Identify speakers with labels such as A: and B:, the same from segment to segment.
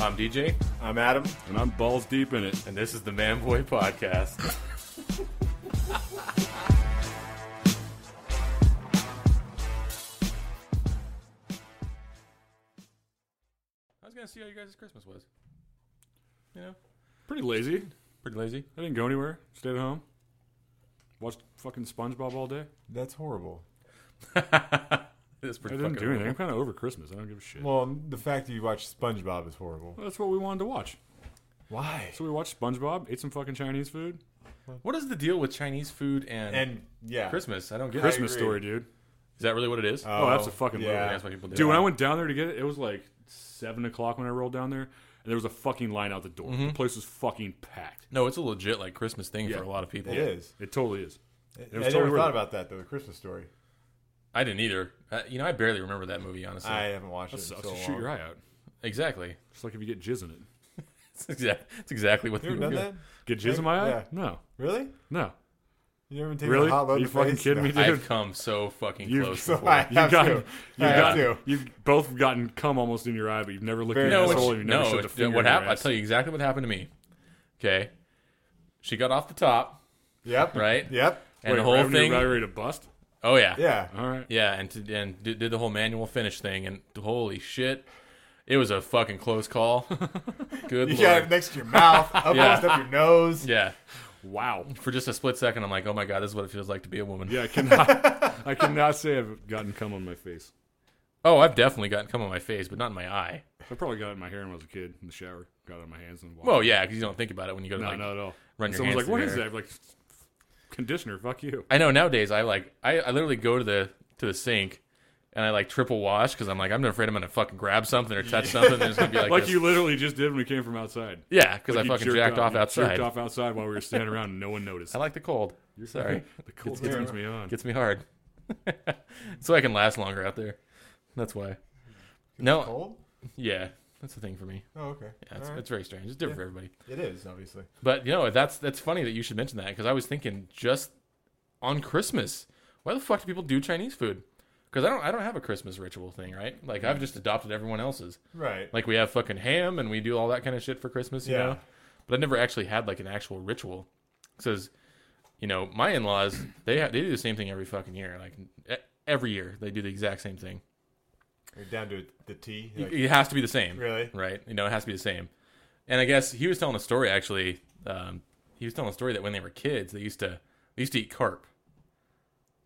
A: I'm DJ,
B: I'm Adam,
C: and I'm balls deep in it.
A: and this is the Man Boy Podcast. I was gonna see how you guys' Christmas was. You know,
C: Pretty lazy.
A: pretty lazy.
C: I didn't go anywhere. Stayed at home. Watched fucking SpongeBob all day.
B: That's horrible.
A: It's
C: I
A: pretty
C: didn't
A: fucking
C: do anything. I'm
A: horrible.
C: kind of over Christmas. I don't give a shit. Well,
B: Well, the fact that you watched SpongeBob is horrible.
C: that's what we wanted to watch.
B: Why?
C: So we watched SpongeBob, ate some fucking Chinese food.
A: What is the deal with Chinese food and,
B: And yeah,
A: Christmas? I don't get it.
C: Christmas
B: agree.
C: story, dude.
A: Is that really what it is?
C: Oh, that's a fucking
B: yeah.
A: That's why people do
C: Dude, when
A: that.
C: I went down there to get it, it was like seven o'clock when I rolled down there, and there was a fucking line out the door.
A: Mm-hmm.
C: The place was fucking packed.
A: no, it's a legit like Christmas thing
C: Yeah.
A: for a lot of people.
B: It is.
C: It totally is.
B: I
C: was
B: never
C: totally worth
B: thought
C: it.
B: about that though. The Christmas story.
A: I didn't either. Uh, you know, I barely remember that movie honestly.
B: I haven't watched
C: That
B: it.
C: sucks.
B: in so
C: you shoot
B: long.
C: your eye out.
A: exactly.
C: It's like if you get jizz in it.
A: It's exact. It's exactly what
B: You ever
A: the
B: done
A: movie-
B: that?
C: Get jizz in my eye?
B: Yeah.
C: No,
B: Really?
C: no.
B: You never taken
C: Really?
B: a hot load
C: Are
B: in
C: you
B: the
C: fucking
B: face?
C: kidding me,
B: No.
C: dude?
A: I've come so fucking
C: You-
A: close.
B: So
A: before.
B: I
C: You've
B: have
C: gotten,
B: to.
C: you've
B: I have
C: gotten,
B: to.
C: you've both gotten cum almost in your eye, but you've never looked
B: Very
C: at your
B: nice.
A: no,
B: asshole
A: it's,
C: asshole. and You've never
A: no.
C: shoved a
A: It's,
C: finger
A: what
C: in your
A: happened? I'll
C: ass.
A: tell you exactly what happened to me. Okay, she got off the top,
B: Yep.
A: right?
B: Yep.
A: and
C: Wait,
A: the whole
C: right when
A: thing.
C: You're about ready to bust.
A: Oh yeah,
B: Yeah.
C: All right.
A: yeah, and to, and did, did the whole manual finish thing, and holy shit, it was a fucking close call. Good
B: You
A: lord.
B: got it next to your mouth, up
A: Yeah.
B: almost up your nose.
A: yeah,
C: Wow.
A: for just a split second, I'm like, oh my god, this is what it feels like to be a woman.
C: Yeah, I cannot. I cannot say I've gotten cum on my face.
A: Oh, I've definitely gotten cum on my face, but not in my eye.
C: I probably got it in my hair when I was a kid in the shower. Got it on my hands and walked.
A: Well, yeah, because you don't think about it when you go to
C: no,
A: like,
C: not at all.
A: run your
C: Someone's
A: hands
C: like, "What
A: through
C: is
A: your
C: that?" I'm like, conditioner. Fuck you.
A: I know nowadays I like I, I literally go to the to the sink and I like triple wash because I'm like I'm afraid I'm gonna fucking grab something or touch something and it's gonna be like,
C: Like
A: this.
C: you literally just did when we came from outside.
A: yeah because
C: Like
A: I
C: you
A: fucking
C: jerked
A: jacked
C: off-
A: off
C: you
A: outside.
C: Jerked off outside while we were standing around and no one noticed.
A: I like the cold. You're sorry,
C: The cold
B: It's-
C: turns me on.
A: gets me hard. so I can last longer out there. That's why. No,
B: Cold?
A: yeah, that's the thing for me.
B: Oh, okay.
A: Yeah, it's,
B: All right.
A: it's very strange. It's different for everybody.
B: It is obviously.
A: But you know that's that's funny that you should mention that because I was thinking just on Christmas, why the fuck do people do Chinese food? Because I don't I don't have a Christmas ritual thing, right? Like I've just adopted everyone else's.
B: Right.
A: Like we have fucking ham and we do all that kind of shit for Christmas, you
B: Yeah.
A: know. But I never actually had like an actual ritual. Says, you know, my in-laws they ha- they do the same thing every fucking year. Like e- every year they do the exact same thing.
B: You're down to the T.
A: It-
B: Like,
A: it has to be the same
B: really?
A: right? You know, it has to be the same. And I guess he was telling a story actually. Um, he was telling a story that when they were kids, they used to they used to eat carp.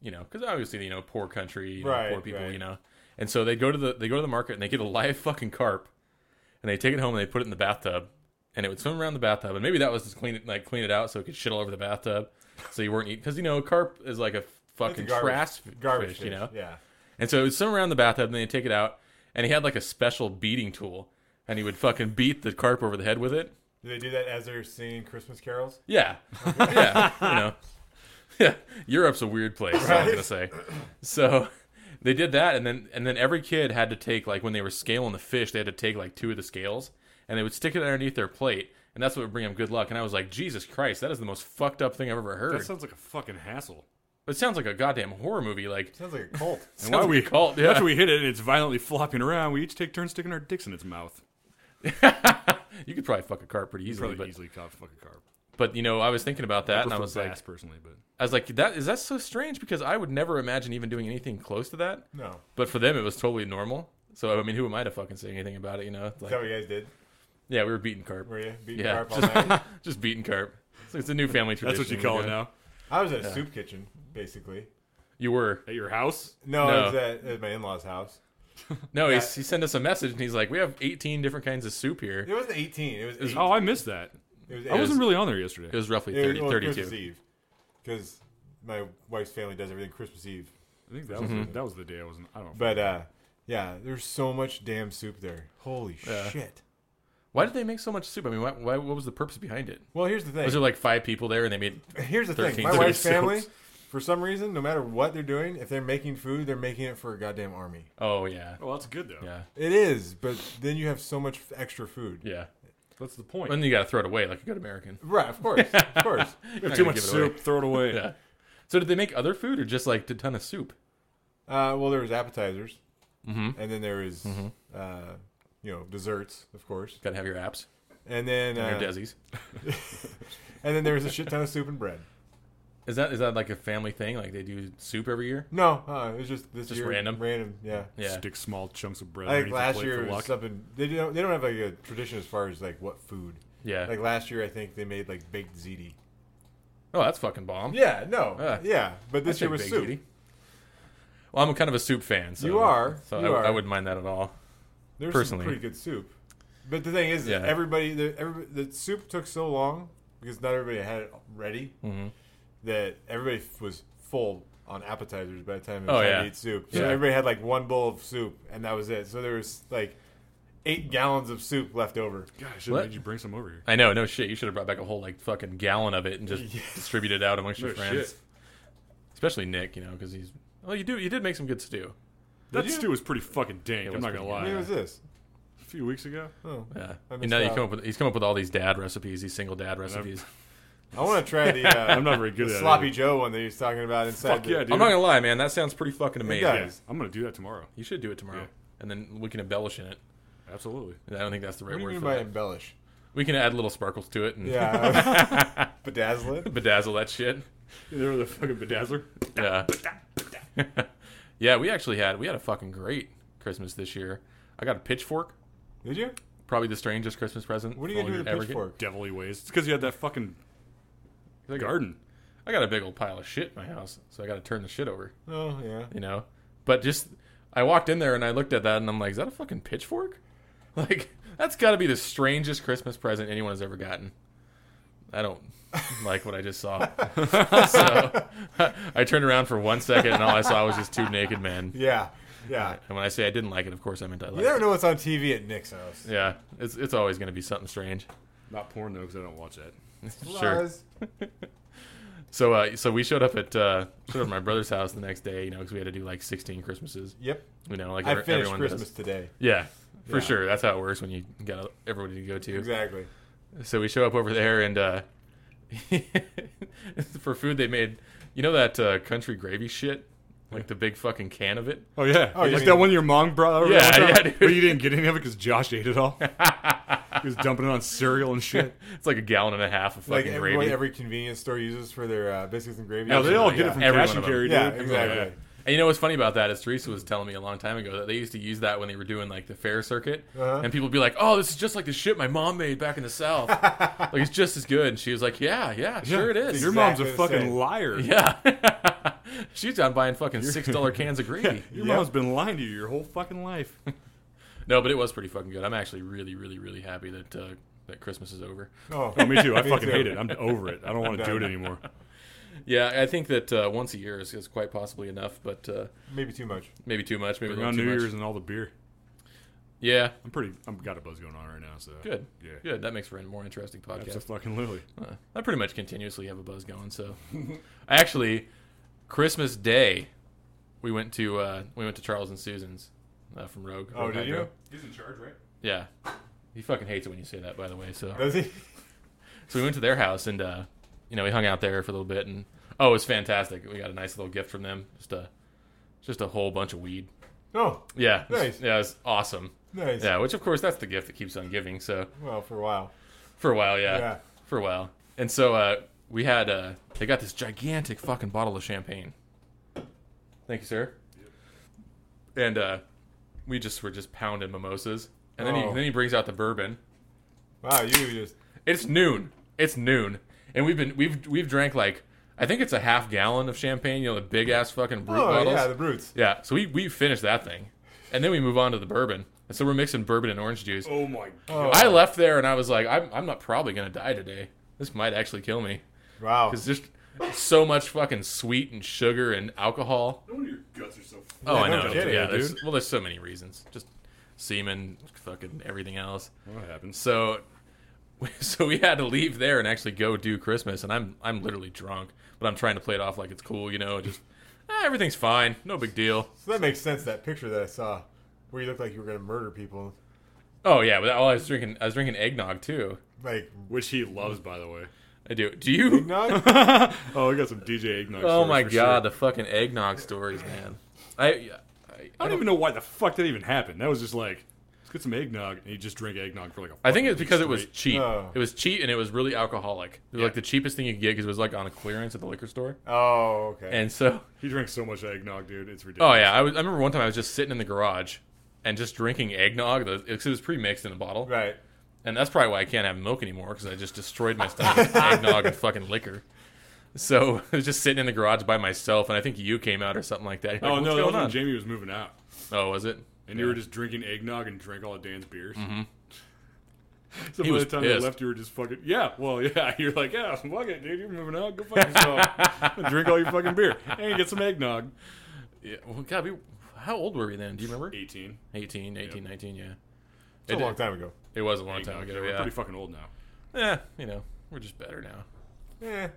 A: You know, because obviously you know poor country, you know,
B: Right,
A: poor people,
B: right.
A: you know. And so they go to the they go to the market and they get a live fucking carp, and they take it home and they put it in the bathtub, and it would swim around the bathtub. And maybe that was just clean it like clean it out so it could shit all over the bathtub, so you weren't eating because you know carp is like a
B: It's a
A: fucking
B: garbage-
A: trash
B: garbage
A: fish, you know.
B: Yeah.
A: And so it would swim around the bathtub, and then he'd take it out, and he had like a special beating tool, and he would fucking beat the carp over the head with it.
B: Do they do that as they're singing Christmas carols?
A: Yeah, yeah, you know, yeah. Europe's a weird place. I was gonna say. So they did that, and then and then every kid had to take like when they were scaling the fish, they had to take like two of the scales, and they would stick it underneath their plate, and that's what would bring them good luck. And I was like, Jesus Christ, that is the most fucked up thing I've ever heard.
C: That sounds like a fucking hassle.
A: it sounds like a goddamn horror movie. Like,
B: Sounds like a cult.
C: And why
A: Sounds
C: we
A: like a cult, yeah.
C: After we hit it and it's violently flopping around, we each take turns sticking our dicks in its mouth.
A: you could probably fuck a carp pretty easily,
C: Probably
A: but
C: easily caught fucking carp.
A: but you know, I was thinking about that, and I
C: Prefer
A: was like,
C: bass, personally, but
A: I was like, that is that so strange because I would never imagine even doing anything close to that.
B: no.
A: But for them, it was totally normal. So I mean, who am I to fucking say anything about it? You know, It's
B: Is
A: like,
B: that what you guys did?
A: yeah, we were beating carp,
B: Were you beating
A: Yeah.
B: carp all night?
A: just beating carp. It's, it's a new family tradition.
C: that's what you call it
A: know?
C: now.
B: I was at a soup kitchen, basically.
A: You were
C: At your house,
B: No,
A: No.
B: I was at, at my in-laws' house.
A: no. He's, he sent us a message and he's like, we have 18 different kinds of soup here.
B: It wasn't 18. It was. Eight. It was,
C: Oh, I missed that.
B: eight.
C: I
A: was-
C: wasn't really on there yesterday.
A: It was roughly
B: It was-
A: 30,
B: well,
A: 32.
B: Christmas Eve, because my wife's family does everything Christmas Eve.
C: I think that was
A: mm-hmm.
C: that was the day I wasn't. I don't. know.
B: But uh, yeah, there's so much damn soup there. Holy shit!
A: Why did they make so much soup? I mean, why, why, what was the purpose behind it?
B: Well, here's the thing.
A: Was there like five people there and they made?
B: here's the
A: 13
B: thing. My
A: soups.
B: wife's family, for some reason, no matter what they're doing, if they're making food, they're making it for a goddamn army.
A: Oh yeah,
C: well, that's good though.
A: yeah,
B: It is, but then you have so much extra food.
A: yeah.
C: That's the point.
A: And you got to throw it away like a good American.
B: Right, of course, of course.
C: You have
A: not
C: too
A: gonna
C: much
A: give it away.
C: soup, throw it away.
A: Yeah. So did they make other food or just like a ton of soup? Mm-hmm.
B: Uh, well, there was appetizers, and then there was, uh, you know desserts, of course,
A: Gotta have your apps
B: and then
A: and
B: uh,
A: your desis.
B: and then there was a shit ton of soup and bread.
A: Is that is that like a family thing? Like they do soup every year?
B: No, uh, it was just this
A: Just
B: year,
A: random?
B: random, yeah.
A: Yeah.
C: Stick small chunks of bread.
B: I
C: underneath
B: think
C: the
B: last
C: plate
B: year
C: for
B: it was
C: luck.
B: something they don't they don't have like a tradition as far as like what food.
A: Yeah.
B: Like last year, I think they made like baked ziti.
A: oh, that's fucking bomb.
B: Yeah, no,
A: Ah.
B: yeah, but this
A: I'd
B: year
A: take
B: was
A: Big
B: soup.
A: Ziti. Well, I'm kind of a soup fan. So,
B: You are.
A: So
B: You
A: I,
B: are.
A: I wouldn't mind that at all.
B: There's
A: Personally.
B: some pretty good soup. But the thing is,
A: Yeah.
B: everybody, the, everybody, the soup took so long because not everybody had it ready
A: Mm-hmm.
B: that everybody f- was full on appetizers by the time it was
A: Oh,
B: time
A: yeah.
B: to eat soup. So
A: Yeah.
B: everybody had like one bowl of soup and that was it. So there was like eight gallons of soup left over.
C: God, I should
A: What?
C: have made you bring some over here.
A: I know. No shit. You should have brought back a whole like fucking gallon of it and just distribute it out amongst your
C: No
A: friends.
C: shit.
A: Especially Nick, you know, because he's. Oh, you do. You did make some good stew.
C: That
B: Did you?
C: stew was pretty fucking dank.
A: It
C: I'm
A: was
C: not gonna
A: pretty
B: I
C: lie.
B: mean, it was this.
C: A few weeks ago,
B: Oh.
A: Yeah.
B: I
A: And
B: missed
A: now you
B: out.
A: come up with he's come up with all these dad recipes, these single dad recipes.
B: I want to try the, uh,
C: I'm not very good
B: the
C: at it
B: sloppy
C: either.
B: Joe one that he was talking about inside.
C: Fuck
B: the, Oh,
C: yeah, dude.
A: I'm not gonna lie, man. That sounds pretty fucking amazing.
B: does.
C: Yeah, I'm gonna do that tomorrow.
A: You should do it tomorrow,
C: Yeah.
A: and then we can embellish in it.
C: Absolutely.
A: I don't think that's the right
B: What do you
A: word
B: mean
A: for
B: by
A: that.
B: embellish?
A: We can add little sparkles to it and
B: Yeah, bedazzle it.
A: bedazzle that shit.
C: They were the fucking bedazzler.
A: Yeah. yeah, we actually had we had a fucking great Christmas this year. I got a pitchfork,
B: Did you?
A: probably the strangest Christmas present.
B: What are you gonna do
A: I'll
B: with a
A: ever get.
B: pitchfork?
C: Devilly ways. It's because you had that fucking
A: Like,
C: garden.
A: I got a big old pile of shit in my house, so I got to turn the shit over,
B: Oh yeah.
A: you know. But just I walked in there and I looked at that and I'm like, is that a fucking pitchfork? Like that's got to be the strangest Christmas present anyone has ever gotten. I don't like what I just saw. so I turned around for one second and all I saw was just two naked men.
B: Yeah, yeah.
A: And when I say I didn't like it, of course I meant I liked
B: You
A: it.
B: never know what's on TV at Nick's house.
A: Yeah, it's it's always going to be something strange.
C: Not porn though, because I don't watch that.
A: Sure.
B: Lies.
A: So uh, so we showed up at uh, showed up at my brother's house the next day, you know, because we had to do like 16 Christmases,
B: Yep.
A: you know, like
B: I
A: every-
B: finished
A: everyone
B: Christmas
A: does.
B: today.
A: Yeah, for
B: Yeah.
A: sure. That's how it works when you got everybody to go to.
B: Exactly.
A: So we show up over there and uh, for food they made, you know that uh, country gravy shit, like the big fucking can of it.
C: Oh yeah,
B: Oh, you
C: like
B: mean-
C: that one your mom brought over.
A: Yeah,
C: that one time,
A: yeah, dude.
C: But you didn't get any of it because Josh ate it all. he was dumping it on cereal and shit.
A: It's like a gallon and a half of
B: Like
A: fucking
B: every,
A: gravy.
B: what every convenience store uses for their uh, biscuits and gravy.
C: No, they all
A: Absolutely,
C: get
A: yeah.
C: it from
A: Every
C: Cash
A: one
C: and
A: of them.
C: Carry,
B: Yeah,
C: dude.
B: exactly.
A: And you know what's funny about that is Teresa was telling me a long time ago that they used to use that when they were doing like the fair circuit,
B: Uh-huh.
A: and people would be like, "Oh, this is just like the shit my mom made back in the South. like it's just as good." And she was like, "Yeah, yeah, sure it is.
C: Your
B: Exactly
C: mom's a
B: the
C: fucking
B: same.
C: liar.
A: yeah, she's down buying fucking six dollar cans of gravy.
C: Your
B: Yep.
C: mom's been lying to you your whole fucking life.
A: No, but it was pretty fucking good. I'm actually really, really, really happy that uh, that Christmas is over.
B: Oh,
C: Oh, me too. I fucking
B: too.
C: hate it. I'm over it. I don't want to do
B: done.
C: it anymore.
A: Yeah, I think that uh, once a year is, is quite possibly enough, but uh,
B: maybe too much.
A: maybe too much. Maybe a
C: Bring
A: little
C: on
A: too
C: New
A: much.
C: Year's and all the beer.
A: Yeah,
C: I'm pretty. I've got a buzz going on right now. So
A: good.
C: Yeah.
A: good. That makes for a more interesting podcast.
C: That's a fucking Lily.
A: Uh, I pretty much continuously have a buzz going. So, actually, Christmas Day, we went to uh, we went to Charles and Susan's uh, from Rogue.
B: Oh,
A: Rogue
B: did
A: Hydro.
B: you?
C: He's in charge, right?
A: Yeah. He fucking hates it when you say that, by the way. So,
B: Does he?
A: so we went to their house and uh, you know we hung out there for a little bit and oh, it was fantastic. We got a nice little gift from them, just a just a whole bunch of weed.
B: No.
A: Yeah, it was-
B: Nice.
A: Yeah, it was awesome.
B: Oh, Nice.
A: Yeah, which of course that's the gift that keeps on giving. So
B: Well, for a while.
A: for a while,
B: Yeah.
A: for a while. And so uh, we had uh, they got this gigantic fucking bottle of champagne. Thank you, sir. And uh, we just were just pounding mimosas, and then he
B: Oh.
A: then he brings out the bourbon.
B: Wow, you just
A: It's noon. It's noon, and we've been we've we've drank like I think it's a half gallon of champagne. You know the big ass fucking brute
B: oh
A: bottles.
B: yeah, the brutes.
A: yeah. So we we finished that thing, and then we move on to the bourbon. And so we're mixing bourbon and orange juice.
C: Oh my
B: Oh,
A: I left there and I was like, I'm I'm not probably gonna die today. This might actually kill me.
B: wow.
A: It's just so much fucking sweet and sugar and alcohol.
C: No wonder your guts are so.
A: Oh, I
B: no
A: know.
B: kidding,
A: yeah,
C: dude.
A: there's, well, there's so many reasons. Just semen, fucking everything else.
C: What happens?
A: So, so we had to leave there and actually go do Christmas. And I'm I'm literally drunk, but I'm trying to play it off like it's cool, you know. Just "Ah, everything's fine, no big deal.
B: So that makes sense. That picture that I saw, where you looked like you were gonna murder people,
A: Oh yeah, but all I was drinking, I was drinking eggnog too.
B: like
C: Which he loves, by the way.
A: I do. Do you?
B: no.
C: Oh, we got some DJ eggnog.
A: Oh
C: stories
A: my
C: for
A: god,
C: sure.
A: the fucking eggnog stories, man. I. I, I
C: I don't even know why the fuck that even happened. That was just like get some eggnog, and you just drink eggnog for like a.
A: I think it's
C: fucking
A: because
C: week
A: it was
C: straight.
A: cheap.
B: Oh.
A: It was cheap and it was really alcoholic. It was
C: Yeah.
A: like the cheapest thing you could get because it was like on a clearance at the liquor store.
B: Oh, okay.
A: And so,
C: He drinks so much eggnog, dude. It's ridiculous.
A: oh yeah, I, was, I remember one time I was just sitting in the garage and just drinking eggnog. The- 'cause It was pre-mixed in a bottle,
B: right.
A: and that's probably why I can't have milk anymore because I just destroyed my stomach with eggnog and fucking liquor. So I was just sitting in the garage by myself, and I think you came out or something like that. You're
C: Oh
A: like,
C: no,
A: "What's
C: that was
A: going
C: when
A: on?"
C: Jamie was moving out,
A: oh, was it?
C: and you were just drinking eggnog and drank all of Dan's beers.
A: Mm-hmm.
C: So
A: He
C: by
A: was
C: the time
A: pissed.
C: they left, you were just fucking yeah. Well, yeah, you're like yeah, fuck it, dude. You're moving out. Go fuck yourself. And drink all your fucking beer and get some eggnog.
A: Yeah. Well, God, we, how old were we then? Do you remember?
C: Eighteen.
A: 18, 18, 19, yeah.
B: It's a
A: It-
B: long time ago.
A: It was a long time
C: Eggnog, yeah,
A: ago,
C: we're
A: yeah.
C: pretty fucking old now.
A: Yeah, you know, we're just better now.
B: Eh.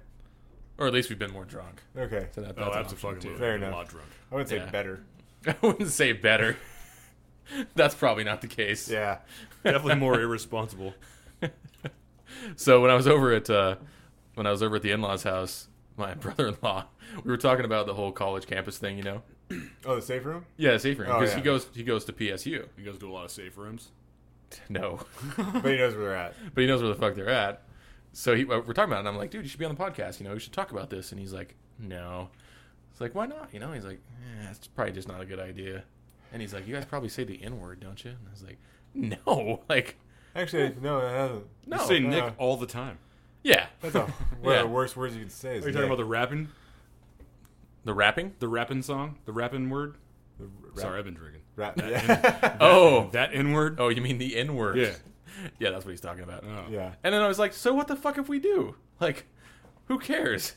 A: Or at least we've been more drunk.
B: Okay.
A: So that,
C: Oh,
A: that's an
C: that's
A: option,
C: a fucking
A: too.
B: Fair
C: I'm
B: enough.
C: A lot drunk.
B: I wouldn't say
A: Yeah.
B: better.
A: I wouldn't say better. that's probably not the case.
B: Yeah.
C: Definitely more irresponsible.
A: So when I was over at uh, when I was over at the in-laws' house, my brother-in-law, we were talking about the whole college campus thing, you know.
B: Oh, the safe room?
A: Yeah, safe room
B: Oh,
A: because
B: yeah.
A: he goes he goes to PSU.
C: You guys do a lot of safe rooms.
A: No,
B: But he knows where they're at.
A: but he knows where the fuck they're at. So he, we're talking about it, and I'm like, dude, you should be on the podcast. You know, we should talk about this. And he's like, no. It's like, why not? You know, he's like, eh, it's probably just not a good idea. And he's like, you guys probably say the N word, don't you? And I was like, no, like,
B: Actually, no, that hasn't.
A: no.
C: You say Nick
B: no.
C: all the time.
A: yeah,
B: That's a, one
A: Yeah.
B: of the worst words you can say. Is
C: Are you talking
B: Nick.
C: about the rapping,
A: the rapping.
C: the rapping song, the rapping word?
B: the rap,
C: Sorry, I've been drinking.
B: Rap, yeah.
A: Oh,
C: That N word.
A: oh, you mean the N word?
C: Yeah.
A: yeah, that's what he's talking about.
C: Oh.
B: yeah.
A: And then I was like, so what the fuck if we do? Like, who cares?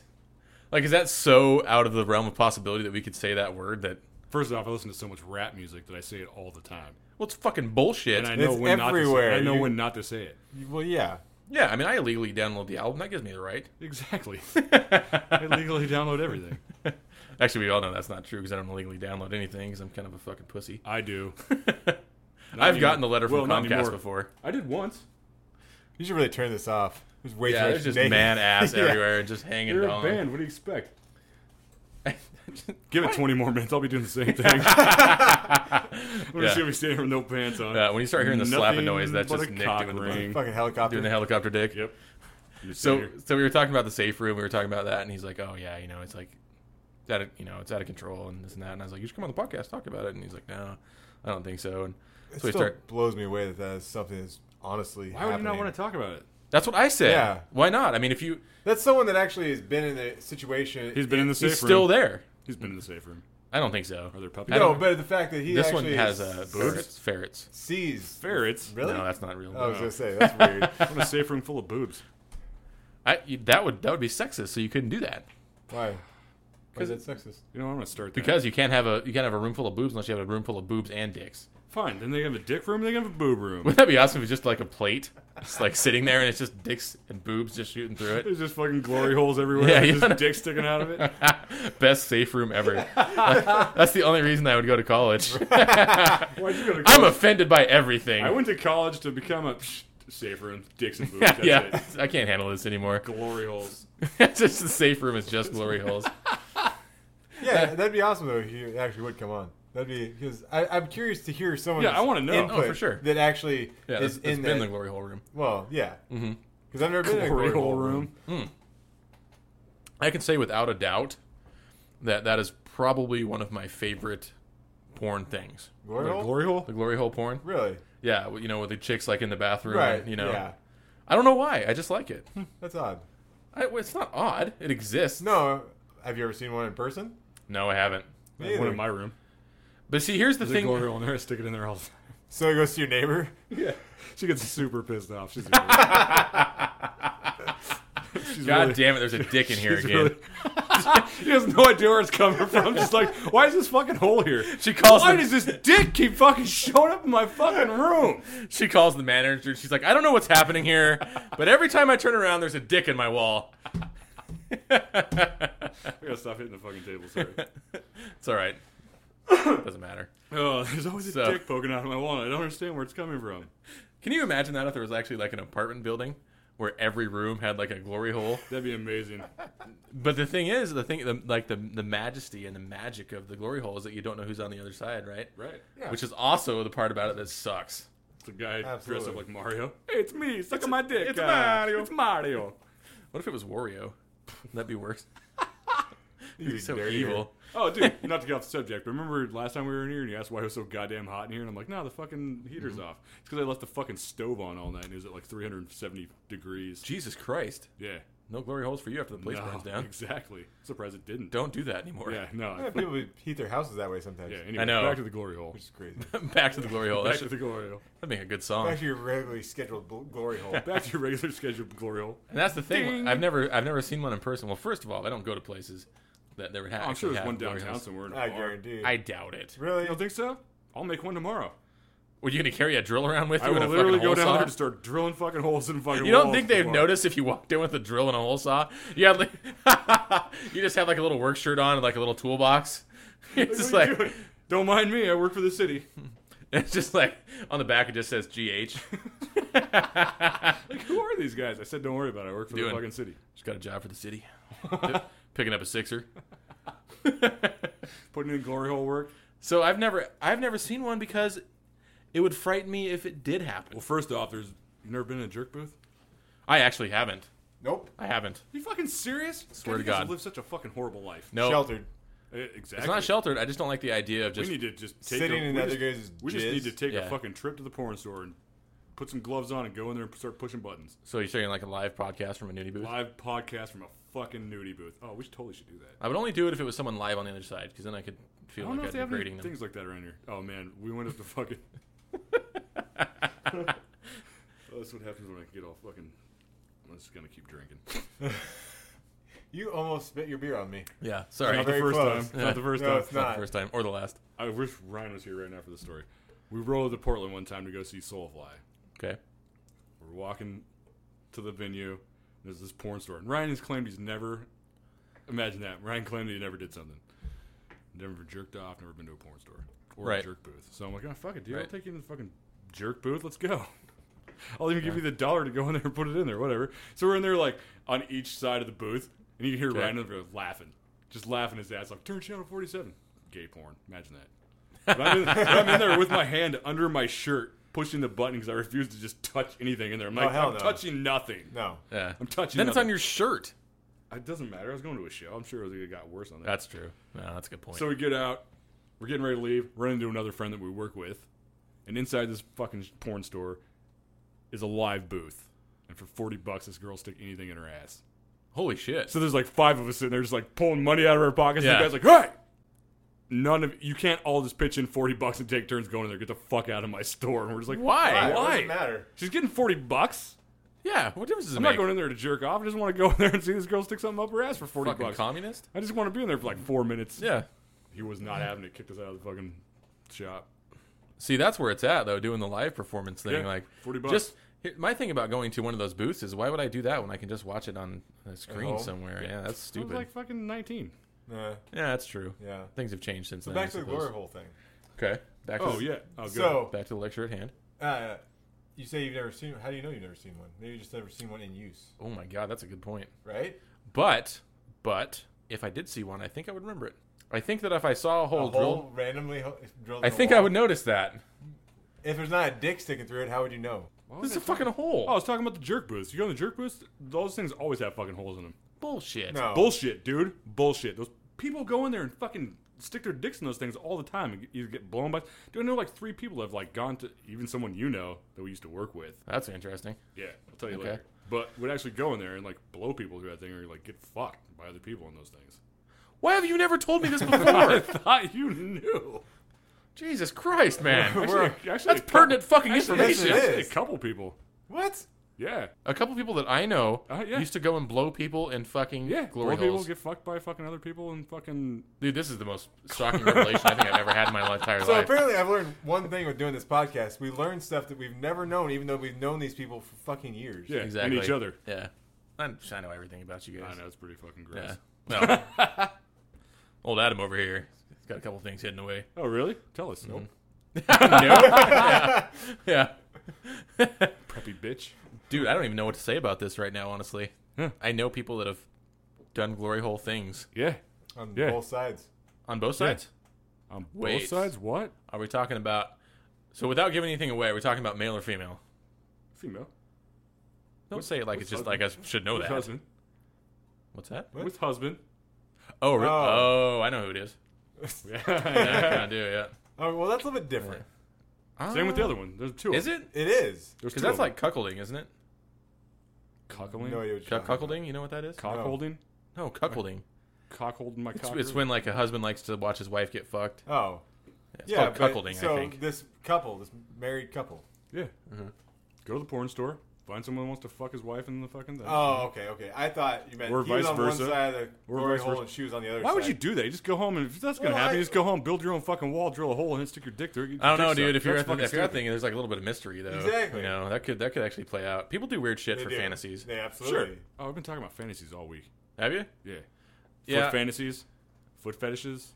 A: Like, is that so out of the realm of possibility that we could say that word that?
C: First off, I listen to so much rap music that I say it all the time,
A: Well, it's fucking bullshit.
C: and I know
B: It's
C: when
B: everywhere.
C: not to say. It. I know
B: You-
C: when not to say it.
B: Well, yeah.
A: Yeah, I mean, I illegally download the album. That gives me the right.
C: Exactly. I legally download everything.
A: Actually, we all know that's not true because I don't illegally download anything because I'm kind of a fucking pussy.
C: I do.
A: I've gotten the letter
C: Well,
A: from
C: not
A: Comcast
C: anymore.
A: before.
C: I did once.
B: You should really turn this off. There's way
A: Yeah,
B: too
A: there's
B: much
A: just
B: naked-
A: man ass
B: Yeah.
A: everywhere and just hanging
C: You're a
A: down.
C: band. What do you expect? Give it 20 more minutes. I'll be doing the same thing. We're
A: Yeah.
C: just gonna be standing with no pants on.
A: Uh, when you start hearing the slapping
C: Nothing
A: noise, that's
C: but
A: just
C: a
A: Nick
C: cock
A: doing the,
C: ring.
A: doing
B: Fucking helicopter.
A: the helicopter dick.
C: Yep. You just sit
A: So,
C: here.
A: so we were talking about the safe room. We were talking about that, and he's like, "Oh yeah, you know, it's like, it's out of, you know, it's out of control and this and that." And I was like, "You should come on the podcast talk about it." And he's like, "No, I don't think so." And
B: it
A: so we
B: still
A: start.
B: blows me away that that is something that's honestly
C: Why would you not want
B: to?
C: to talk about it?
A: That's what I said.
B: Yeah.
A: Why not? I mean, if you
B: That's someone that actually has been in a situation.
C: He's been in the safe
A: he's
C: room.
A: still there.
C: He's been in the safe room.
A: I don't think so.
C: Are there puppies?
A: I
B: no,
A: don't-
B: but the fact that he
A: This one
B: actually
A: has uh, ferrets.
B: sees,
A: Ferrets.
B: sees
C: Ferrets.
B: Really?
A: No, that's not real.
C: Oh,
B: I was gonna say that's weird.
C: I'm in a safe room full of boobs.
A: I, you- that would that would be sexist. So you couldn't do that
B: Why? Because
A: it's-
B: it's sexist.
C: You know, I'm gonna start that.
A: because you can't have a you can't have a room full of boobs unless you have a room full of boobs and dicks.
C: fine, then they have a dick room, they have a boob room.
A: Wouldn't that be awesome if it's just like a plate, it's like sitting there and it's just dicks and boobs just shooting through it.
C: There's just fucking glory holes everywhere.
A: Yeah, you
C: Yeah,
A: know-
C: just dick sticking out of it.
A: Best safe room ever. That's the only reason I would go to college.
C: Why'd you go to college?
A: I'm offended by everything.
C: I went to college to become a psh, safe room, dicks and boobs. That's
A: yeah,
C: it.
A: I can't handle this anymore.
C: Glory holes.
A: it's just the safe room is just glory holes.
B: Yeah, that'd be awesome though. if He actually would come on. That'd be because I'm curious to hear someone.
C: Yeah, I wanna know. Oh,
A: for sure.
B: That actually
A: Yeah, it's,
B: is
A: it's
B: in
A: been the
B: that.
A: glory hole room.
B: well, yeah. Because I've never been in a
C: Mm-hmm. Glory hole room.
A: I can say without a doubt that that is probably one of my favorite porn things.
B: Glory
C: Like
B: hole.
C: glory hole?
A: The glory hole porn.
B: Really?
A: Yeah, well, you know, with the chicks like in the bathroom.
B: Right.
A: and, you know,
B: Yeah.
A: I don't know why. I just like it.
B: That's odd.
A: I, well, it's not odd. It exists.
B: No, have you ever seen one in person?
A: no, I haven't.
B: Me
C: One
B: either.
C: in my room.
A: But see, here's the
C: There's
A: thing.
C: a glory hole in there. I stick it in there all the time.
B: So it goes to your neighbor.
C: Yeah. She gets super pissed off. She's, really, she's
A: God
C: really-
A: damn it, there's a dick in here
C: she's
A: again.
C: really- she has no idea where it's coming from. She's like, why is this fucking hole here?
A: She calls
C: Why
A: the-
C: does this dick keep fucking showing up in my fucking room?
A: She calls the manager. and She's like, I don't know what's happening here, but every time I turn around, there's a dick in my wall.
C: I gotta stop hitting the fucking table. Sorry.
A: It's all right. Doesn't matter.
C: oh, there's always a
A: So-
C: dick poking out of my wallet. I don't understand where it's coming from.
A: Can you imagine that if there was actually like an apartment building where every room had like a glory hole?
C: That'd be amazing.
A: But the thing is, the thing, the, like the the majesty and the magic of the glory hole is that you don't know who's on the other side, right?
C: Right.
A: Which is also the part about it that sucks.
C: It's a guy dressed
B: Absolutely.
C: up like Mario. Hey, it's me. Suck on my dick.
A: it's
C: guys.
A: Mario.
C: It's Mario.
A: What if it was Wario? That'd be worse.
B: You'd be
A: He's so
B: dirtier.
A: evil.
C: Oh, dude, not to get off the subject, but remember last time we were in here and you asked why it was so goddamn hot in here? And I'm like, no, the fucking heater's
A: Mm-hmm.
C: off. It's because I left the fucking stove on all night and it was at like 370 degrees.
A: Jesus Christ.
C: Yeah.
A: No glory holes for you after the place
C: No,
A: burns down.
C: Exactly. Surprised it didn't.
A: Don't do that anymore.
C: Yeah, no.
B: Yeah, people heat their houses that way sometimes.
C: yeah,
B: Yeah.
C: anyway,
A: I know.
C: back to the glory hole.
B: Which is crazy.
A: Back to the glory hole. That
C: Back to
A: should,
C: the glory hole.
A: that'd make a good song.
B: Back to your regularly scheduled bl- glory hole.
C: Back to your regular scheduled glory hole.
A: And that's the thing.
C: Ding.
A: I've never I've never seen one in person. Well, first of all, I don't go to places that there would have.
C: Oh, I'm
A: actually
C: sure there's
A: have
C: one
A: glory
C: downtown
A: holes.
C: somewhere. In a
B: I
C: bar.
B: guarantee. you.
A: I doubt it.
B: really?
C: You don't think so? I'll make one tomorrow.
A: Were you gonna carry a drill around with you?
C: I will
A: and a
C: literally
A: fucking hole
C: go down
A: saw?
C: there to start drilling fucking holes in fucking
A: You don't
C: walls
A: think they'd
C: tomorrow.
A: notice if you walked in with a drill and a hole saw? You had like, you just had like a little work shirt on and like a little toolbox. It's just
C: What are you
A: like
C: doing? don't mind me. I work for the city.
A: it's just like on the back it just says GH.
C: Like, who are these guys? I said, don't worry about it. I work for
A: Doing-
C: the fucking city.
A: Just got a job for the city. Picking up a sixer.
C: Putting in glory hole work.
A: So I've never I've never seen one because it would frighten me if it did happen.
C: Well, first off, there's you never been in a jerk booth.
A: I actually haven't.
B: Nope.
A: I haven't.
C: you fucking serious?
A: Swear to
C: you guys have
A: God.
C: lived such a fucking horrible life.
A: No.
B: Sheltered.
C: Uh, exactly.
A: It's not sheltered. I just don't like the idea of
C: We
A: just
C: need to just take
B: Sitting
C: a,
B: in
C: we
B: other
C: just-
B: guys'
C: We just need
B: jizz.
C: to take
A: Yeah.
C: a fucking trip to the porn store and put some gloves on and go in there and start pushing buttons.
A: So you're saying like a live podcast from a nudie booth?
C: Live podcast from a fucking nudie booth. Oh, we should totally should do that.
A: I would only do it if it was someone live on the other side, because then I could
C: I
A: feel
C: don't know
A: like
C: if
A: I'd
C: they
A: be
C: have any
A: grading them.
C: things like that around here. Oh man, we went up to fucking. oh, that's what happens when I get all fucking. I'm just gonna keep drinking.
B: You almost spit your beer on me.
A: Yeah, sorry. Not
C: Not
B: very
C: the first
B: close.
C: time. Not the first
B: No,
C: time.
B: it's
A: the
B: not.
A: first time or the last.
C: I wish Ryan was here right now for the story. We rolled to Portland one time to go see Soulfly.
A: Okay.
C: We're walking to the venue. There's this porn store, and Ryan has claimed he's never. Imagine that. Ryan claimed he never did something. Never jerked off. Never been to a porn store or a
A: Right.
C: jerk booth. So I'm like, oh fuck it, dude. I'll
A: Right.
C: take you to the fucking jerk booth. Let's go. I'll even give you the dollar to go in there and put it in there, whatever. So we're in there like on each side of the booth, and you can hear
A: Okay.
C: Ryan over there laughing, just laughing his ass off. Turn channel 47. Gay porn. Imagine that. But I'm, in, but I'm in there with my hand under my shirt, pushing the button because I refuse to just touch anything in there. I'm like,
B: Oh, hell
C: I'm
B: no.
C: touching nothing.
B: No.
A: Yeah.
C: I'm touching.
A: Then it's on
C: nothing.
A: your shirt.
C: It doesn't matter. I was going to a show. I'm sure it, was, it got worse on that.
A: That's true. No, that's a good point.
C: So we get out. We're getting ready to leave. Run into another friend that we work with, and inside this fucking porn store is a live booth. And for forty bucks, this girl stick anything in her ass.
A: Holy shit.
C: So there's like five of us sitting there, just like pulling money out of our pockets.
A: Yeah.
C: And the guy's like, "Hey, none of you can't all just pitch in forty bucks and take turns going in there. Get the fuck out of my store." And we're just like,
A: Why?
B: Why? What does it
C: Why?
B: matter?
C: She's getting forty bucks.
A: yeah. What difference does it
C: I'm
A: make?
C: not going in there to jerk off. I just want to go in there and see this girl stick something up her ass for forty
A: Fucking
C: bucks.
A: communist.
C: I just want to be in there for like four minutes.
A: Yeah.
C: He was not having it. Kicked us out of the fucking shop.
A: See, that's where it's at though. Doing the live performance thing,
C: Yeah,
A: like
C: 40 bucks.
A: Just here- my thing about going to one of those booths is why would I do that when I can just watch it on a screen
B: home?
A: somewhere? Yeah, that's
C: Oh, I
A: stupid.
C: was like fucking nineteen.
B: Nah.
A: yeah, that's true.
B: Uh, Yeah.
A: Things have changed since
B: So
A: then. I
B: back to the
A: suppose.
B: glory hole thing.
A: Okay. Back to
C: Oh
A: the-
C: yeah. Oh, good.
B: So,
A: Back to the lecture at hand.
B: uh, you say you've never seen. How do you know you've never seen one? Maybe you just never seen one in use,
A: Oh my god, that's a good point.
B: right?
A: But, but if I did see one, I think I would remember it. I think that if I saw a hole
B: a
A: drill,
B: hole randomly ho- drilled.
A: I
B: in the
A: think
B: wall.
A: I would notice that.
B: If there's not a dick sticking through it, how would you know?
C: Why would
A: This is
C: I
A: a fucking hole.
C: Oh, I was talking about the jerk booths. You go in the jerk booths. Those things always have fucking holes in them.
A: bullshit.
B: No.
C: Bullshit, dude. Bullshit. Those people go in there and fucking stick their dicks in those things all the time and get- you get blown by. Do I know like three people that have like gone to even someone you know that we used to work with?
A: That's interesting.
C: Yeah, I'll tell you
A: Okay.
C: later. But would actually go in there and like blow people through that thing or like get fucked by other people in those things.
A: Why have you never told me this
C: I
A: before?
C: thought you knew.
A: Jesus Christ, man.
B: We're-
C: Actually, actually,
A: That's
C: a couple-
A: pertinent fucking
B: Yes,
A: information.
B: it
C: actually,
B: is.
C: A couple people.
B: What?
C: Yeah,
A: A couple people that I know
C: Uh, yeah.
A: used to go and blow people in fucking
C: yeah.
A: glory
C: blow people
A: holes.
C: get fucked by fucking other people and fucking
A: Dude, this is the most shocking revelation I think I've ever had in my entire
B: So
A: life.
B: apparently, I've learned one thing with doing this podcast. We learn stuff that we've never known, even though we've known these people for fucking years.
C: yeah,
A: exactly.
C: and each other.
A: Yeah. I I know everything about you guys.
C: I know it's pretty fucking gross.
A: Yeah. No. Old Adam over here. He's got a couple things hidden away.
C: Oh really? Tell us. Nope.
A: Yeah.
C: Preppy bitch.
A: Dude, I don't even know what to say about this right now, honestly.
C: Yeah.
A: I know people that have done glory hole things
C: Yeah.
B: On
C: Yeah.
B: both sides.
A: on both sides.
C: On
A: Wait.
C: both sides? What?
A: Are we talking about So without giving anything away, are we talking about male or female?
C: Female.
A: Don't
C: With-
A: say it like it's
C: with
A: just like I should know
C: With
A: Oh, that.
C: husband.
A: What's that?
B: What?
C: With husband.
A: Oh, re-
B: Oh.
A: oh, I know who it is. Yeah, I
C: Yeah.
A: kinda do, yeah.
B: Oh, well, that's a little bit different.
C: Same with the other one. There's two. of
A: Ah. Is
C: them.
A: it?
B: It is.
C: There's two.
A: Because that's
C: of them.
A: like cuckolding, isn't it?
C: cockling,
B: No idea what you're
A: Cuck-
B: talking
A: cuckolding? You know what that is?
C: cock holding,
A: No, cuckolding.
C: cock holding my
A: It's,
C: cock.
A: it's
C: really.
A: when like a husband likes to watch his wife get fucked.
B: about. Oh.
A: It's
B: yeah,
A: called
B: but-
A: cuckolding,
B: so
A: I think.
B: this couple, this married couple.
C: yeah.
A: Mm-hmm.
C: Go to the porn store, find someone who wants to fuck his wife in the fucking thing,
B: Oh, okay, okay. I thought you meant
C: Or
B: he was
C: vice
B: on
C: versa.
B: one side of the
C: Or
B: glory
C: vice
B: hole
C: versa.
B: and she was on the other
C: Why
B: side.
C: would you do that? You just go home and if that's gonna
B: Well,
C: happen,
B: I-
C: you just go home, build your own fucking wall, drill a hole, and stick your dick there. get your
A: I don't know,
C: dick
A: dude.
C: sucked.
A: If you're
C: That's
A: at the,
C: fucking
A: if you're at
C: stupid.
A: thinking, there's like a little bit of mystery though.
B: Exactly.
A: You know that could that could actually play out. People do weird shit
B: They
A: for
B: do.
A: fantasies.
B: They absolutely.
C: oh, I've been talking about fantasies all week.
A: Have you?
C: Yeah,
A: Yeah.
C: foot fantasies, foot fetishes.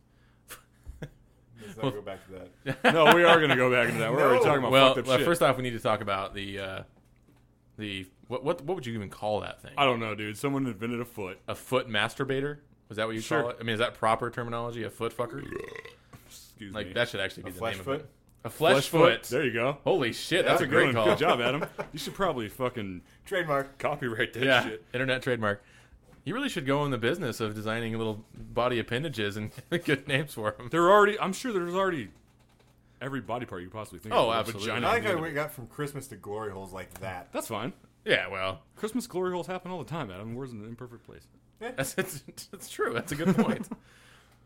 B: Let's not go back to that.
C: No, we are gonna go back into that. We're already
B: No.
C: talking about
A: well,
C: fucked up
A: uh,
C: shit.
A: first off, we need to talk about the uh, the what what what would you even call that thing?
C: I don't know, dude. Someone invented a foot.
A: A foot masturbator? Was that what you
C: Sure.
A: call it? I mean, is that proper terminology? A foot fucker?
C: Excuse me.
A: Like that should actually be
B: A
A: the
B: flesh
A: name of
B: foot?
A: it. A flesh, foot.
C: There you go.
A: Holy shit, that's, a
C: good
A: great
C: one.
A: call.
C: Good job, Adam. You should probably fucking
B: Trademark.
C: copyright that
A: Yeah,
C: shit.
A: internet trademark. You really should go in the business of designing little body appendages and good names for them.
C: There are already. I'm sure there's already every body part you could possibly think.
A: Oh,
C: of.
A: absolutely.
B: I
C: Vagina
B: like
C: on the
B: how
C: end of
B: we
C: it.
B: got from Christmas to glory holes like that.
C: That's fine.
A: Yeah, well,
C: Christmas glory holes happen all the time, Adam. Where's an imperfect place?
A: that's it's, it's true. That's a good point.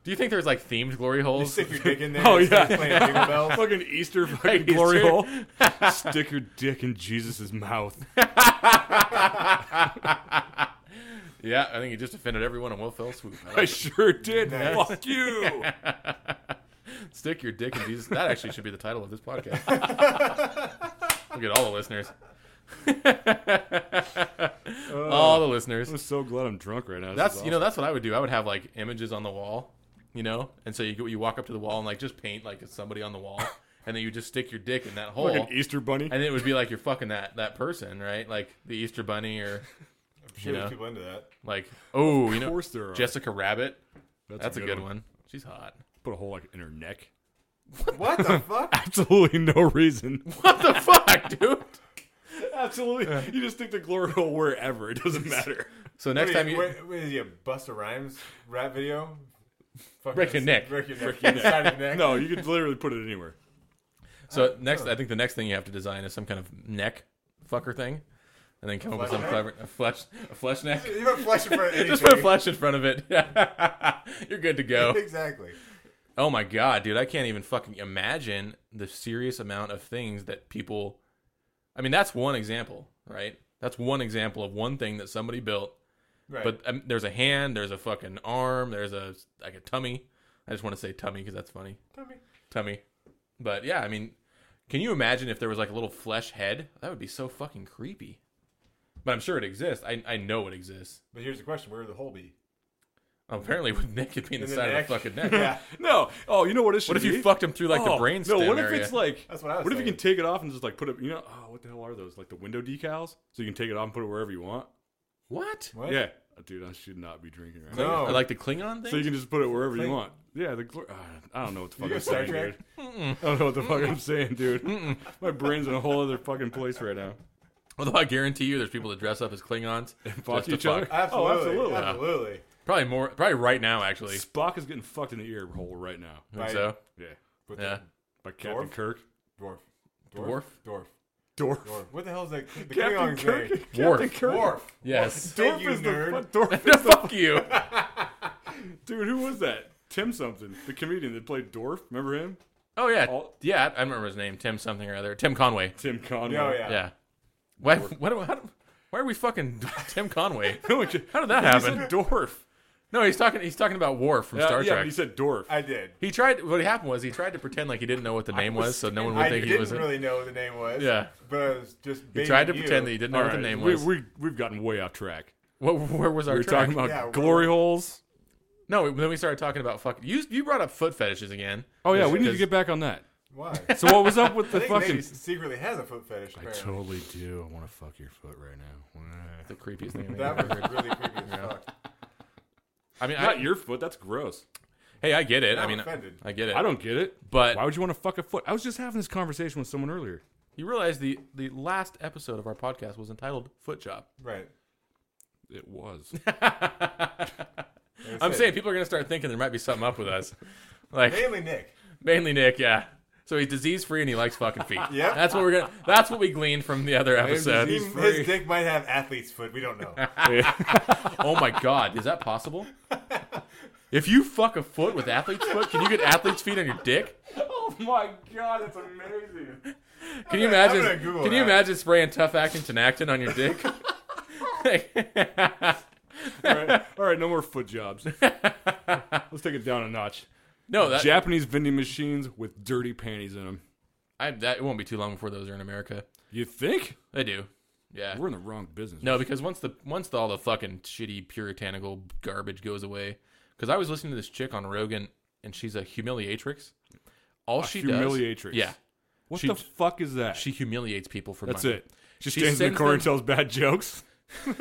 A: Do you think there's like themed glory
B: You
A: holes?
B: stick your dick in there.
C: Oh,
B: and start
C: yeah.
B: Playing jingle bells.
C: fucking Easter fucking
A: Easter.
C: glory hole. Stick your dick in Jesus' mouth.
A: Yeah, I think you just offended everyone in one fell swoop. I
C: I
A: like it.
C: sure did.
B: Nice.
C: Fuck you.
A: Stick your dick in Jesus. That actually should be the title of this podcast. Look at all the listeners. all the listeners.
C: I'm so glad I'm drunk right now. This
A: That's
C: is
A: you know that's what I would do. I would have like images on the wall, you know, and so you go, you walk up to the wall and like just paint like it's somebody on the wall, and then you just stick your dick in that
C: awesome.
A: hole,
B: e-
C: fucking Easter bunny.
A: and it would be like you're fucking that that person, right? Like the Easter Bunny or
B: I'm sure
A: You know.
B: there's people into that.
A: like oh you
C: of
A: know
C: course there are.
A: Jessica Rabbit. That's, a good, one. She's hot.
C: Put a hole like in her neck.
B: What the fuck?
C: Absolutely no reason.
A: What the fuck, dude?
C: Absolutely, you just stick the glory hole wherever. It doesn't matter.
A: So next
B: Wait,
A: time you
B: wait, wait, is he a Busta Rhymes rap video? Fucking
A: Break your neck.
B: Break your neck. Inside your neck.
C: No, you could literally put it anywhere.
A: So next, I think the next thing you have to design is some kind of neck fucker thing, and then come up with some
B: flesh neck?
A: clever a flesh a flesh neck.
B: You put flesh in front of
A: Just put
B: anything.
A: flesh in front of it. You're good to go.
B: Exactly.
A: Oh my god, dude, I can't even fucking imagine the serious amount of things that people. I mean, that's one example, right? That's one example of one thing that somebody built.
B: Right.
A: But um, there's a hand, there's a fucking arm, there's a like a tummy. I just want to say tummy because that's funny.
B: Tommy.
A: tummy. But yeah, I mean, can you imagine if there was like a little flesh head? That would be so fucking creepy. But I'm sure it exists. I, I know it exists.
B: But here's the question: Where would the hole be?
A: Apparently, with Nick it being the,
B: In the
A: side
B: neck?
A: of the fucking neck.
B: Yeah.
C: No. Oh, you know what? It should
A: What if you
C: be?
A: fucked him through like
C: Oh,
A: the brain
C: No.
A: stem
C: What if
A: area?
C: it's like?
B: That's what I was
C: What if you
B: saying.
C: can take it off and just like put it? You know, oh, what the hell are those? Like the window decals, so you can take it off and put it wherever you want.
A: what?
B: What?
C: Yeah, Uh, dude, I should not be drinking right now.
B: No.
A: Like the Klingon thing?
C: So you can just put it wherever you
B: Thing.
C: want. Yeah, the gl- ah, I don't know what the fuck
B: You go
C: I'm
B: Star
C: saying, dude. I don't know what the fuck I'm saying, dude. My brain's in a whole other fucking place right now.
A: Although I guarantee you, there's people that dress up as Klingons and
C: Fuck each other.
B: Absolutely.
C: Oh, absolutely.
B: Absolutely.
A: Probably more. Probably right now, actually.
C: Spock is getting fucked in the ear hole right now.
A: Think
B: By-
A: so
C: Yeah,
B: With
A: Yeah.
C: by Captain
B: Dwarf?
C: Kirk.
B: the dwarf.
A: Dwarf?
B: Dwarf.
C: Dwarf.
B: Dwarf. What the hell is that? The
C: Captain
B: Klingon's
C: Kirk.
B: name.
A: Dwarf.
C: Captain Kirk.
B: Dwarf.
A: Yes.
B: Thank
C: Dwarf
B: you,
C: is the
B: nerd.
C: fu- Dwarf
A: No,
C: is the
A: fuck you.
C: dude. Who was that? Tim something, the comedian that played Dwarf. Remember him?
A: Oh yeah,
C: All-
A: yeah. I- I remember his name, Tim something or other. Tim Conway.
C: Tim Conway.
B: Oh yeah.
A: Yeah. Why? Why, do, how do, why are we fucking Tim Conway?
C: No one can-
A: How did that
C: He
A: happen?
C: said Dwarf.
A: No, he's talking. He's talking about Worf from
C: Uh,
A: Star
C: yeah, but
A: Trek.
C: he said Dwarf.
B: I did.
A: He tried. What happened was he tried to pretend like he didn't know what the name was, so no one would
B: I
A: think
B: didn't
A: he was.
B: really know what the name was.
A: Yeah.
B: But I was just.
A: he tried to
B: baiting you.
A: pretend that he didn't know
C: All
A: what the
C: right,
A: name
C: we,
A: was.
C: we, we've gotten way off track.
A: what, where was our
C: We were
A: track?
C: talking about
B: Yeah, we're-
C: glory holes.
A: No, then we started talking about fuck. You you brought up foot fetishes again.
C: Oh yeah, we need to
A: Because-
C: get back on that.
B: Why?
C: So what was up with
B: I
C: the
B: think
C: fucking?
B: Nate secretly has a foot fetish.
C: I
B: Apparently.
C: totally do. I want to fuck your foot right now.
A: The creepiest thing. I've
B: That
A: ever
B: was
A: heard.
B: really creepy as fuck.
A: I mean, I,
C: Not your foot. That's gross.
A: Hey, I get it.
B: Now
A: I
B: I'm
A: mean, uh,
B: offended.
A: I get it.
C: I don't get it.
A: But-
C: why would you want to fuck a foot? I was just having this conversation with someone earlier.
A: You realize the the last episode of our podcast was entitled Foot Job.
B: Right.
C: It was.
B: Like I
A: I'm
B: said,
A: saying people are gonna start thinking there might be something up with us, like
B: mainly Nick.
A: mainly Nick. Yeah. So he's disease free and he likes fucking feet.
B: Yep.
A: That's what we're gonna. That's what we gleaned from the other
B: He-
A: episode.
C: disease- He's free.
B: his dick might have athlete's foot. We don't know.
A: Oh my god, is that possible? If you fuck a foot with athlete's foot, can you get athlete's feet on your dick?
C: oh my god, that's amazing.
A: Can you
B: I'm
A: imagine?
B: gonna Google
A: Can you
B: that.
A: imagine spraying tough acting tenactin on your dick?
C: All right, all right, no more foot jobs. Let's take it down a notch.
A: no, that
C: Japanese vending machines with dirty panties in them.
A: I, that it won't be too long before those are in America.
C: You think?
A: They do. Yeah.
C: We're in the wrong business.
A: No, because once the once the, all the fucking shitty puritanical garbage goes away, because I was listening to this chick on Rogan, and she's a humiliatrix. All she
C: humiliatrix.
A: does, yeah,
C: What
A: She-
C: the fuck is that?
A: she humiliates people for
C: that's
A: money.
C: it. She,
A: She
C: stands in the
A: sends
C: corner
A: them-
C: and tells bad jokes.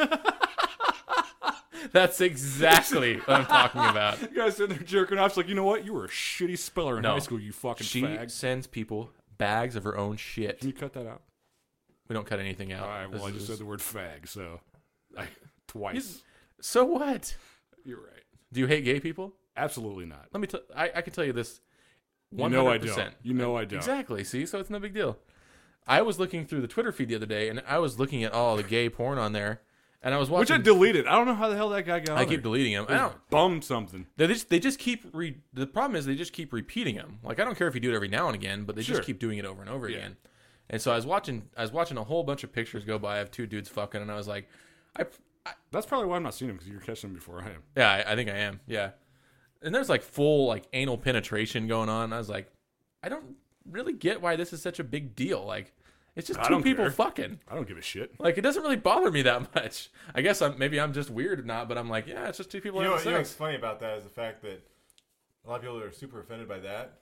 A: That's exactly what I'm talking about.
C: You guys sitting there jerking off. She's like, you know what? You were a shitty speller in
A: No.
C: high school, you fucking
A: She
C: fag.
A: sends people bags of her own shit.
C: Can you cut that out?
A: We don't cut anything out.
C: All right, well, I
A: This
C: just
A: is-
C: said the word fag, so I, twice.
A: so what?
C: You're right.
A: Do you hate gay people?
C: Absolutely not.
A: Let me. T- I I can tell you this.
C: You
A: One
C: know
A: hundred
C: I don't.
A: percent.
C: You know I don't.
A: Exactly. See, so it's no big deal. I was looking through the Twitter feed the other day, and I was looking at all the gay porn on there, and I was
C: Which
A: watching.
C: I deleted. I don't know how the hell that guy got.
A: I
C: on
A: keep
C: there.
A: deleting them. I don't.
C: Bum something.
A: They just they just keep re. The problem is they just keep repeating them. Like I don't care if you do it every now and again, but they
C: Sure.
A: just keep doing it over and over again. And so I was watching. I was watching a whole bunch of pictures go by of two dudes fucking, and I was like, I, I
C: That's probably why I'm not seeing him because you're catching him before I am.
A: yeah, I, I think I am. Yeah. And there's like full like anal penetration going on. and I was like, I don't really get why this is such a big deal. Like, it's just
C: I
A: two
C: don't
A: people
C: care.
A: fucking.
C: I don't give a shit.
A: Like it doesn't really bother me that much. I guess I'm maybe I'm just weird or not, but I'm like, yeah, it's just two people
B: You know,
A: having
B: what- you know what's
A: sex.
B: funny about that is the fact that a lot of people that are super offended by that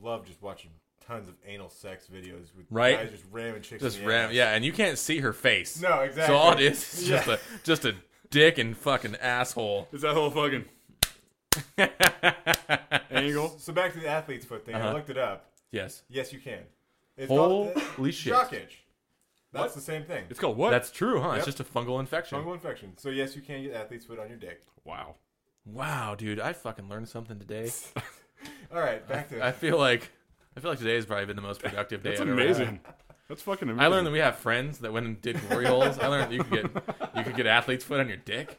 B: love just watching tons of anal sex videos with
A: Right.
B: guys just ramming chicks.
A: Just
B: in the
A: ram,
B: ass.
A: yeah, and you can't see her face.
B: No,
A: So
B: exactly.
A: all it is is just
B: Yeah.
A: a just a dick and fucking asshole.
C: Is that whole fucking angle?
B: So back to the athlete's foot thing.
A: Uh-huh.
B: I looked it up.
A: Yes.
B: Yes, you can. It's
A: Holy
B: called- uh,
A: shit.
B: Jock itch. That's the same thing.
C: It's called what?
A: That's true, huh? It's
B: Yep.
A: just a fungal infection.
B: fungal infection. So yes, you can get athlete's foot on your dick.
C: wow.
A: Wow, dude, I fucking learned something today.
B: All right, back to
A: I feel like I feel like today has probably been the most productive day.
C: That's
A: I've ever had.
C: amazing. That's fucking amazing.
A: I learned that we have friends that went and did glory holes. I learned that you could get you could get athlete's foot on your dick.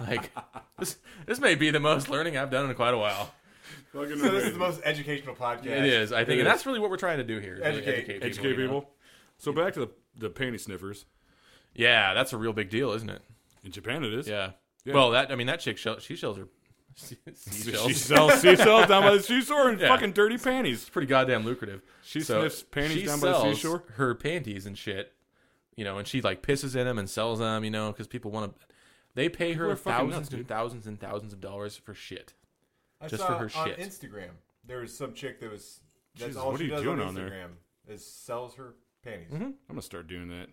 A: Like this this may be the most learning I've done in quite a while.
C: Fucking
B: So this is
C: amazing.
B: the most educational podcast.
A: It is, I think,
C: It
A: and
C: is.
A: that's really what we're trying to do here. is really
B: Educate.
C: educate
A: you know?
C: people. So back to the the panty sniffers.
A: Yeah, that's a real big deal, isn't it?
C: In Japan, it is.
A: Yeah.
C: Yeah.
A: Well, that I mean, that chick shell, she shells her seashells.
C: She sells she sells down by the seashore in
A: Yeah.
C: fucking dirty panties.
A: pretty goddamn lucrative.
C: She sniffs panties down by the
A: sells
C: seashore?
A: Her panties and shit, you know, and she like pisses in them and sells them, you know, because people want to. They pay her
C: are fucking
A: thousands
C: nuts,
A: and
C: dude.
A: thousands and thousands of dollars for shit.
B: I
A: Just
B: saw
A: for her
B: on
A: shit.
B: Instagram there was some chick that was. That's
C: Jesus,
B: all
C: what
B: she
C: are you
B: does
C: doing
B: on
C: on there?
B: Instagram is sells her panties.
C: I'm gonna start doing that.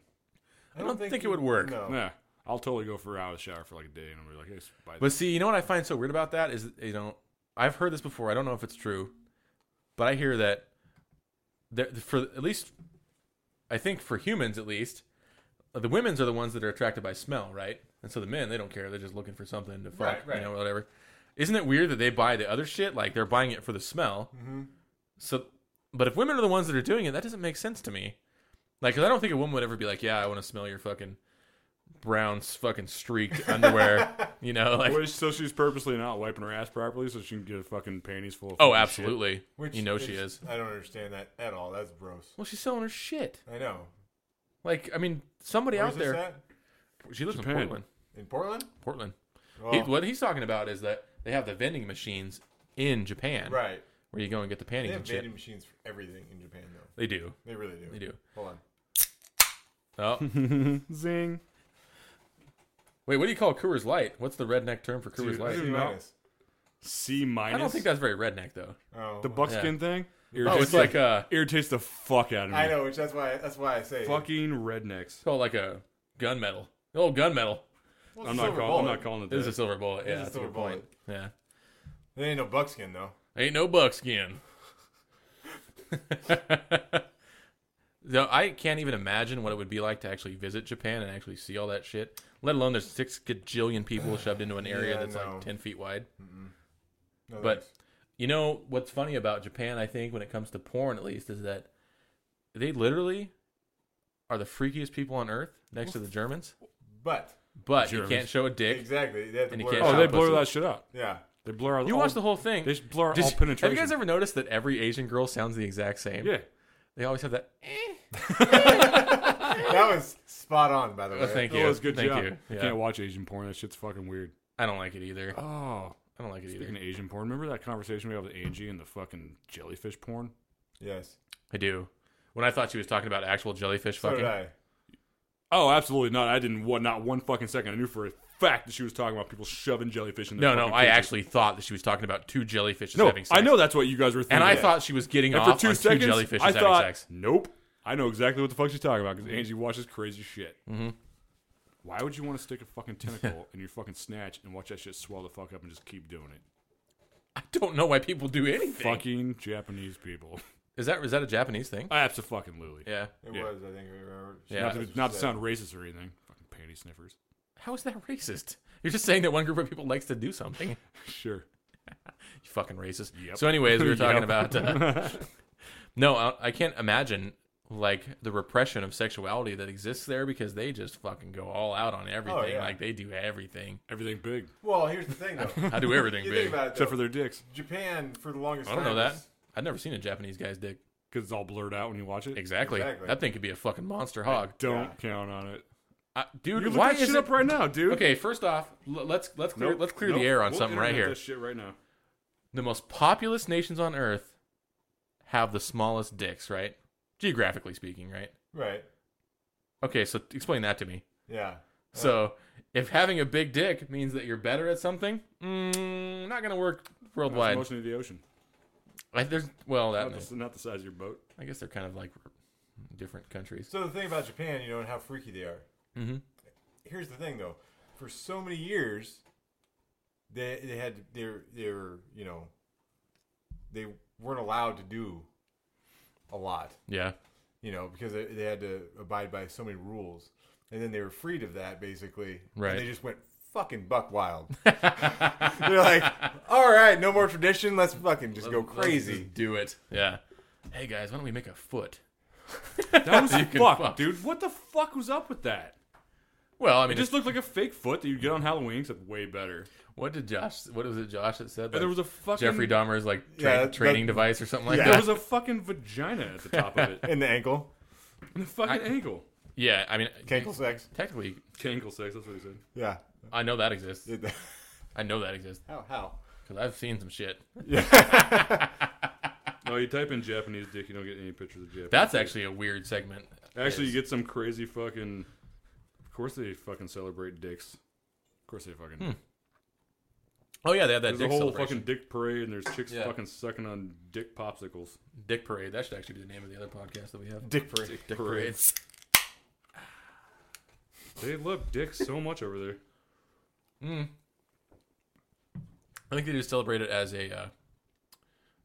A: I Mm-hmm. don't think it would work.
B: No.
C: Yeah, I'll totally go for out of the shower for like a day, and I'll be like, hey, s- buy this.
A: But see, you know what I find so weird about that is, you know, I've heard this before. I don't know if it's true, but I hear that there, for at least, I think for humans at least, the women's are the ones that are attracted by smell, right? And so the men, they don't care. They're just looking for something to fuck,
B: Right, right.
A: you know, whatever. Isn't it weird that they buy the other shit? Like they're buying it for the smell. Mm-hmm. So, but if women are the ones that are doing it, that doesn't make sense to me. Like, 'cause I don't think a woman would ever be like, "Yeah, I want to smell your fucking brown, s- fucking streaked underwear." you know, like
C: Well, so she's purposely not wiping her ass properly, so she can get a fucking panties full of.
A: Oh,
C: fucking shit.
A: absolutely.
B: Which
A: you know she is.
B: I don't understand that at all. That's gross.
A: Well, she's selling her shit.
B: I know.
A: Like, I mean, somebody
B: Where
A: out
B: is this
A: there.
B: at? Oh.
A: She lives
C: Japan.
A: in Portland.
B: In Portland?
A: Portland.
B: Well,
A: He, what he's talking about is that they have the vending machines in Japan,
B: right.
A: Where you go and get the panties
B: They have
A: and shit.
B: vending machines for everything in Japan, though.
A: They do.
B: They really do.
A: They do.
B: Hold on.
A: Oh,
C: Zing.
A: wait. What do you call Coors Light? What's the redneck term for Coors
C: Dude,
A: Light?
C: I
B: C
C: don't know.
B: minus.
C: C minus.
A: I don't think that's very redneck though.
B: Oh,
C: the buckskin thing.
A: Oh, it's like a
C: irritates the fuck out of me.
B: I know, which that's why that's why I say
C: Fucking rednecks.
A: it's called like a gunmetal. Oh, gunmetal.
B: Well, it's
C: I'm
B: a
C: not calling.
B: silver
C: I'm
B: bullet.
C: not calling it
A: This is a
C: that.
A: silver bullet. Yeah,
B: a
A: that's a
B: silver
A: good point. Yeah.
B: There ain't no buckskin though.
A: Ain't no buckskin. No, I can't even imagine what it would be like to actually visit Japan and actually see all that shit. Let alone there's six gajillion people shoved into an area
B: Yeah,
A: that's
B: no.
A: like ten feet wide.
B: No,
A: But
B: thanks.
A: you know what's funny about Japan, I think, when it comes to porn at least, is that they literally are the freakiest people on earth next to the Germans.
B: but
A: But
C: Germans.
A: you can't show a dick.
B: exactly, they have to
A: And you
B: blur
A: can't
B: it
C: Oh,
A: shop
B: out.
C: they
A: pussy.
C: blur that shit out.
B: yeah.
C: They blur out.
A: You
C: all,
A: watch the whole thing.
C: They just blur out
A: Did-
C: all penetration.
A: Have you guys ever noticed that every Asian girl sounds the exact same?
C: Yeah.
A: They always have that. eh.
B: That was spot on, by the way.
A: Oh, thank you.
C: That was a good
A: Thank
C: job.
A: you. Yeah.
C: can't watch Asian porn. That shit's fucking weird.
A: I don't like it either.
C: Oh,
A: I don't like it either.
C: speaking of Asian porn, remember that conversation we had with Angie and the fucking jellyfish porn?
B: Yes.
A: I do. When I thought she was talking about actual jellyfish
B: So
A: fucking.
B: did I.
C: Oh, absolutely not. I didn't. What? Not one fucking second. I knew for a fact that she was talking about people shoving jellyfish in. Their
A: No, no,
C: fucking
A: I
C: faces.
A: actually thought that she was talking about two jellyfishes
C: No,
A: having sex.
C: I know that's what you guys were thinking.
A: And I thought she was getting
C: And
A: off
C: for two
A: on
C: seconds,
A: two jellyfishes
C: I
A: having
C: thought,
A: sex.
C: nope. I know exactly what the fuck she's talking about because Angie watches crazy shit. Mm-hmm. Why would you want to stick a fucking tentacle in your fucking snatch and watch that shit swell the fuck up and just keep doing it?
A: I don't know why people do anything.
C: Fucking Japanese people.
A: Is that is that a Japanese thing?
C: Absolutely.
A: yeah.
B: It
C: Yeah.
B: was, I think. I remember.
A: Yeah.
C: Not,
A: That's
C: to, not to sound racist or anything. Fucking panty sniffers.
A: How is that racist? You're just saying that one group of people likes to do something.
C: Sure.
A: You fucking racist.
C: Yep.
A: So, anyways, we were talking
C: Yep.
A: about. Uh, no, I, I can't imagine like the repression of sexuality that exists there because they just fucking go all out on everything.
B: yeah.
A: Like they do everything.
C: Everything big.
B: Well, here's the thing, though.
A: I do everything
B: you think
A: big.
B: about it, though.
C: Except for their dicks.
B: Japan for the longest
A: I
B: time.
A: don't know that.
B: was-
A: I've never seen a Japanese guy's dick.
C: Because it's all blurred out when you watch it.
A: Exactly.
B: Exactly.
A: That thing could be a fucking monster hog.
C: Don't
B: Yeah.
C: count on it.
A: I, dude,
C: You look
A: why
C: that
A: is
C: shit
A: it?
C: up right now, dude.
A: Okay, first off, l- let's let's clear
C: Nope.
A: let's clear
C: Nope.
A: the air on
C: We'll
A: something right
C: internet
A: here.
C: That shit right now.
A: the most populous nations on earth have the smallest dicks, right? Geographically speaking, right?
B: Right.
A: Okay, so explain that to me.
B: Yeah.
A: So, if having a big dick means that you're better at something, mm, not gonna work
C: That's the
A: worldwide.
C: motion of the ocean.
A: I, there's well, that
C: Not the, not the size of your boat.
A: I guess they're kind of like different countries.
B: So the thing about Japan, you know, and how freaky they are.
A: hmm
B: Here's the thing, though. For so many years, they they had they were, they were you know they weren't allowed to do a lot,
A: Yeah,
B: you know, because they, they had to abide by so many rules, and then they were freed of that basically.
A: Right.
B: And they just went fucking buck wild. They're like, all right, no more tradition. Let's fucking just go
A: Let's
B: crazy.
A: just do it. Yeah. Hey guys, why don't we make a foot?
C: That was
A: You can
C: fucked,
A: fuck.
C: dude. What the fuck was up with that?
A: Well, I mean,
C: It just looked like a fake foot that you'd get on Halloween, except way better.
A: what did Josh? What was it, Josh? That said that
C: And there was a fucking
A: Jeffrey Dahmer's like tra-
B: Yeah, that-
A: training device or something like
B: Yeah.
A: that.
C: There was a fucking vagina at the top of it.
B: In the ankle,
C: And the fucking
A: I-
C: ankle.
A: Yeah, I mean,
B: cankle sex.
A: technically,
C: Cankle sex. That's what he said.
B: Yeah.
A: I know that exists.
B: Did that.
A: I know that exists
B: How? How?
A: because I've seen some shit.
C: No, you type in Japanese dick, you don't get any pictures of Japanese.
A: That's actually a weird segment.
C: actually you get some crazy fucking. Of course they fucking celebrate dicks. Of course they fucking. do.
A: oh yeah, they had that Hmm.
C: There's a
A: dick
C: whole
A: celebration.
C: fucking dick parade, and there's chicks
A: Yeah.
C: fucking sucking on dick popsicles.
A: dick parade. That should actually be the name of the other podcast that we have.
B: Dick parade.
A: Dick
C: parades. They love dicks so much over there.
A: Hmm. I think they just celebrate it as a uh,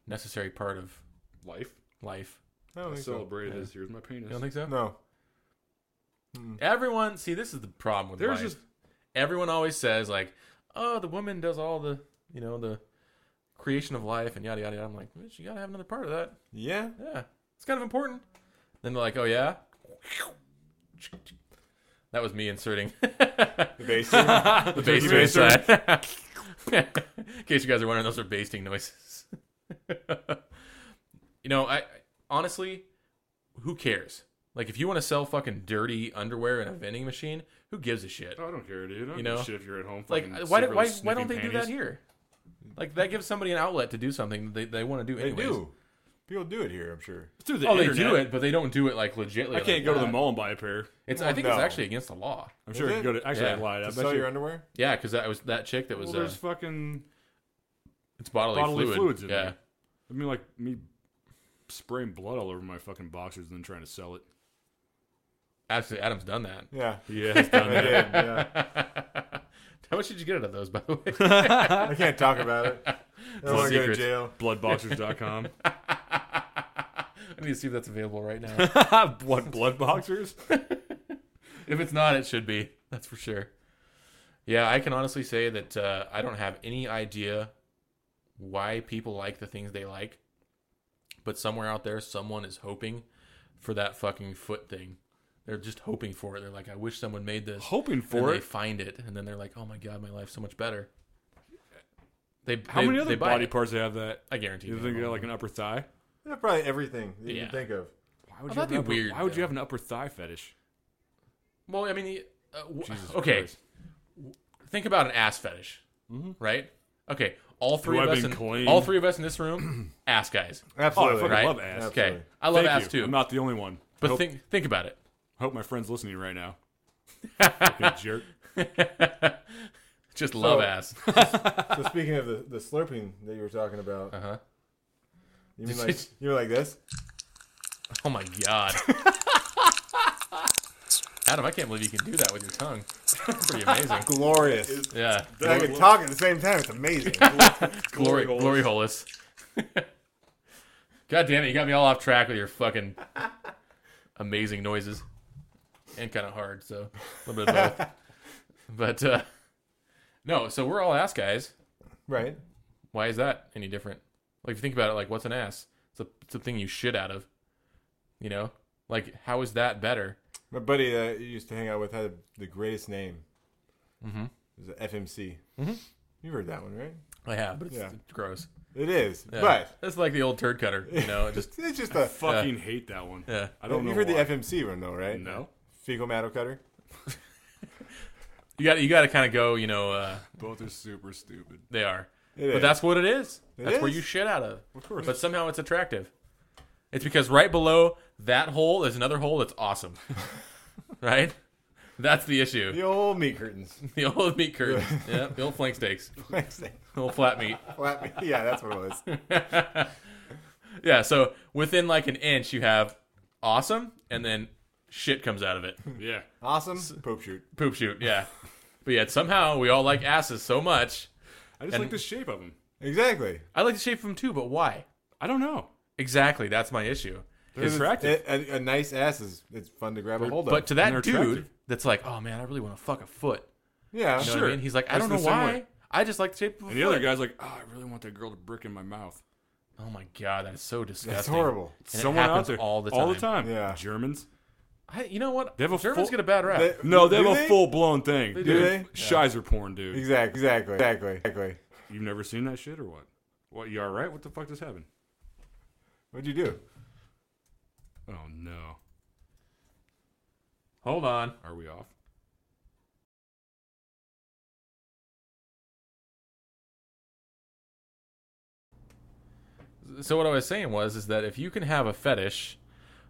A: necessary part of
C: Life.
A: life.
B: I don't
C: I
B: think so.
C: celebrated this. Here's my penis.
A: You don't think so?
B: No.
A: Hmm. Everyone, see, this is the problem with
C: There's
A: life.
C: just
A: Everyone always says like, "Oh, the woman does all the, you know, the creation of life and yada yada." yada. I'm like, well, you gotta have another part of that.
B: Yeah.
A: Yeah, it's kind of important. Then they're like, oh yeah. That was me inserting
B: The bass.
A: the bass
B: turkey
A: bass side. In case you guys are wondering, those are basting noises. you know, I honestly, who cares? Like, if you want to sell fucking dirty underwear in a vending machine, who gives a shit?
C: Oh, I don't care, dude. I don't
A: You
C: give a
A: know?
C: shit if you're at home.
A: Like,
C: fucking
A: why do,
C: secretly
A: why why
C: sniffing
A: don't they do that
C: panties.
A: here? Like, that gives somebody an outlet to do something they they want to do.
B: they
A: Anyways.
B: do. People do it here, I'm sure.
C: It's through the
A: Oh, they
C: internet.
A: do it, but they don't do it like legitly.
C: I
A: like
C: can't go to the
A: that.
C: mall and buy a pair.
A: It's. I
B: Well,
A: think it's
B: no.
A: actually against the law.
C: I'm sure
B: Is
C: I can
B: it?
C: go to. Actually,
A: Yeah.
C: I lied. I bet
B: To sell
C: you.
B: your underwear?
A: Yeah, because that was that chick that was.
C: well,
A: uh,
C: there's fucking.
A: it's bodily,
C: bodily
A: fluid.
C: fluids in
A: yeah.
C: there. I mean, like me spraying blood all over my fucking boxers and then trying to sell it.
A: Actually, Adam's done that.
B: Yeah.
C: Yeah, it's done
B: I did.
C: that.
B: Yeah.
A: How much did you get out of those, by the way?
B: I can't talk about it. I don't want to go to
A: Secrets.
B: jail.
C: Bloodboxers.com.
A: I need to see if that's available right now.
C: what bloodboxers?
A: if it's not, it should be. That's for sure. Yeah, I can honestly say that uh, I don't have any idea why people like the things they like, but somewhere out there, someone is hoping for that fucking foot thing. They're just hoping for it. They're like, I wish someone made this.
C: Hoping
A: and
C: for
A: they
C: it.
A: find it, and then they're like, "Oh my god, my life's so much better." They
C: How
A: they-
C: many
A: they
C: other
A: buy
C: body
A: it.
C: parts they have that?
A: I guarantee.
C: You
A: they
C: think
A: have
C: they got
A: all
C: like
A: of
C: an upper thigh?
B: Yeah, probably everything that you
A: Yeah.
B: can think of.
C: Why would
A: Oh,
C: you
A: that'd
C: have an
A: be
C: upper-
A: weird,
C: Why would
A: though.
C: you have an upper thigh fetish?
A: them. Well, I mean, uh, w-
C: Jesus
A: okay.
C: Christ. Mm-hmm.
A: Think about an ass fetish, right? Okay, all three
C: Who
A: of
C: I've
A: us,
C: been
A: in,
C: clean.
A: all three of us in this room, ass guys.
B: Absolutely.
C: Oh, fucking
A: Right?
C: love ass.
A: Okay,
B: Absolutely.
A: I love
C: Thank
A: ass
C: you.
A: too.
C: I'm not the only one.
A: but
C: hope,
A: think think about it.
C: hope my friend's listening right now. Fucking jerk.
A: Just love
B: So-
A: ass.
B: So speaking of the, the slurping that you were talking about,
A: Uh-huh.
B: you mean like you mean like this?
A: Oh my god. Adam, I can't believe you can do that with your tongue. That's pretty amazing.
B: Glorious.
A: Yeah.
B: And I can talk at the same time. It's amazing.
A: Glory,
C: Glory
A: glory holus. God damn it, you got me all off track with your fucking amazing noises. And kind of hard, so a little bit of both. but uh, no, so we're all ass guys.
B: right.
A: Why is that any different? Like, if you think about it, like, what's an ass? It's a, it's a thing you shit out of. You know? Like, how is that better?
B: My buddy that I used to hang out with had the greatest name. Mm-hmm. It was a FMC. Mm-hmm. You've heard that one, right?
A: I have, but it's,
B: Yeah.
A: it's gross.
B: It is.
A: Yeah.
B: But
A: that's like the old turd cutter, you know? It just
B: it's just a.
C: Fucking hate that one.
A: yeah.
C: I don't
B: You've
C: know.
B: heard
C: why.
B: the FMC one, though, right?
C: No.
B: Fecal matter cutter?
A: you got you got to kind of go, you know. Uh,
C: Both are super stupid.
A: They are.
B: It
A: but
B: is.
A: that's what it is. that's where
B: is.
A: you shit out of.
C: Of course.
A: But somehow it's attractive. It's because right below that hole is another hole that's awesome. right? That's the issue.
B: The old meat curtains.
A: The old meat curtain. yeah, the old flank steaks. The old flat meat.
B: Flat meat. Yeah, that's what it was.
A: Yeah, so within like an inch you have awesome and then shit comes out of it.
C: yeah.
B: Awesome. Pope shoot.
A: Poop shoot, yeah. But yet somehow we all like asses so much.
C: I just
A: And-
C: like the shape of them.
B: Exactly.
A: I like the shape of them too, but why?
C: I don't know.
A: Exactly, that's my issue.
C: They're attractive.
B: A, a, a nice ass is it's fun to grab a hold of.
A: But to that
C: they're
A: dude
C: attractive.
A: that's like, oh man, I really want to fuck a foot.
B: yeah,
A: You know
C: Sure.
A: what I mean? He's like, I
C: That's
A: don't know
C: the same
A: why.
C: way.
A: I just like the shape of a
C: and the
A: foot.
C: other guy's like, oh, I really want that girl to brick in my mouth.
A: Oh my god, that is so disgusting.
B: that's horrible.
A: And it
C: Someone out
A: happens
C: there
A: all the
C: All the
A: time.
C: time.
B: Yeah.
C: Germans.
A: I, you know what?
C: They have a
A: Germans
C: full-
A: get a bad rap.
B: They-
C: No, they
B: do
C: have a full blown thing.
A: They
C: Dude,
A: do.
B: Do they?
C: Shizer porn, dude.
B: Exactly. Exactly. Exactly. Exactly.
C: You've never seen that shit or what? What? You all right? What the fuck just happened?
B: What'd you do?
C: Oh no.
A: Hold on.
C: Are we off?
A: So what I was saying was is that if you can have a fetish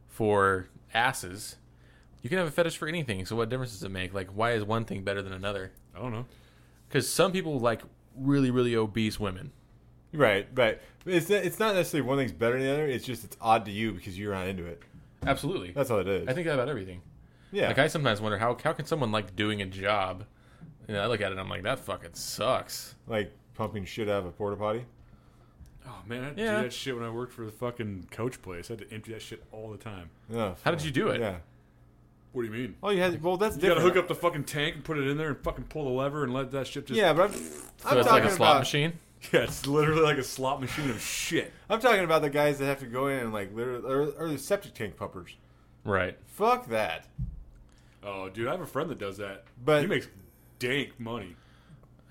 A: for asses, you can have a fetish for anything. So what difference does it make? Like why is one thing better than another?
C: I don't know.
A: Cuz some people like really really obese women.
B: Right. Right. It's not, it's not necessarily one thing's better than the other. It's just it's odd to you because you're not into it.
A: Absolutely.
B: That's all it is.
A: I think that about everything.
B: yeah.
A: Like I sometimes wonder how how can someone like doing a job? And I look at it and I'm like that fucking sucks.
B: like pumping shit out of a porta potty.
C: Oh man, I had to
A: Yeah.
C: do that shit when I worked for the fucking coach place. I had to empty that shit all the time.
B: No.
A: How did you do it?
B: Yeah.
C: What do you mean?
B: Oh, you had. Well, that's
C: You gotta
B: different.
C: hook up the fucking tank and put it in there and fucking pull the lever and let that shit just.
B: Yeah, but I'm,
A: So
B: I'm
A: it's like
B: talking
A: a slot
B: about.
A: machine.
C: Yeah, it's literally like a slot machine of shit.
B: I'm talking about the guys that have to go in and like literally or, or the septic tank pumpers.
A: Right.
B: Fuck that.
C: Oh, dude, I have a friend that does that.
B: But-
C: he makes dank money.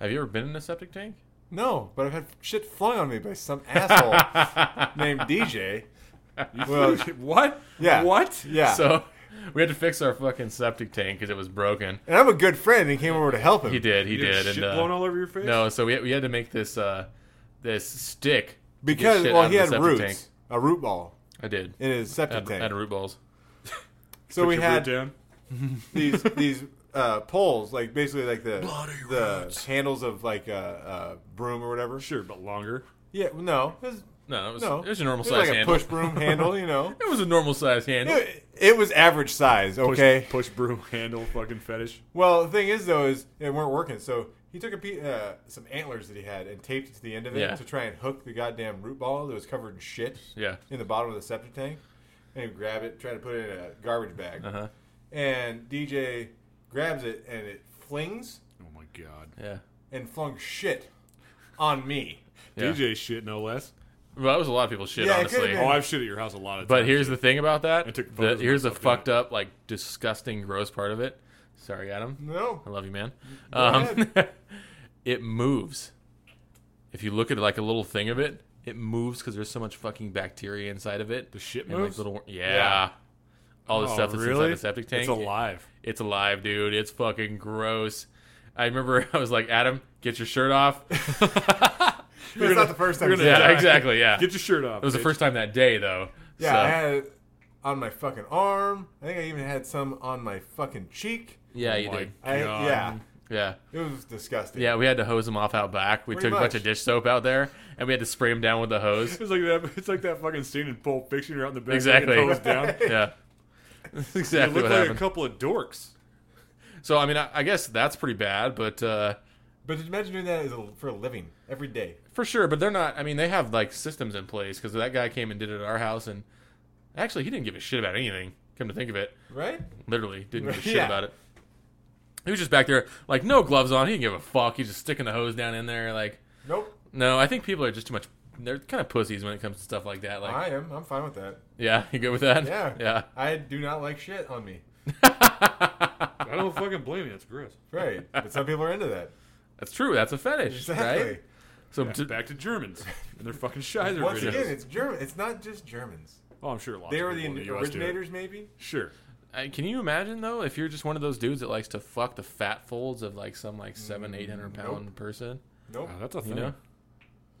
A: Have you ever been in a septic tank?
B: No, but I've had shit flung on me by some asshole named DJ. Well,
C: what?
B: yeah.
C: What?
B: Yeah.
A: So we had to fix our fucking septic tank because it was broken.
B: and I'm a good friend and came over to help him.
A: He did. He
C: You
A: did.
C: had shit
A: and, uh,
C: blown all over your face.
A: no, so we, we had to make this uh, this stick to get
B: Because,
A: shit out
B: well,
A: of
B: he
A: the
B: had
A: septic
B: roots.
A: Tank.
B: A root ball
A: I did.
B: in his septic
A: Had,
B: tank.
A: had root balls.
B: so
C: Put
B: we
C: your
B: had
C: boot down.
B: these these uh, poles, like basically like the
C: Bloody
B: the
C: roots.
B: handles of like a, a broom or whatever.
C: Sure, but longer.
B: Yeah, well, no. It was,
A: No, it was
B: no.
A: it was a normal
B: It was
A: size
B: like
A: handle.
B: a push broom handle, you know.
A: It was a normal size handle.
B: It, it was average size,
C: Push,
B: okay?
C: Push broom handle fucking fetish.
B: Well, the thing is, though, is it weren't working. So he- He took a pe- uh, some antlers that he had and taped it to the end of it
A: Yeah.
B: to try and hook the goddamn root ball that was covered in shit
A: Yeah.
B: in the bottom of the septic tank, and he would grab it, try to put it in a garbage bag,
A: Uh huh.
B: and DJ grabs it and it flings
C: Oh my god.
A: Yeah.
B: and flung shit on me.
A: Yeah.
C: DJ shit, no less.
A: Well, that was a lot of people's shit,
B: Yeah, it could've
A: honestly.
B: been.
C: Oh, I've shit at your house a lot of times.
A: But here's the thing about that.
C: I took
A: the,
C: photos
A: here's the
C: of myself
A: fucked up, like disgusting, gross part of it. Sorry, Adam.
B: No,
A: I love you, man.
B: Go
A: Um, it moves. If you look at like a little thing of it, it moves because there's so much fucking bacteria inside of it.
C: the shit
A: and like
C: moves.
A: little, yeah.
B: Yeah.
A: All the
C: Oh,
A: stuff that's
C: really?
A: inside the septic tank.
C: It's alive.
A: It's alive, dude. It's fucking gross. I remember I was like, Adam, get your shirt off.
B: that's not the first time.
C: you're
B: he's
C: gonna-
A: yeah,
B: done it.
A: exactly. Yeah.
C: Get your shirt off.
A: It was the
C: bitch.
A: first time that day, though.
B: Yeah,
A: So-
B: I had it on my fucking arm. I think I even had some on my fucking cheek.
A: yeah,
C: Oh
A: you
C: my
A: did.
B: I,
C: God.
B: yeah,
A: Yeah.
B: it was disgusting.
A: Yeah, we had to hose them off out back. We
B: Pretty
A: took a bunch
B: much.
A: of dish soap out there, and we had to spray them down with the hose.
C: It's like that. It's like that fucking scene in Pulp Fiction. You're out in the back.
A: Exactly.
C: Hose down.
A: Yeah, that's
C: You
A: exactly
C: look
A: what
C: like a
A: happened.
C: couple of dorks.
A: So I mean, I, I guess that's pretty bad, but uh,
B: But imagine doing that as a, for a living every day.
A: for sure. But they're not. I mean, they have like systems in place because that guy came and did it at our house, and actually, he didn't give a shit about anything. Come to think of it,
B: Right?
A: literally didn't give a shit
B: Yeah.
A: about it. He was just back there, like no gloves on. He didn't give a fuck. He's just sticking the hose down in there. Like,
B: Nope.
A: no, I think people are just too much. They're kind of pussies when it comes to stuff like that. Like,
B: I am. I'm fine with that.
A: yeah, you good with that?
B: Yeah.
A: yeah.
B: I do not like shit on me.
C: I don't fucking blame you. That's gross.
B: Right. But some people are into that.
A: That's true. That's a fetish,
B: Exactly.
A: right? So
C: Back,
A: to-
C: back to Germans and their fucking Scheiser
B: Once
C: videos.
B: again, it's German. It's not just Germans.
C: oh, I'm sure lots
B: They
C: of
B: were the,
C: people in the US do it.
B: originators, maybe.
C: Sure.
A: I- can you imagine though if you're just one of those dudes that likes to fuck the fat folds of like some like seven eight hundred
B: Mm,
A: pound person?
B: Nope.
C: Oh, that's a
A: You
C: thing.
A: know,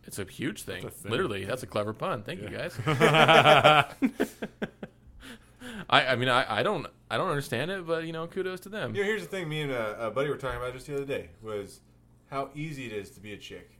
A: it's a huge thing.
C: That's a thing.
A: Literally, that's a clever pun. Thank you
C: Yeah.
A: guys. I I mean I, I don't I don't understand it, but you know kudos to them.
B: You know, here's the thing. Me and a, a buddy were talking about just the other day was how easy it is to be a chick.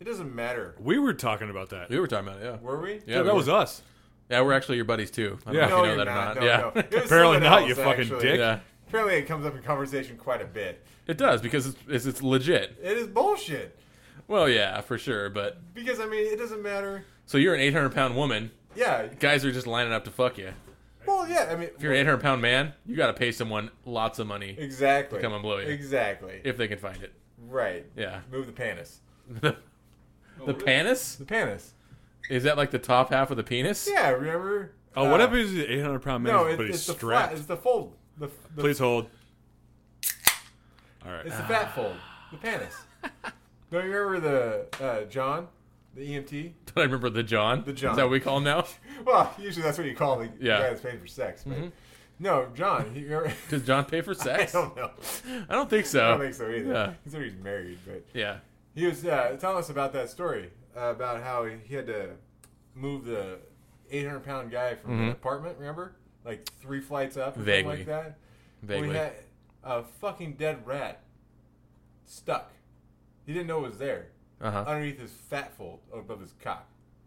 B: It doesn't matter.
C: We were talking about that.
A: We were talking about it, yeah.
B: Were we?
A: Yeah,
C: Yeah, that
A: we
C: was us.
A: Yeah, we're actually your buddies too. I don't
C: Yeah.
A: know
B: No,
A: if you know
B: you're
A: that
B: not.
A: or
B: No,
A: not.
B: no.
A: yeah.
B: It was
C: Apparently
B: someone
C: not, you
B: else,
C: fucking
B: actually.
C: dick.
A: yeah,
B: Apparently, it comes up in conversation quite a bit.
A: it does because it's, it's it's legit.
B: It is bullshit
A: Well, yeah, for sure. But
B: because I mean, it doesn't matter.
A: so you're an eight hundred pound woman.
B: Yeah.
A: Guys are just lining up to fuck you.
B: Well, yeah. I mean,
A: If you're an 800 pound man, you got to pay someone lots of money
B: exactly.
A: come and blow you.
B: Exactly.
A: if they can find it.
B: right.
A: Yeah.
B: Move the penis.
A: the panis?
B: The penis.
A: Is that like the top half of the penis?
B: Yeah. Remember?
C: Oh,
B: Uh,
C: what if he's an 800 pound man,
B: No, it,
C: but he's
B: it's the flat.
C: strapped?
B: It's the fold. The, the,
C: Please hold. All right.
B: It's the fat fold. The penis. Don't you remember the uh, John, the E EMT?
A: Don't I remember the John?
B: The John.
A: Is that what we call him now?
B: Well, usually that's what you call the
A: Yeah. Mm-hmm.
B: guy that's paid for sex. But no, John. He, you remember-
A: Does John pay for
B: I
A: sex?
B: don't know.
A: I don't think so.
B: I don't think so either.
A: Yeah.
B: Considering he's married, but
A: Yeah.
B: he was uh, telling us about that story uh, about how he, he had to move the 800 pound guy from the apartment. Remember, like three flights up, or something
A: Mm-hmm. Vaguely.
B: like that.
A: Vaguely.
B: We had a fucking dead rat stuck. He didn't know it was there
A: uh-huh.
B: underneath his fat fold above his cock.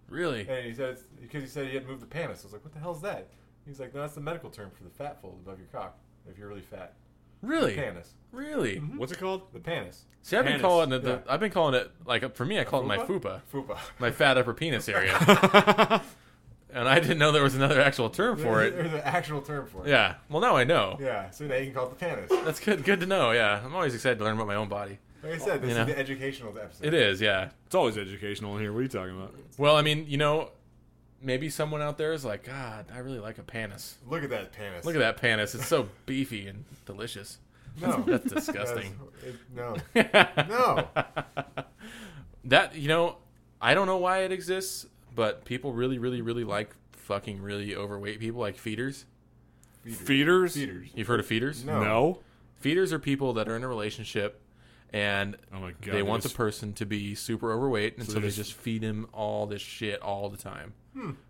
A: really?
B: And he said because he said he had moved the penis. I was like, what the hell's that? He's like, no, that's the medical term for the fat fold above your cock. If you're really fat,
A: Really?
B: penis,
A: Really?
B: Mhm.
C: What's it called?
B: the penis,
A: See, I've been
C: Panis.
A: calling it the, I've been calling it like for me I call it my fupa,
B: fupa.
A: my fat upper penis area. and I didn't know there was another actual term for it.
B: There's an actual term for it.
A: Yeah. Well, now I know.
B: Yeah, so now you can call it the penis.
A: That's good good to know. Yeah. I'm always excited to learn about my own body.
B: Like I said, this
A: You know.
B: is the educational episode.
A: It is, yeah.
C: It's always educational in here. What are you talking about?
A: Well, I mean, you know, maybe someone out there is like, God, I really like a panis.
B: Look at that penis.
A: Look at that panis. It's so beefy and delicious.
B: No,
A: That's disgusting.
B: That's- it- no, no.
A: That, you know, I don't know why it exists, but people really, really, really like fucking really overweight people, like feeders.
C: Feeders?
B: Feeders.
A: You've heard of feeders?
B: No.
C: No.
A: Feeders are people that are in a relationship and
C: Oh my god.
A: they want
C: this-
A: the person to be super overweight, and so,
C: they
A: they just,
C: just- Hmm.
A: feed him all this shit all the time.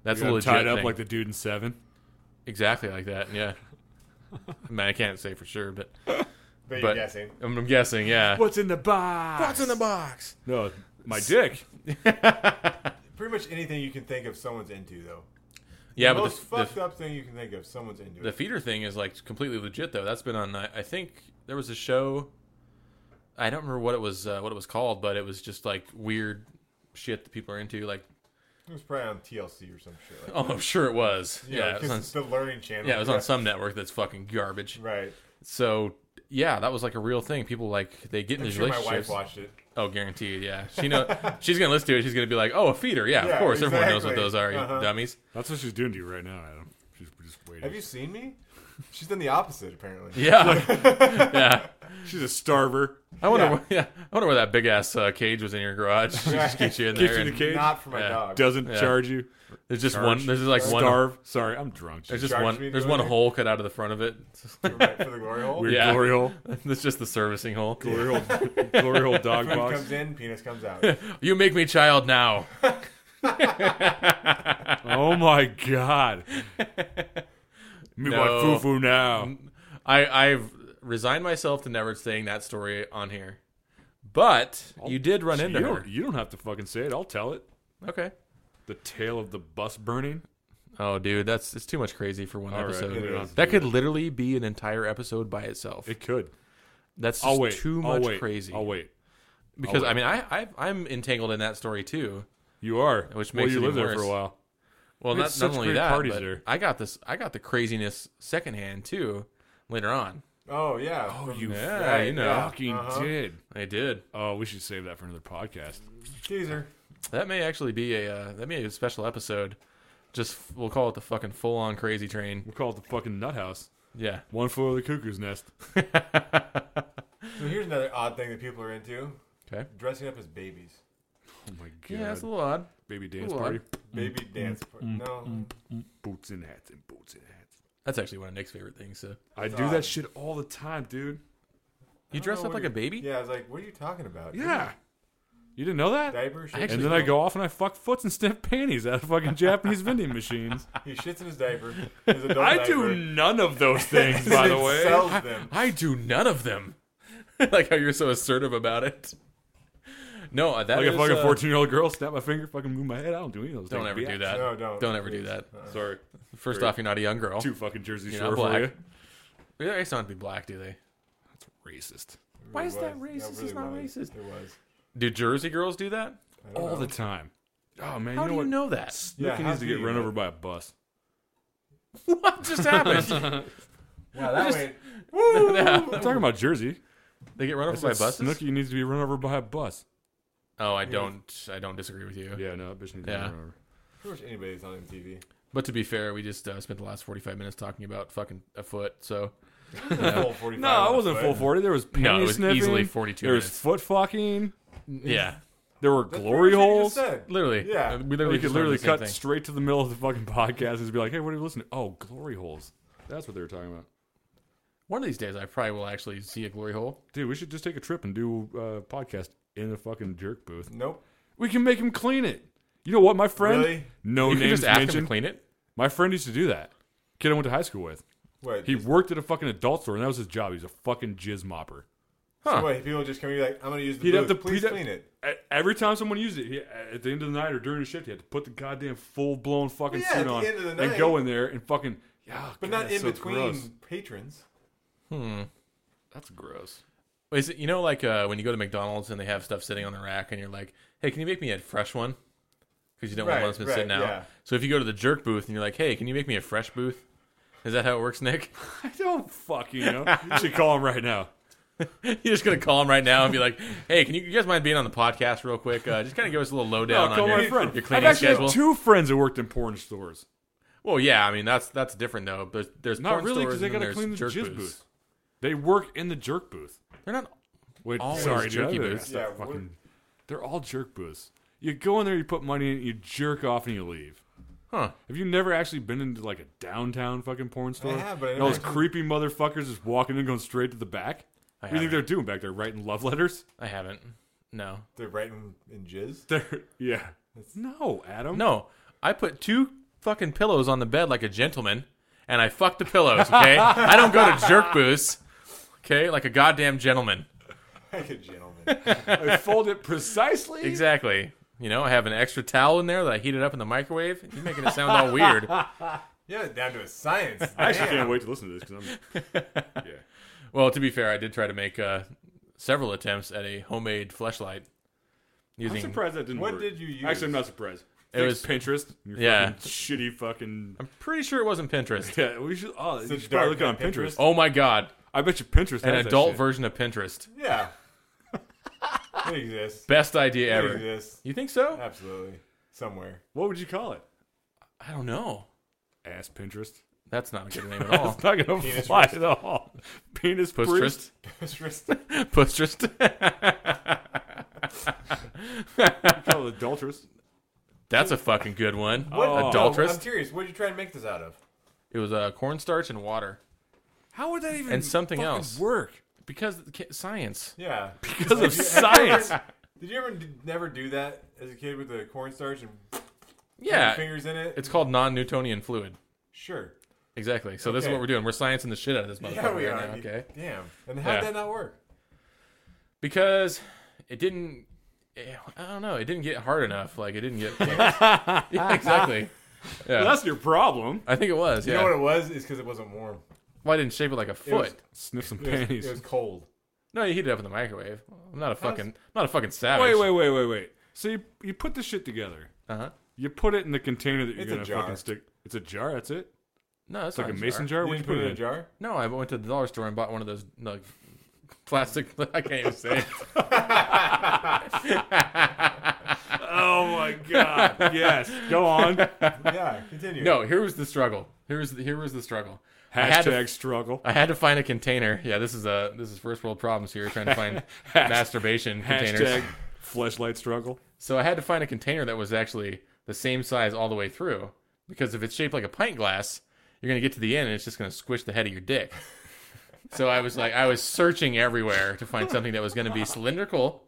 A: That's
C: got
A: a
C: him
A: legit
C: tied up
A: thing.
C: like the dude in Seven.
A: Exactly like that, yeah. I mean, I can't say for sure, but
B: But,
A: But-
B: you're guessing.
A: I'm, I'm guessing, yeah.
C: What's in the box?
A: box?
C: No, my dick.
B: Pretty much anything you can think of someone's into, though.
A: Yeah,
B: the
A: but
B: most
A: the,
B: fucked
A: the,
B: up thing you can think of someone's into.
A: the feeder thing is like completely legit though. That's been on. I I think there was a show I don't remember what it was uh, what it was called, but it was just like weird shit that people are into. Like,
B: It was probably on TLC or some shit. Like,
A: oh, I'm sure it was.
B: you
A: yeah,
B: know,
A: it
B: 'cause
A: was on,
B: it's the Learning Channel.
A: yeah, it was on some network that's fucking garbage.
B: Right.
A: So yeah, that was like a real thing. People like they get in
B: I'm
A: these
B: sure my wife
A: relationships.
B: watched it.
A: Oh, guaranteed. Yeah, she know she's gonna listen to it. She's gonna be like, "Oh, a feeder. Yeah,
B: Yeah,
A: of course. Everyone knows what
B: exactly.
A: those are, you
B: Uh-huh.
A: dummies."
C: That's what she's doing to you right now, Adam. She's just waiting.
B: Have you seen me? She's done the opposite apparently.
A: Yeah, yeah.
C: She's a starver.
A: I wonder.
B: Yeah.
A: Where, yeah, I wonder where that big ass uh, cage was in your garage. She just gets you in
C: Gets
A: there.
C: you in the
A: and
C: cage.
B: Not for my
A: Yeah.
B: dog.
C: Doesn't
A: Yeah.
C: charge you.
A: There's just
C: Charge.
A: one. There's just like one.
C: Starve. Sorry, I'm drunk.
A: There's just
B: Charge
A: one.
B: me to
A: There's
B: do
A: one
B: it?
A: hole cut out of the front of it.
B: For my- for the glory hole.
C: Weird
A: Yeah.
C: glory hole.
A: That's just the servicing hole.
C: Glory hole. glory hole dog
B: Food
C: box.
B: comes in, penis comes out.
A: You make me child now.
C: Oh my god. Me
A: No.
C: want foo foo now.
A: I I've resigned myself to never saying that story on here. But you did run
C: So
A: into
C: you
A: her.
C: Don't, you don't have to fucking say it. I'll tell it.
A: Okay.
C: The tale of the bus burning.
A: Oh, dude, that's it's too much crazy for one
C: All right,
A: episode.
C: we don't
B: It
C: have
B: is.
C: to
A: That
C: do
A: could literally be an entire episode by itself.
C: it. It could.
A: That's just
C: I'll wait.
A: too
C: I'll
A: much
C: wait.
A: crazy.
C: I'll wait.
A: because
C: wait.
A: I mean, I, I I'm entangled in that story too.
C: You are.
A: Which
C: well,
A: makes
C: you
A: it
C: lived
A: even
C: there for a
A: worse.
C: while.
A: Well,
C: We had
A: not,
C: such
A: not only
C: great
A: that,
C: parties
A: but
C: there.
A: I got this. I got the craziness secondhand too later on.
B: Oh yeah. Oh,
A: yeah, you know.
C: fucking
B: Uh-huh.
C: did.
A: I did.
C: Oh, we should save that for another podcast.
B: Teaser.
A: That may actually be a uh, that may be a special episode. Just we'll call it the fucking full on crazy train.
C: We'll call it the fucking nut house.
A: Yeah.
C: One floor of the cuckoo's nest.
B: So here's another odd thing that people are into:
A: Okay.
B: dressing up as babies.
C: Oh my god.
A: Yeah, that's a little odd.
C: Baby dance
A: Ooh, I-
C: party.
B: Baby
C: Mm.
B: dance. par- no.
C: Boots and hats and boots and hats.
A: That's actually one of Nick's favorite things. So
C: I do
B: odd.
C: that shit all the time, dude.
A: you dress
B: know
A: up
B: what
A: like a
B: you're-
A: baby.
B: Yeah, I was like, what are you talking about?
C: Yeah. You didn't know that?
B: Diaper shit.
A: Actually-
C: and then I go off and I fuck foots and sniff panties out of fucking Japanese vending machines.
B: He shits in his diaper. His adult
C: I
B: diaper,
C: do none of those things, by
B: and
C: the way.
B: sells them.
A: I do none of them. like how you're so assertive about it. No, uh, that
C: Like
A: is,
C: a fucking
A: uh,
C: 14 year old girl, snap my finger, fucking move my head. I don't do any of those
A: Don't
C: things.
A: ever do
C: bitch.
A: that.
B: No, don't.
A: Don't ever do
B: please. Uh,
A: that.
C: Sorry.
A: First
C: Great.
A: off, you're not a young girl.
C: Two fucking Jersey
A: You're
C: Shore
A: not
C: for you.
A: black. They're not to be black, do they?
C: That's racist.
B: It
A: Why is
B: was.
A: that racist? It's
B: really
A: not
B: was.
A: racist.
B: It was.
A: Do Jersey girls do that?
B: I don't
C: All
B: know.
C: the time. Oh, man.
A: How
C: you know
A: do
C: what?
A: you know that?
B: Yeah,
C: Snooki
B: how
C: needs to
B: do
C: get
B: you
C: run
B: know?
C: over by a bus.
A: What just happened?
B: Wow, that
A: Just-
B: went.
C: I'm talking about Jersey.
A: they get run over by buses.
C: Snooki needs to be run over by a bus.
A: Oh, I don't. I don't disagree with you.
C: Yeah, no, that bitch needs to
A: Yeah.
C: be run over.
B: Pretty much anybody's on MTV.
A: But to be fair, we just uh, spent the last forty-five minutes talking about fucking a foot. So
B: Full 45
C: No, I
B: on the
C: wasn't
B: foot.
C: full 40. There was panty
A: no, it was
C: sniffing.
A: easily forty-two
C: There was
A: minutes.
C: foot fucking.
A: Yeah,
C: There were
B: That's
C: glory
B: pretty much what you
C: holes.
B: just said.
A: literally.
B: Yeah.
A: Uh,
B: Or
A: we literally
C: We could
A: just
C: literally
A: learned the same
C: cut
A: thing.
C: straight to the middle of the fucking podcast and just be like, "Hey, what are you listening?" to? Oh, glory holes. That's what they were talking about.
A: One of these days, I probably will actually see a glory hole.
C: Dude, we should just take a trip and do a podcast in a fucking jerk booth.
B: Nope.
C: We can make him clean it. You know what, my friend?
B: Really?
C: No
A: you can
C: names
A: just ask him to
C: mentioned.
A: clean it.
C: My friend used to do that. Kid I went to high school with.
B: What?
C: He
B: just-
C: worked at a fucking adult store, and that was his job. He was a fucking jizz mopper.
A: Huh.
B: Wait, people just come and be like, I'm gonna use the
C: He'd have
B: booth.
C: to-
B: Please
C: he'd have-
B: clean it.
C: E- Every time someone used it, he, at the end of the night or during the shift, he had to put the goddamn full blown fucking
B: Yeah, at
C: suit
B: the
C: on
B: end of the
C: and
B: night.
C: go in there and fucking yeah,
B: But
C: God,
B: not
C: that's
B: in
C: so
B: between
C: gross.
B: patrons.
C: That's gross.
A: Is it you know like uh, when you go to McDonald's and they have stuff sitting on the rack and you're like, hey, can you make me a fresh one? Because you don't
B: Right,
A: want one that's been
B: right,
A: sitting out.
B: yeah.
A: So if you go to the jerk booth and you're like, hey, can you make me a fresh booth? Is that how it works, Nick?
C: I don't fucking know. you should call him right now.
A: You're just gonna call him right now and be like, "Hey, can you, you guys mind being on the podcast real quick? Uh, just kind of give us a little lowdown
C: No,
A: on
C: call
A: your,
C: my friend.
A: your
C: I've
A: cleaning
C: actually
A: schedule."
C: had two friends that worked in porn stores.
A: well, yeah, I mean that's that's different though. But there's
C: Not
A: porn
C: really,
A: stores
C: 'cause they
A: and then
C: gotta
A: there's
C: clean the
A: jerk
C: jizz
A: booths.
C: booth. They work in the jerk booth.
A: They're not.
C: Wait,
A: Always
C: sorry, dude,
A: jerky
C: I better
A: booths.
C: stop
B: Yeah,
C: fucking-
B: we're-
C: they're all jerk booths. You go in there, you put money in, it, you jerk off, and you leave.
A: Huh.
C: Have you never actually been into like a downtown fucking porn store?
B: have, but I
C: And all those
B: never-
C: creepy motherfuckers just walking in, going straight to the back.
A: I
C: What do you
A: haven't.
C: think they're doing back there? Writing love letters?
A: I haven't. No,
B: They're writing in jizz.
C: They're yeah. No, Adam.
A: no. I put two fucking pillows on the bed like a gentleman, and I fucked the pillows. Okay, I don't go to jerk booths. Okay, like a goddamn gentleman.
B: Like a gentleman.
C: I fold it precisely.
A: Exactly. You know, I have an extra towel in there that I heated up in the microwave. You're making it sound all weird.
B: yeah, down to a science.
C: I actually
B: Damn.
C: can't wait to listen to this because I'm. Yeah.
A: Well, to be fair, I did try to make uh, several attempts at a homemade fleshlight
C: I'm
A: using.
C: surprised that didn't
B: What
C: work.
B: did you use?
C: Actually, I'm not surprised.
A: It
C: Thanks,
A: was-
C: Pinterest. Your
A: Yeah.
C: fucking shitty fucking.
A: I'm pretty sure it wasn't Pinterest.
C: Yeah, we should. Oh, you
B: the
C: should probably
B: dark
C: look it on
B: web
C: Pinterest.
B: Pinterest.
A: Oh my god,
C: I bet you Pinterest
A: an
C: has that
A: adult
C: shit.
A: version of Pinterest.
B: Yeah. it exists.
A: Best idea
B: It
A: ever.
B: exists.
A: You think so?
B: Absolutely. Somewhere.
C: What would you call it?
A: I don't know.
C: Ass Pinterest.
A: That's not a good name at all.
C: It's not gonna
B: Penis
C: fly
B: wrist.
C: at all. Penis priest.
A: Oh. Pinterest.
B: Pinterest.
A: Pinterest.
C: Call it adulterous.
A: That's a fucking good one.
C: Oh.
B: I'm
A: Adulteress.
B: curious. What did you try and make this out of?
A: It was uh, cornstarch and water.
C: How would that even
A: And something
C: fucking
A: else.
C: work?
A: Because of the ki- science.
B: Yeah.
C: Because of
B: Have
C: science.
B: you ever- Did you ever d- never do that as a kid with the cornstarch and put your
A: Yeah.
B: fingers in it?
A: It's called non Newtonian fluid.
B: sure.
A: Exactly. So this is
B: Okay.
A: what we're doing. We're sciencing the shit out of this motherfucker
B: Yeah, we
A: right
B: are.
A: now. Okay.
B: Damn. And how did
A: Yeah.
B: that not work?
A: Because it didn't. eh, I don't know. It didn't get hard enough. Like it didn't get. yeah, exactly. Yeah.
C: That's your problem.
A: I think it was.
B: You
A: Yeah.
B: know what it was? It's because it wasn't warm.
A: Why didn't shape it like a
B: It was,
A: foot?
C: Sniff some
B: it was-
C: panties.
B: it was cold.
A: No, you heat it up in the microwave. I'm not a fucking. not a fucking savage.
C: wait, wait, wait, wait, wait. So you, you put this shit together.
A: Uh huh.
C: You put it in the container that you're
B: It's a
C: gonna
B: jar.
C: fucking stick. It's a jar. That's it.
A: No, it's
C: It's like a mason jar.
B: You
C: What'd
B: didn't
C: you put it in
B: a jar?
A: No, I went to the dollar store and bought one of those like plastic. I can't even say. it.
C: Oh my god. yes. Go on.
B: yeah, continue.
A: No, here was the struggle. Here was the, here was the struggle. I had, to,
C: Hashtag struggle.
A: I had to find a container. Yeah, this is a this is first world problems here trying to find
C: Hasht-
A: masturbation containers.
C: Hashtag fleshlight struggle.
A: So I had to find a container that was actually the same size all the way through because if it's shaped like a pint glass, you're going to get to the end and it's just going to squish the head of your dick. so I was like I was searching everywhere to find something that was going to be cylindrical,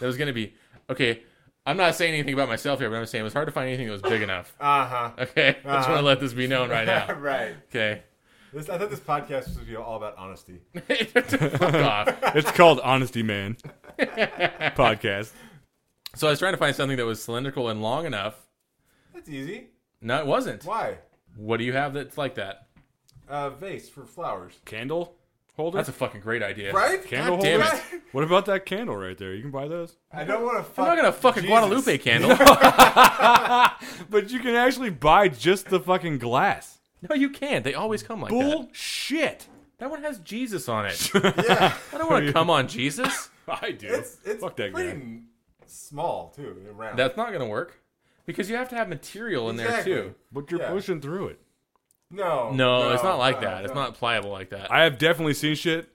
A: that was going to be okay, I'm not saying anything about myself here, but I'm saying it was hard to find anything that was big enough.
B: Uh huh.
A: Okay, I just want
B: Uh-huh.
A: to let this be known right now.
B: right.
A: Okay,
B: This, I thought this podcast was gonna be all about honesty.
A: fuck off.
C: It's called Honesty Man podcast.
A: So I was trying to find something that was cylindrical and long enough.
B: That's easy.
A: No, it wasn't.
B: Why?
A: What do you have that's like that?
B: Uh, vase for flowers.
C: Candle holder.
A: That's a fucking great idea.
B: Right?
C: candle holder.
B: God
A: damn
B: damn it.
C: What about that candle right there? You can buy those.
B: I don't want to fuck.
A: I'm not gonna fuck a
B: Jesus.
A: Guadalupe candle.
C: But you can actually buy just the fucking glass.
A: No, you can't. They always come like that.
C: Bullshit.
A: That one has Jesus on it.
B: Yeah.
A: I don't want to come on Jesus.
C: I do.
B: It's it's
C: Fuck that
B: pretty
C: guy.
B: m- small too. and Round.
A: That's not gonna work because you have to have material in
B: Exactly.
A: there too.
C: But you're
B: Yeah.
C: pushing through it.
B: no,
A: No, it's not like that.
B: no,
A: It's
B: no.
A: not pliable like that.
C: I have definitely seen shit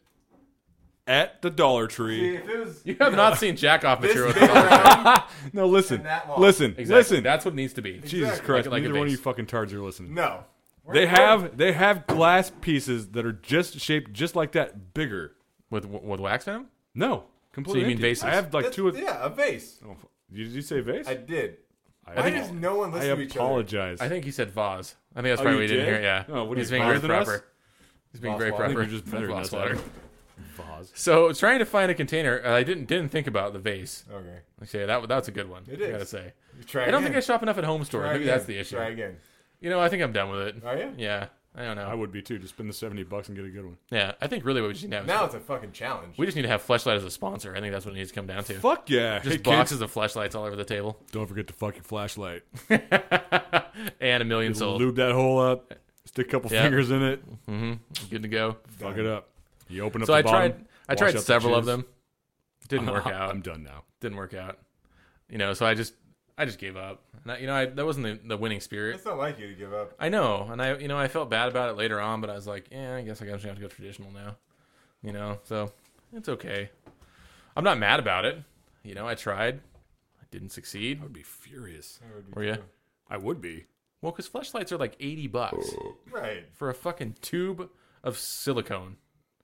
C: at the Dollar Tree.
B: If it was
A: you have not seen jack off
B: this
A: material.
B: big around,
C: No, listen,
B: And that long.
C: listen,
A: Exactly.
C: listen.
A: That's what needs to be.
C: Jesus
B: Exactly.
C: Christ!
A: Like- like a
C: neither one of you
A: vase.
C: fucking tards are listening.
B: no, We're
C: They
B: not-
C: have they have glass pieces that are just shaped just like that, bigger.
A: With with wax in them?
C: No, completely.
A: mean
C: empty.
A: vases.
C: I have like
B: that's-
C: two of.
B: yeah, a vase.
C: Oh, fu- did you say vase?
B: I did.
C: I,
B: Why
C: I
B: does no one listen to each other?
C: apologize.
A: I think he said vase. I think that's
C: Oh,
A: probably
C: you
A: what he didn't
C: did?
A: hear. Yeah.
C: Oh, what are
A: He's
C: you,
A: being very
C: smarter than us?
A: proper. He's being
B: Vase
A: very
B: water.
A: proper.
C: I think you're just better than
A: Vase
C: us
A: water.
C: at it. Vase.
A: So trying to find a container, I didn't didn't think about the vase.
B: Okay,
A: Okay, that that's a good one.
B: It
A: I
B: is.
A: gotta say.
B: you try.
A: I don't
B: again.
A: think I shop enough at Home Store.
B: Try
A: Maybe
B: again.
A: that's the issue.
B: Try again.
A: You know, I think I'm done with it.
B: Are you?
A: Yeah, I don't know.
C: I would be too. Just spend the seventy bucks and get a good one.
A: yeah, I think really what we just need to have.
B: Now
A: Is,
B: it's a fucking challenge.
A: we just need to have flashlight as a sponsor. I think that's what it needs to come down to.
C: Fuck yeah!
A: just
C: hey,
A: boxes of flashlights all over the table,
C: Kids, don't forget to fuck your flashlight.
A: and a million sold.
C: Lube that hole up. Stick a couple
A: Yeah.
C: fingers in it.
A: Good to go.
C: Fuck it up. You open up.
A: So
C: the
A: I tried.
C: bottom,
A: I
C: wash out
A: tried
C: the
A: several of
C: jizz.
A: them. Didn't work out.
C: I'm done now.
A: Didn't work out. You know, so I just, I just gave up. And I, you know, I, that wasn't the, the winning spirit.
B: It's not like you to give up.
A: I know, and I, you know, I felt bad about it later on, but I was like, yeah, I guess I gotta have to go traditional now. You know, so it's okay. I'm not mad about it. You know, I tried. I didn't succeed.
C: I would be furious.
B: That would be
A: Were you?
B: true.
C: I would be.
A: Well, because flashlights are like 80 bucks
B: Right.
A: for a fucking tube of silicone.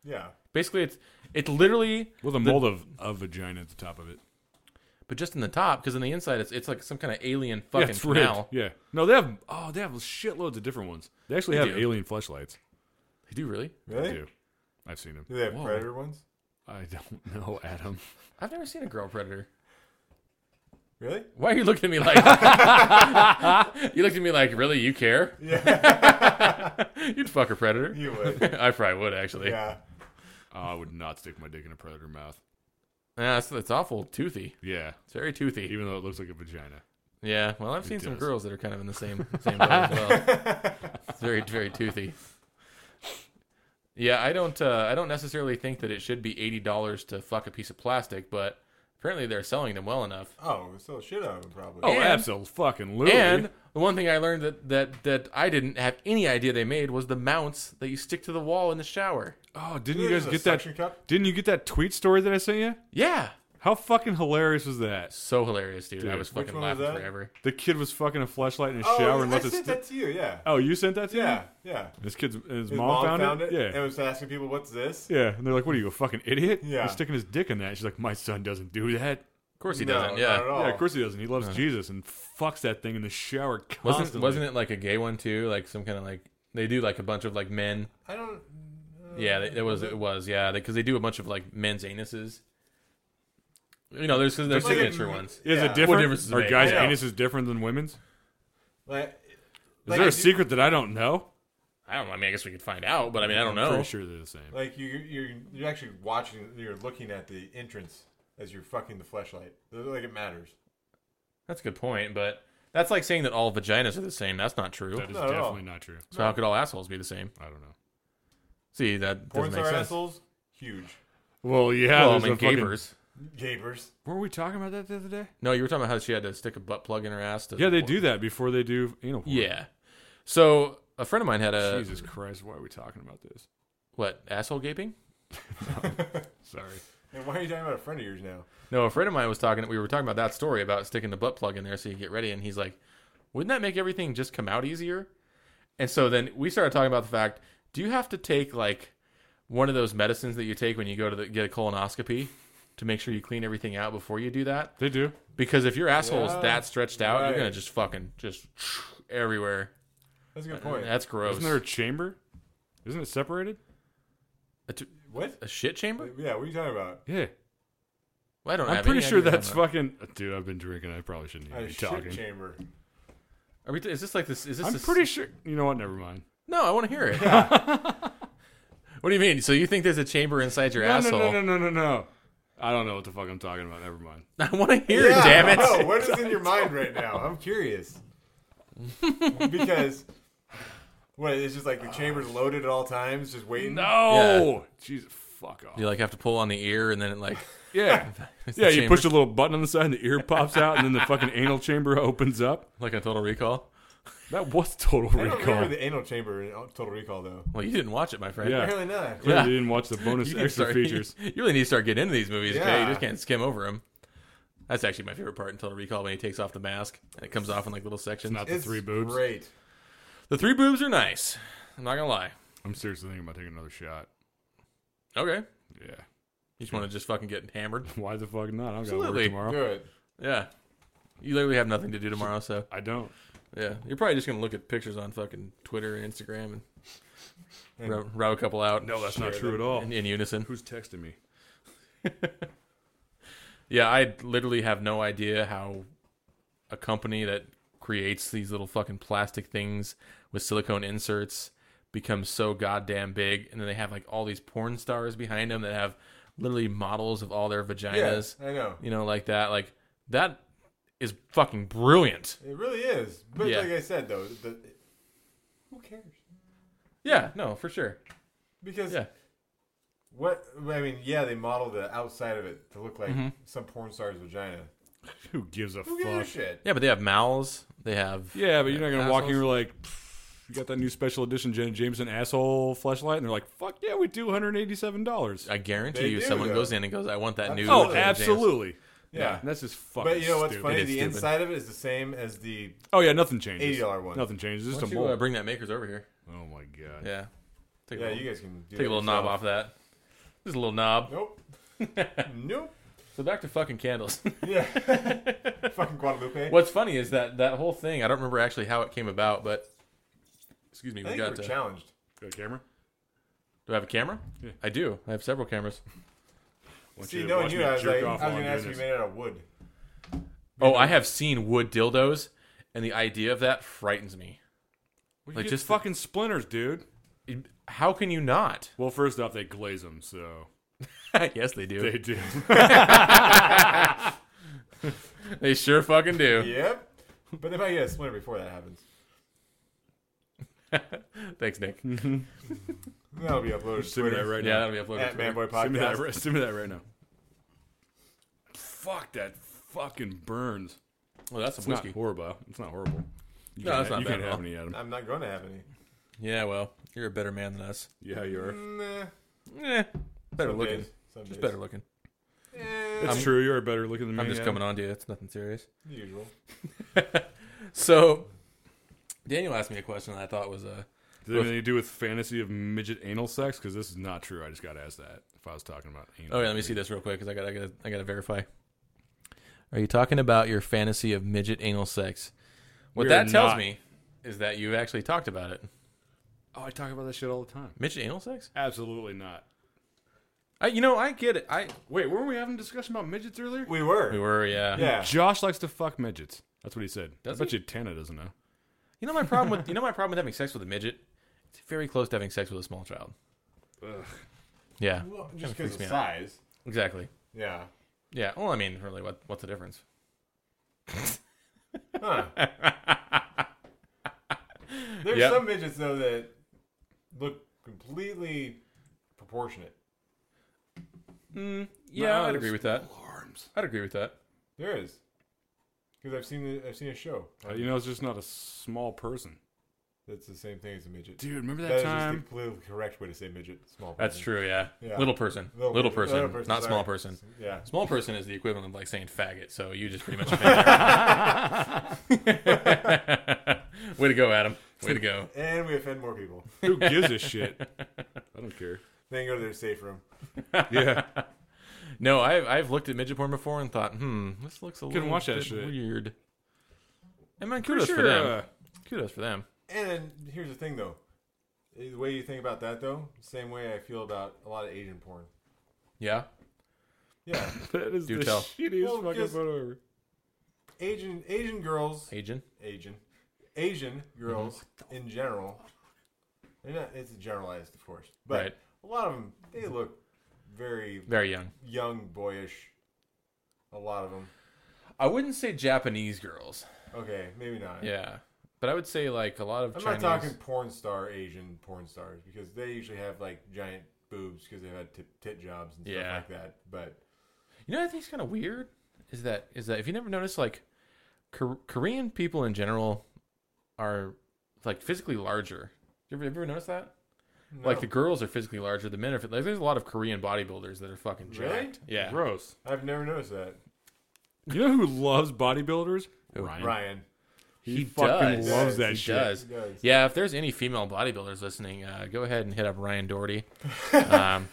B: Yeah.
A: Basically, it's it's literally,
C: With a mold of a vagina at the top of it.
A: but just in the top, because on the inside, it's it's like some kind of alien
C: Yeah,
A: fucking
C: it's rigged.
A: canal.
C: Yeah. No, they have. Oh, they have shitloads of different ones. They actually have
A: do.
C: alien fleshlights.
A: They do really?
B: Really?
C: They
B: Do.
C: do. I've seen them.
B: they have
A: Whoa.
B: predator ones?
C: I don't know, Adam.
A: I've never seen a girl predator.
B: Really?
A: Why are you looking at me like? you looked at me like, really? You care?
B: Yeah.
A: You'd fuck a predator.
B: you would.
A: I probably would actually.
B: Yeah.
C: Oh, I would not stick my dick in a predator mouth.
A: Yeah, it's, it's awful toothy.
C: Yeah,
A: It's very toothy.
C: even though it looks like a vagina.
A: Yeah. Well, I've seen some
C: does.
A: girls that are kind of in the same same boat as well. It's very very toothy. Yeah, I don't uh, I don't necessarily think that it should be eighty dollars to fuck a piece of plastic, but apparently they're selling them well enough.
B: Oh, so shit out of him probably.
C: Oh,
A: And-
C: absolutely fucking
A: And the one thing I learned that, that that I didn't have any idea they made was the mounts that you stick to the wall in the shower.
C: Oh, didn't
B: There's
C: you guys
B: a
C: get that?
B: suction cup?
C: Didn't you get that tweet story that I sent you?
A: Yeah.
C: How fucking hilarious was that?
A: So hilarious, dude. I
C: Dude,
A: was
B: which
A: fucking
B: one was
A: laughing
B: that?
A: forever.
C: The kid was fucking a flashlight in a
B: Oh,
C: shower and
B: I
C: left it.
B: sent
C: sti-
B: that to you. Yeah.
C: oh, you sent that to me?
B: Yeah. Yeah.
C: This kid's and his,
B: His
C: mom, found, it. Yeah.
B: and was asking people, "What's this?"
C: yeah, and they're like, "What are you, a fucking idiot?
B: Yeah.
C: He's sticking his dick in that." She's like, "My son doesn't do that."
A: Of course he
B: No,
A: doesn't. Yeah.
B: not at all.
C: Yeah, of course he doesn't. He loves Jesus and fucks that thing in the shower constantly.
A: Wasn't wasn't it like a gay one too? Like some kind of like they do like a bunch of like men.
B: I don't. uh,
A: Yeah, they- it was it was yeah because they do a bunch of like men's anuses. You know, there's 'cause there's
B: Like a-
A: signature ones.
C: Is
B: Yeah.
C: it
B: What
C: different?
A: difference does it
C: Are
A: make?
C: guys'
B: I know.
C: anus is different than women's? Is
B: Like,
C: there a
B: I do-
C: secret that I don't know?
A: I don't. know. I mean, I guess we could find out, but I mean, I don't
C: I'm
A: know.
C: pretty sure they're the same.
B: Like you, you're you're actually watching. You're looking at the entrance as you're fucking the flashlight. Like it matters.
A: That's a good point, but that's like saying that all vaginas are the same. That's not true.
C: That is
B: Not at all.
C: definitely not true.
A: so how could all assholes be the same?
C: I don't know.
A: See, that
B: Porn
A: doesn't make
B: star
A: sense.
B: assholes, huge.
C: Well, yeah.
A: Well, I
C: there's
A: mean,
C: a fucking-
A: gapers.
B: Gapers.
C: Weren't we talking about that the other day?
A: No, you were talking about how she had to stick a butt plug in her ass. To
C: Yeah, they do that before they do anal porn.
A: Yeah. uh, So a friend of mine had a
C: Jesus Christ, why are we talking about this?
A: what asshole gaping?
C: Sorry.
B: And why are you talking about a friend of yours now?
A: No, a friend of mine was talking. We were talking about that story about sticking the butt plug in there so you get ready, and he's like, "Wouldn't that make everything just come out easier?" And so then we started talking about the fact: Do you have to take like one of those medicines that you take when you go to the, get a colonoscopy to make sure you clean everything out before you do that?
C: They do.
A: Because if your asshole is
B: Yeah.
A: that stretched out, you're
B: Right.
A: gonna just fucking just everywhere.
B: That's a good point.
A: That's gross.
C: Isn't there a chamber? Isn't it separated?
A: a, t-
B: what?
A: a shit chamber?
B: Yeah, what are you talking about?
C: Yeah.
A: Well, I don't.
C: I'm
A: have
C: pretty
A: any
C: sure
A: idea
C: that's
A: on that.
C: fucking. Dude, I've been drinking. I probably shouldn't even
B: A
C: be
B: Oh, shit
C: talking.
B: chamber.
A: Are we t- is this like this? Is this?
C: I'm
A: a s-
C: pretty sure. You know what? Never mind.
A: No, I want to hear it. what do you mean? So you think there's a chamber inside your
C: No, no,
A: asshole?
C: no, no, no, no, no. I don't know what the fuck I'm talking about. Never mind.
A: I want to hear it. Damn it!
B: No, what is in your mind right now? I'm curious. because what it's just like the chamber's loaded at all times, just waiting.
C: No. Jesus, fuck off.
A: You like have to pull on the ear, and then it like
C: Yeah.
A: it's the
C: yeah, you
A: chamber.
C: push a little button on the side and the ear pops out and then the fucking anal chamber opens up.
A: like a Total Recall.
C: That was total
B: I don't
C: recall.
B: remember the anal chamber in Total Recall though.
A: Well, you didn't watch it, my friend.
C: Yeah.
B: Apparently not.
C: Clearly
A: Yeah.
C: you didn't watch the bonus
A: You, need to
C: extra
A: start-
C: features.
A: you really need to start getting into these movies. okay? You
B: Yeah.
A: just can't skim over them. That's actually my favorite part in Total Recall when he takes off the mask and it comes off in like little sections.
C: Not the
B: It's
C: three boobs.
B: Great.
A: the three boobs are nice. I'm not gonna lie.
C: I'm seriously thinking about taking another shot.
A: Okay,
C: Yeah.
A: you just want to just fucking get hammered.
C: Why the fuck not? I'm going to work
A: Absolutely.
C: tomorrow.
B: Do it.
A: Yeah, you literally have nothing to do tomorrow, so
C: I don't.
A: Yeah, you're probably just gonna look at pictures on fucking Twitter and Instagram and, row, row a couple out.
C: No, that's not
B: Sure,
C: true
B: then.
C: at all.
A: in, in unison.
C: Who's texting me?
A: Yeah, I literally have no idea how a company that creates these little fucking plastic things with silicone inserts becomes so goddamn big, and then they have like all these porn stars behind them that have literally models of all their vaginas,
B: Yes, I know.
A: you know, like that. Like that is fucking brilliant.
B: It really is. But
A: Yeah.
B: like I said though, the, who cares?
A: Yeah, no, for sure.
B: Because
A: Yeah.
B: what I mean, yeah, they model the outside of it to look like some porn star's vagina.
C: Who gives a
B: Who gives
C: fuck?
B: a shit?
A: Yeah, but they have mouths. They have
C: Yeah, but you're not going to walk in
A: Assholes.
C: here like, "Pff, you got that new special edition Jenna Jameson asshole flashlight? And they're like, fuck yeah, we do $187.
A: I guarantee
B: They
A: you,
B: do,
A: someone
B: though.
A: goes in and goes, "I want that new."
C: oh,
A: James James."
C: absolutely.
B: Yeah.
C: And that's just fucking
B: But you know what's
C: stupid.
B: funny?
A: is
B: The
A: stupid.
B: inside of it is the same as the
C: Oh, yeah, nothing changes.
B: $80 one.
C: Nothing changes. Just
A: Why
C: a
A: don't you, uh,
C: mold.
A: bring that makers over here.
C: Oh, my God.
A: Yeah, take a
B: yeah.
A: little,
B: You guys can do
A: take a little knob off that. Just a little knob.
B: Nope. nope.
A: So back to fucking candles.
B: Yeah. Fucking Guadalupe.
A: What's funny is that that whole thing. I don't remember actually how it came about, but excuse me,
B: I
A: we
B: think
A: got
B: we're
A: to.
B: challenged.
C: Got a camera?
A: Do I have a camera?
C: Yeah.
A: I do. I have several cameras.
C: Want
B: See,
C: to
B: knowing
C: watch
B: you,
C: me
B: I was
C: jerk
B: like, I
C: off
B: was
C: while
B: gonna
C: I'm
B: ask
C: doing this.
B: you made out of wood.
A: Oh, I have seen wood dildos, and the idea of that frightens me.
C: We
A: Like,
C: get
A: just the-
C: fucking splinters, dude.
A: How can you not?
C: Well, first off, they glaze them, so
A: yes, they do.
C: They do.
A: They, sure fucking do.
B: Yep. But they might get a splinter before that happens.
A: Thanks, Nick.
B: That'll be uploaded to
C: Send me that
B: Twitter.
C: right
A: Yeah,
C: now.
A: that'll be uploaded.
B: At
A: to Twitter.
B: Manboy
C: Send me that,
B: Podcast.
C: right, send me that right now. Fuck that fucking burns.
A: Well, that's some
C: It's not
A: whiskey.
C: horrible. It's not horrible. You
A: No,
C: can't
A: it's
C: ha-
A: not
C: You
A: bad
C: can't
A: at
C: have
A: all.
C: any, Adam.
B: I'm not going to have any.
A: Yeah, well, you're a better man than us.
C: Yeah, you are.
B: Nah.
A: Eh, better
B: Some
A: looking.
B: days. Some
A: Just
B: days.
A: better looking.
B: Eh,
C: It's true. You are better looking than me.
A: I'm just
C: Adam.
A: coming on to you. It's nothing serious.
B: the usual.
A: So, Daniel asked me a question that I thought was uh,
C: Does it have anything to do with fantasy of midget anal sex? Because this is not true. I just got asked that if I was talking about anal.
A: Oh yeah, let me see this real quick because I got I got I got to verify. Are you talking about your fantasy of midget anal sex? What
C: We are
A: that tells
C: not.
A: me is that you actually talked about it.
C: Oh, I talk about that shit all the time.
A: Midget anal sex?
C: Absolutely not.
A: I, you know, I get it. I
C: Wait, weren't we having a discussion about midgets earlier?
B: We were.
A: we were yeah.
B: Yeah.
C: Josh likes to fuck midgets. That's what he said.
A: Does
C: I bet
A: he?
C: you Tana doesn't know.
A: You know my problem with you know my problem with having sex with a midget. It's very close to having sex with a small child.
C: Ugh.
A: Yeah,
B: Well,
A: Kinda
B: just because
A: freaks
B: of
A: me out.
B: size.
A: exactly.
B: Yeah.
A: Yeah. Well, I mean, really, what what's the difference?
B: Huh. There's
A: Yep.
B: some midgets though that look completely proportionate.
A: Mm, yeah,
C: No,
A: I'd
C: it's
A: agree with that.
C: Alarms.
A: I'd agree with that.
B: There is, because I've seen the, I've seen a show.
C: Uh, you know, it's just not a small person.
B: That's the same thing as a midget.
C: Dude, remember that,
B: that is just
C: time?
B: the politically correct way to say midget. Small.
A: That's
B: person.
A: true. Yeah.
B: Yeah.
A: Little person. Little, person. Not small
B: sorry.
A: person.
B: Yeah.
A: Small person is the equivalent of like saying faggot, so you just pretty much. offended everyone. Way to go, Adam. Way to go.
B: And we offend more people.
C: Who gives a shit? I don't care.
B: Then go to their safe room.
C: Yeah.
A: No, I've I've looked at midget porn before and thought, hmm, this looks a
C: Couldn't
A: little
C: watch that
A: bit
C: shit.
A: weird. And man,
C: Pretty
A: kudos for them.
C: uh,
A: kudos for them.
B: And then here's the thing though, Eh, the way you think about that though, same way I feel about a lot of Asian porn.
A: Yeah.
B: Yeah.
C: that is
A: Do
C: the
A: tell.
C: shittiest
B: Well,
C: fucking
B: just-
C: photo ever.
B: Asian Asian girls
A: Agent.
B: Asian, Asian girls
A: Mm-hmm.
B: in general. They're not. It's generalized, of course, but
A: Right.
B: a lot of them they look very
A: Very young.
B: young, boyish. A lot of them.
A: I wouldn't say Japanese girls.
B: Okay, maybe not.
A: Yeah. But I would say like a lot of
B: I'm
A: Chinese.
B: not talking porn star Asian porn stars because they usually have like giant boobs because they've had tit, tit jobs and stuff
A: Yeah.
B: like that. But
A: You know what I think is kind of weird is that is that if you never noticed, like Kor- Korean people in general are like physically larger. You ever, ever notice that?
B: no.
A: Like the girls are physically larger. The men are like there's a lot of Korean bodybuilders that are fucking
B: Really?
A: jacked. Yeah,
C: Gross.
B: I've never noticed that.
C: You know who loves bodybuilders?
A: Who?
B: Ryan,
C: He, fucking
A: does.
C: loves that
A: He
C: shit.
A: does.
B: He does.
A: Yeah, if there's any female bodybuilders listening, uh, go ahead and hit up Ryan Doherty. Um,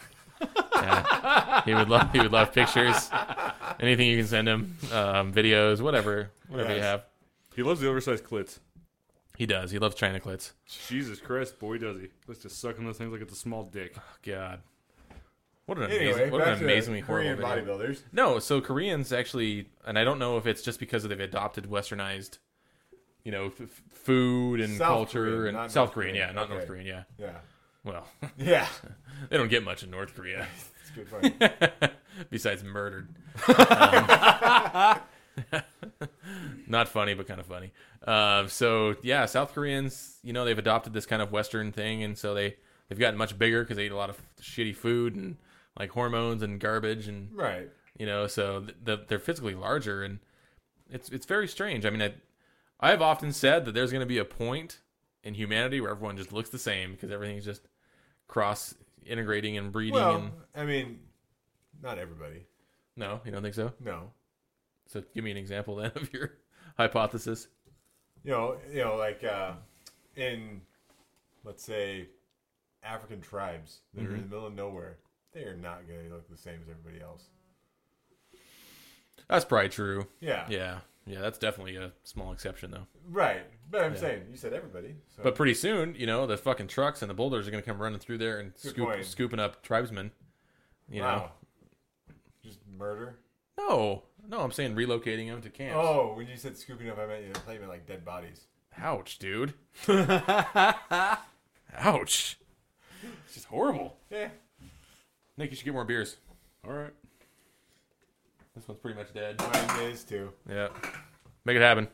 A: yeah, he would love he would love pictures, anything you can send him, um, videos, whatever, whatever you
B: Yes.
A: have.
C: He loves the oversized clits.
A: He does. He loves China clits.
C: Jesus Christ, boy, does he. Let's just suck on those things like it's a small dick.
A: God. What an
B: Anyway,
A: amazing, what
B: back
A: an
B: to
A: amazingly horrible
B: Korean
A: video.
B: bodybuilders.
A: No, so Koreans actually, and I don't know if it's just because they've adopted westernized, you know, f- f- food and
B: South
A: culture
B: Korean,
A: and
B: not
A: South
B: North
A: Korean,
B: Korean.
A: yeah, not North
B: Okay.
A: Korean, yeah.
B: Yeah,
A: Well,
B: yeah.
A: they don't get much in North Korea
B: It's good fun.
A: besides murdered. Um, not funny, but kind of funny. Uh, so yeah, South Koreans, you know, they've adopted this kind of Western thing, and so they they've gotten much bigger because they eat a lot of shitty food and like hormones and garbage and
B: right.
A: you know so th- th- they're physically larger and it's it's very strange i mean i i've often said that there's going to be a point in humanity where everyone just looks the same because everything's just cross integrating and breeding
B: Well,
A: and
B: I mean, not everybody.
A: no you don't think so
B: No,
A: so give me an example then of your hypothesis
B: you know, you know, like uh, in let's say African tribes that
A: Mm-hmm.
B: are in the middle of nowhere, they are not going to look the same as everybody else.
A: that's probably true
B: Yeah,
A: yeah yeah that's definitely a small exception though
B: right. But I'm saying you said everybody, so
A: but pretty soon you know the fucking trucks and the boulders are going to come running through there and
B: Good
A: scoop,
B: point.
A: scooping up tribesmen you
B: wow, just murder.
A: know no no i'm saying relocating them to camps
B: Oh, when you said scooping up, I meant you know, I thought you meant like dead bodies.
A: Ouch, dude. Ouch. It's just horrible.
B: Yeah,
A: Nick, you should get more beers.
C: All right.
A: This one's pretty much dead.
B: Mine is too.
A: Yeah. Make it happen.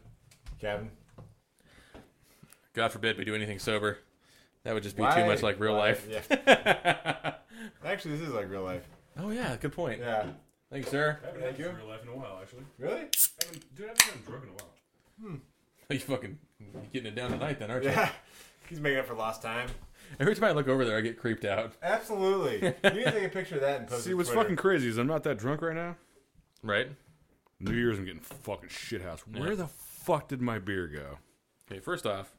B: Kevin.
A: God forbid we do anything sober. That would just be
B: Why-
A: too much like real
B: why-
A: life.
B: Yeah. Actually, this is like real life.
A: Oh yeah, good point.
B: Yeah.
A: Thank you, sir.
C: I haven't
B: Thank
C: had this
B: you.
C: in real life in a while, actually.
B: Really?
C: I haven't, dude, I haven't had a drug in a while.
A: You fucking you're getting it down tonight, then, aren't you?
B: Yeah. He's making up for lost time.
A: Every time I look over there, I get creeped out.
B: Absolutely. You need to take a picture of that and post it
C: See,
B: to
C: what's
B: Twitter.
C: fucking crazy is I'm not that drunk right now.
A: Right?
C: New Year's, I'm getting fucking shithouse. Where
A: Yeah.
C: the fuck did my beer go?
A: Okay, first off,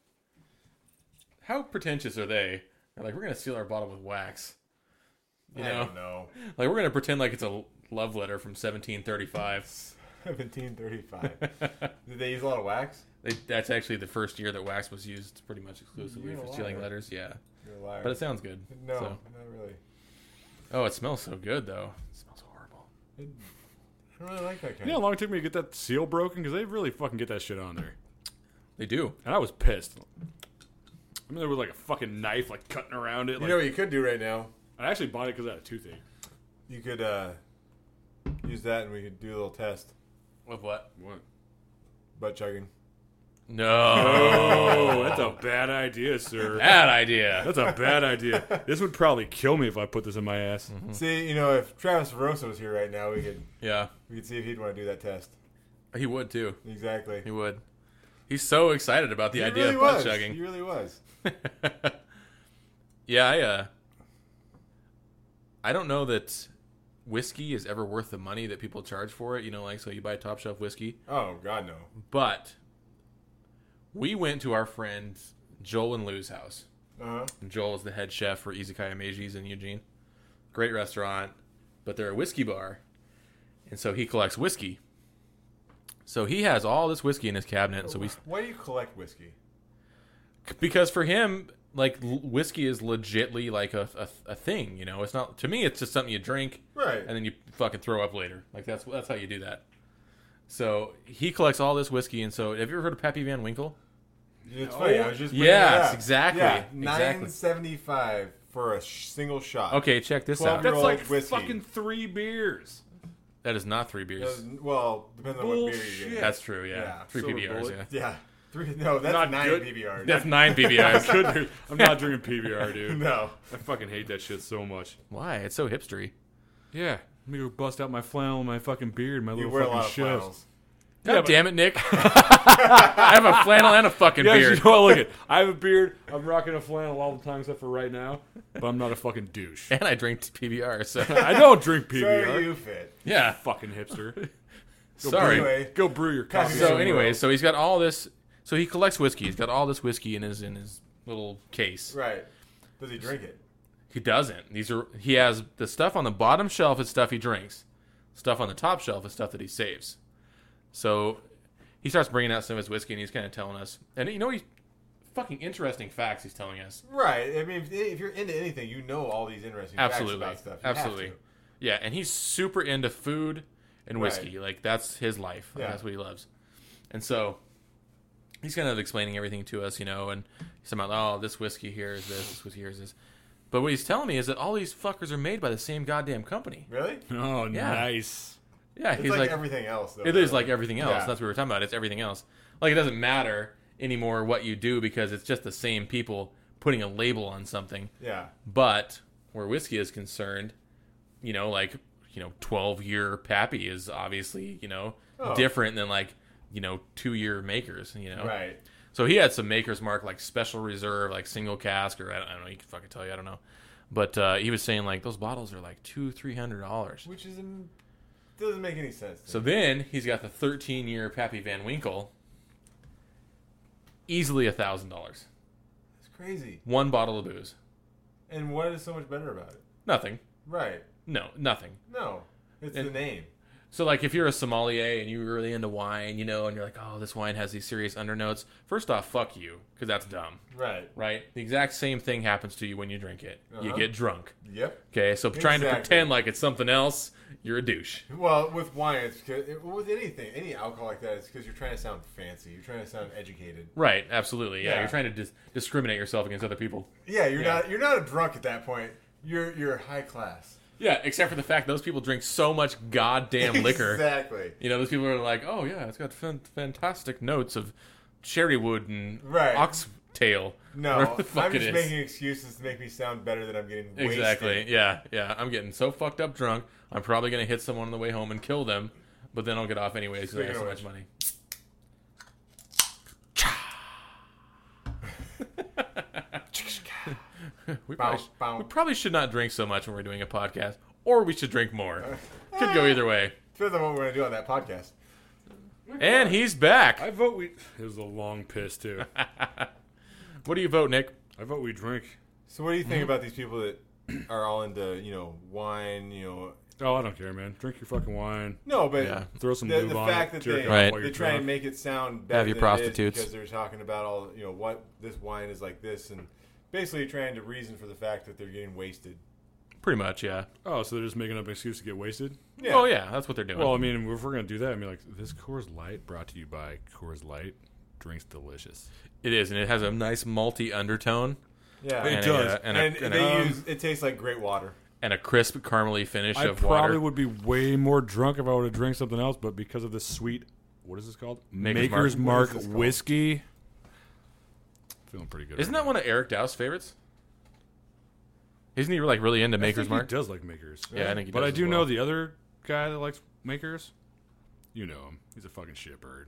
A: how pretentious are they? They're like, we're gonna seal our bottle with wax. You
B: I
A: know,
B: don't know.
A: like we're gonna pretend like it's a love letter from 1735.
B: 1735. Did they use a lot of wax?
A: They, that's actually the first year that wax was used pretty much exclusively
B: You're a
A: for sealing
B: liar.
A: letters. Yeah,
B: You're a liar.
A: but it sounds good.
B: no,
A: so-
B: not really.
A: Oh, it smells so good though. It smells horrible.
B: I don't really like that
C: You
B: kind
C: know
B: of
C: how long it took me to get that seal broken? Because they really fucking get that shit on there.
A: They do.
C: And I was pissed. I mean, there was like a fucking knife, like cutting around it.
B: You
C: Like,
B: know what you could do right now?
C: I actually bought it because I had a toothache.
B: You could uh, use that and we could do a little test.
A: With what?
C: What?
B: Butt chugging.
A: No,
C: Oh, that's a bad idea, sir.
A: bad idea.
C: That's a bad idea. This would probably kill me if I put this in my ass.
A: Hmm.
B: See, you know, if Travis Rosa was here right now, we could
A: Yeah,
B: we could see if he'd want to do that test.
A: he would too.
B: Exactly.
A: He would. He's so excited about the
B: He
A: idea
B: really
A: of butt
B: was.
A: chugging.
B: He really was.
A: yeah, I uh I don't know that whiskey is ever worth the money that people charge for it, you know, like so you buy top shelf whiskey.
B: Oh God, no.
A: But we went to our friend Joel and Lou's house.
B: Uh huh.
A: Joel is the head chef for Izakaya Meiji's in Eugene. Great restaurant, but they're a whiskey bar. And so he collects whiskey. So he has all this whiskey in his cabinet, so we
B: Why do you collect whiskey?
A: because for him like l- whiskey is legitly like a, a, a thing you know it's not to me it's just something you drink
B: Right.
A: and then you fucking throw up later like that's that's how you do that so he collects all this whiskey and so have you ever heard of pappy van winkle
B: It's funny. I was just bringing
A: Yes,
B: that up.
A: exactly,
B: Yeah,
A: exactly.
B: nine seventy five for a sh- single shot.
A: okay check this
B: Twelve
A: out
B: year
C: That's
B: Rolled
C: like
B: whiskey.
C: fucking three beers.
A: that is not three beers
B: Doesn't- Well, depends on what beer you
C: Bullshit.
B: get.
A: that's true yeah,
B: Yeah,
A: three
C: silver
A: pbrs
C: bullet.
A: yeah
B: Yeah. Three. No, that's
C: Not
B: nine
C: good.
B: PBR.
A: that's nine pbrs
C: Good. I'm not drinking PBR, dude.
B: no.
C: I fucking hate that shit so much.
A: why it's so hipstery
C: Yeah. Let me go bust out my flannel, and my fucking beard, my
B: You
C: little
B: wear a
C: fucking
B: lot of
C: shows.
B: flannels.
A: god
C: but-
A: damn it nick i have a flannel and a fucking
C: Yeah,
A: beard
C: you know what? Look it. I have a beard. I'm rocking a flannel all the time except for right now. But I'm not a fucking douche.
A: and i drink pbr so
C: I don't drink
B: So
C: PBR.
B: you fit.
A: yeah
C: Fucking hipster.
A: sorry
B: Anyway,
C: Go brew your coffee.
B: Coffee.
A: so
B: somewhere
A: anyway,
B: else.
A: so he's got all this. So he collects whiskey. He's got all this whiskey in his in his little case.
B: right. Does he drink it?
A: He doesn't. These are he has the stuff on the bottom shelf is stuff he drinks. Stuff on the top shelf is stuff that he saves. So he starts bringing out some of his whiskey and he's kind of telling us. And you know he's fucking interesting facts he's telling us.
B: Right. I mean, if, if you're into anything, you know all these interesting
A: Absolutely.
B: facts about stuff. You have
A: Absolutely.
B: to.
A: Yeah, and he's super into food and
B: Right.
A: whiskey. Like that's his life. Like,
B: Yeah.
A: That's what he loves. And so he's kind of explaining everything to us, you know, and he's talking about, oh, this whiskey here is this, this whiskey here is this. But what he's telling me is that all these fuckers are made by the same goddamn company.
B: Really?
C: Oh,
A: Yeah.
C: nice.
A: Yeah,
B: It's
A: he's
B: like,
A: like,
B: everything else. Though,
A: it is like everything else.
B: Yeah.
A: That's what we were talking about. It's everything else. Like it doesn't matter anymore what you do because it's just the same people putting a label on something.
B: Yeah.
A: But where whiskey is concerned, you know, like you know, twelve year pappy is obviously you know
B: Oh.
A: different than like you know two year makers. You know,
B: Right.
A: so he had some makers mark like special reserve, like single cask, or I don't, I don't know. You can fucking tell you. I don't know. But uh, he was saying like those bottles are like two, three hundred dollars.
B: Which is um, doesn't make any sense. to
A: So
B: me.
A: then he's got the thirteen year Pappy Van Winkle, easily a thousand dollars.
B: it's crazy.
A: One bottle of booze,
B: And what is so much better about it?
A: nothing.
B: Right.
A: No, nothing.
B: No. It's the
A: And-
B: name.
A: So, like, if you're a sommelier and you're really into wine, you know, and you're like, oh, this wine has these serious undernotes, first off, fuck you, because that's dumb,
B: Right.
A: right? The exact same thing happens to you when you drink it. You
B: Uh-huh.
A: get drunk,
B: Yep.
A: okay? So, trying to
B: Exactly.
A: pretend like it's something else, you're a douche.
B: Well, with wine, it's 'cause- it, with anything, any alcohol like that, it's because you're trying to sound fancy. You're trying to sound educated.
A: Right, absolutely. Yeah,
B: Yeah.
A: you're trying to dis- discriminate yourself against other people.
B: Yeah, you're
A: Yeah.
B: not you're not a drunk at that point. You're you're high class.
A: Yeah, except for the fact those people drink so much goddamn liquor.
B: Exactly.
A: You know, those people are like, oh yeah, it's got fan- fantastic notes of cherry wood and
B: Right.
A: oxtail.
B: No,
A: whatever the fuck
B: I'm
A: it
B: just
A: is.
B: making excuses to make me sound better than I'm getting wasted.
A: Exactly. Yeah, yeah. I'm getting so fucked up drunk. I'm probably gonna hit someone on the way home and kill them, but then I'll get off anyways because I have
B: Speaking
A: so
B: of
A: much
B: which-
A: money. we,
B: Bow,
A: probably, sh-
B: bow.
A: we probably should not drink so much when we're doing a podcast, or we should drink more.
B: Uh,
A: Could go either way.
B: Depends on what we're gonna do on that podcast.
A: And he's back.
C: I vote we. It was a long piss too.
A: What do you vote, Nick?
C: I vote we drink.
B: So, what do you
A: Mm-hmm.
B: think about these people that are all into you know wine? You know,
C: Oh, I don't care, man. Drink your fucking wine.
B: no, but
A: Yeah.
C: Throw some
B: the,
C: lube
B: the
C: on
B: fact
C: it.
B: that
C: jerk
B: they,
C: off
A: Right.
C: while
B: they
C: you're
B: try
C: drunk.
B: and make it sound better
A: Have your
B: than it is
A: prostitutes.
B: because they're talking about all you know what this wine is like this and basically trying to reason for the fact that they're getting wasted.
A: Pretty much, yeah.
C: Oh, so they're just making up an excuse to get wasted?
B: Yeah.
A: Oh yeah, that's what they're doing.
C: Well, I mean, if we're gonna do that, I mean, like this Coors Light brought to you by Coors Light. Drinks delicious.
A: it is, and it has a nice malty undertone
B: yeah.
A: and
C: It
B: And,
A: a,
C: does.
A: uh, and, a, and,
B: they
A: a,
B: use it tastes like great water.
A: and a crisp caramely finish
C: I
A: of water.
C: probably would be way more drunk if I would have drank something else, but because of this sweet, what is this called?
A: Maker's
C: Maker's
A: Mark.
C: Mark,
B: What is this called?
C: whiskey. Feeling pretty good.
A: Isn't
C: right
A: that one of Eric Dow's favorites? Isn't he like really into
C: now. I
A: Maker's
C: think
A: Mark?
C: He does like Makers.
A: Yeah, I think he
C: but
A: does
C: I
A: as
C: do
A: well.
C: know the other guy that likes Makers. You know him. He's a fucking shitbird.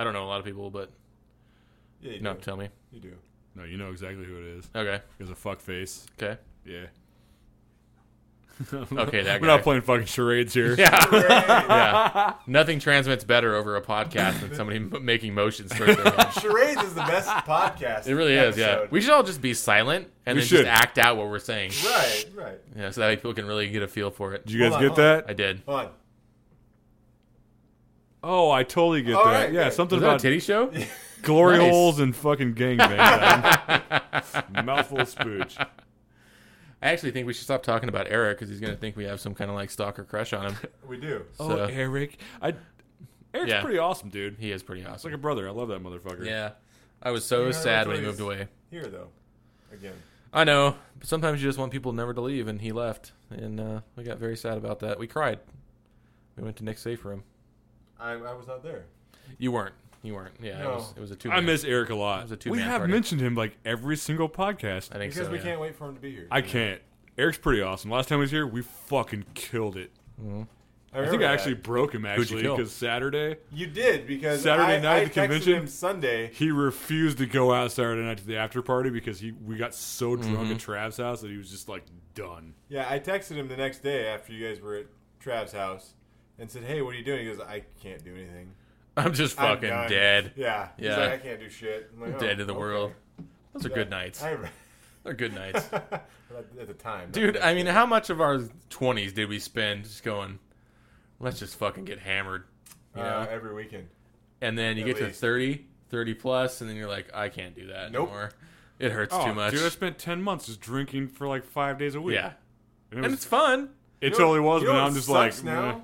A: I don't know a lot of people, but
B: Yeah, you
A: no,
B: do.
A: tell me.
B: You do.
C: No, you know exactly who it is.
A: Okay,
C: He's a fuck face.
A: okay,
C: Yeah.
A: okay, that
C: We're
A: guy.
C: not playing fucking charades here.
A: yeah,
B: Right.
A: yeah. Nothing transmits better over a podcast than somebody m- making motions. towards their hand.
B: Charades is the best podcast.
A: It really is. Yeah,
B: episode.
A: we should all just be silent and
C: We
A: then
C: should.
A: just act out what we're saying.
B: right, right.
A: Yeah, so that way people can really get a feel for it.
C: Did you guys
B: Hold on,
C: get
B: hold on.
C: that?
A: I did.
B: Hold on.
C: Oh, I totally get
B: All
C: that.
B: right,
C: yeah,
B: good.
C: something
A: Was that a
C: about
A: titty show?
C: glory
A: Nice.
C: holes and fucking gangbang. Mouthful of spooch.
A: I actually think we should stop talking about Eric because he's gonna think we have some kind of like stalker crush on him.
B: We do.
C: Oh,
A: So-
C: Eric. I Eric's
A: Yeah.
C: pretty awesome, dude. He's
A: He is pretty
C: like
A: awesome.
C: a brother. I love that motherfucker.
A: Yeah, I was so
B: You know,
A: sad when he
B: that's
A: moved
B: what
A: away.
B: Here though, again.
A: I know. But sometimes you just want people never to leave, and he left, and uh, we got very sad about that. We cried. We went to Nick's safe room.
B: I, I was not there.
A: You weren't. You weren't. Yeah,
B: No.
A: it was. It was a two.
C: I miss Eric a lot.
A: was a two-man
C: we have
A: party.
C: mentioned him like every single podcast.
A: I think
B: Because
A: so.
B: we
A: yeah.
B: can't wait for him to be here.
C: I can't. Eric's pretty awesome. Last time he was here, we fucking killed it. I
B: remember
C: think I
B: that.
C: actually broke him
A: you
C: actually
A: kill?
C: because Saturday
B: you did because
C: Saturday
B: I,
C: night
B: I
C: at the
B: texted
C: convention?
B: him Sunday.
C: he refused to go out Saturday night to the after party because he we got so drunk at
A: Mm-hmm.
C: Trav's house that he was just like done.
B: Yeah, I texted him the next day after you guys were at Trav's house and said, "Hey, what are you doing?" He goes, "I can't do anything.
A: I'm just
B: I'm
A: fucking
B: done."
A: dead.
B: Yeah, He's
A: Yeah.
B: like, I can't do shit. I'm like, "Oh,
A: Dead to the
B: okay."
A: world. Those are good nights.
B: I remember
A: They're good nights,
B: at the time,
A: dude. I mean, how much of our twenties did we spend just going? Let's just fucking get hammered,
B: uh,
A: you know?
B: every weekend.
A: and then you
B: At
A: get to
B: least.
A: 30, 30 plus, and then you're like, I can't do that
B: Nope.
A: anymore. It hurts
C: Oh,
A: too much.
C: Dude, I spent ten months just drinking for like five days a week.
A: yeah,
C: and it,
A: and
C: was,
A: it's fun.
C: it
B: You know
C: totally
B: what-
C: was.
B: you know
C: But
B: what
C: I'm just
B: sucks
C: like,
B: now
C: meh.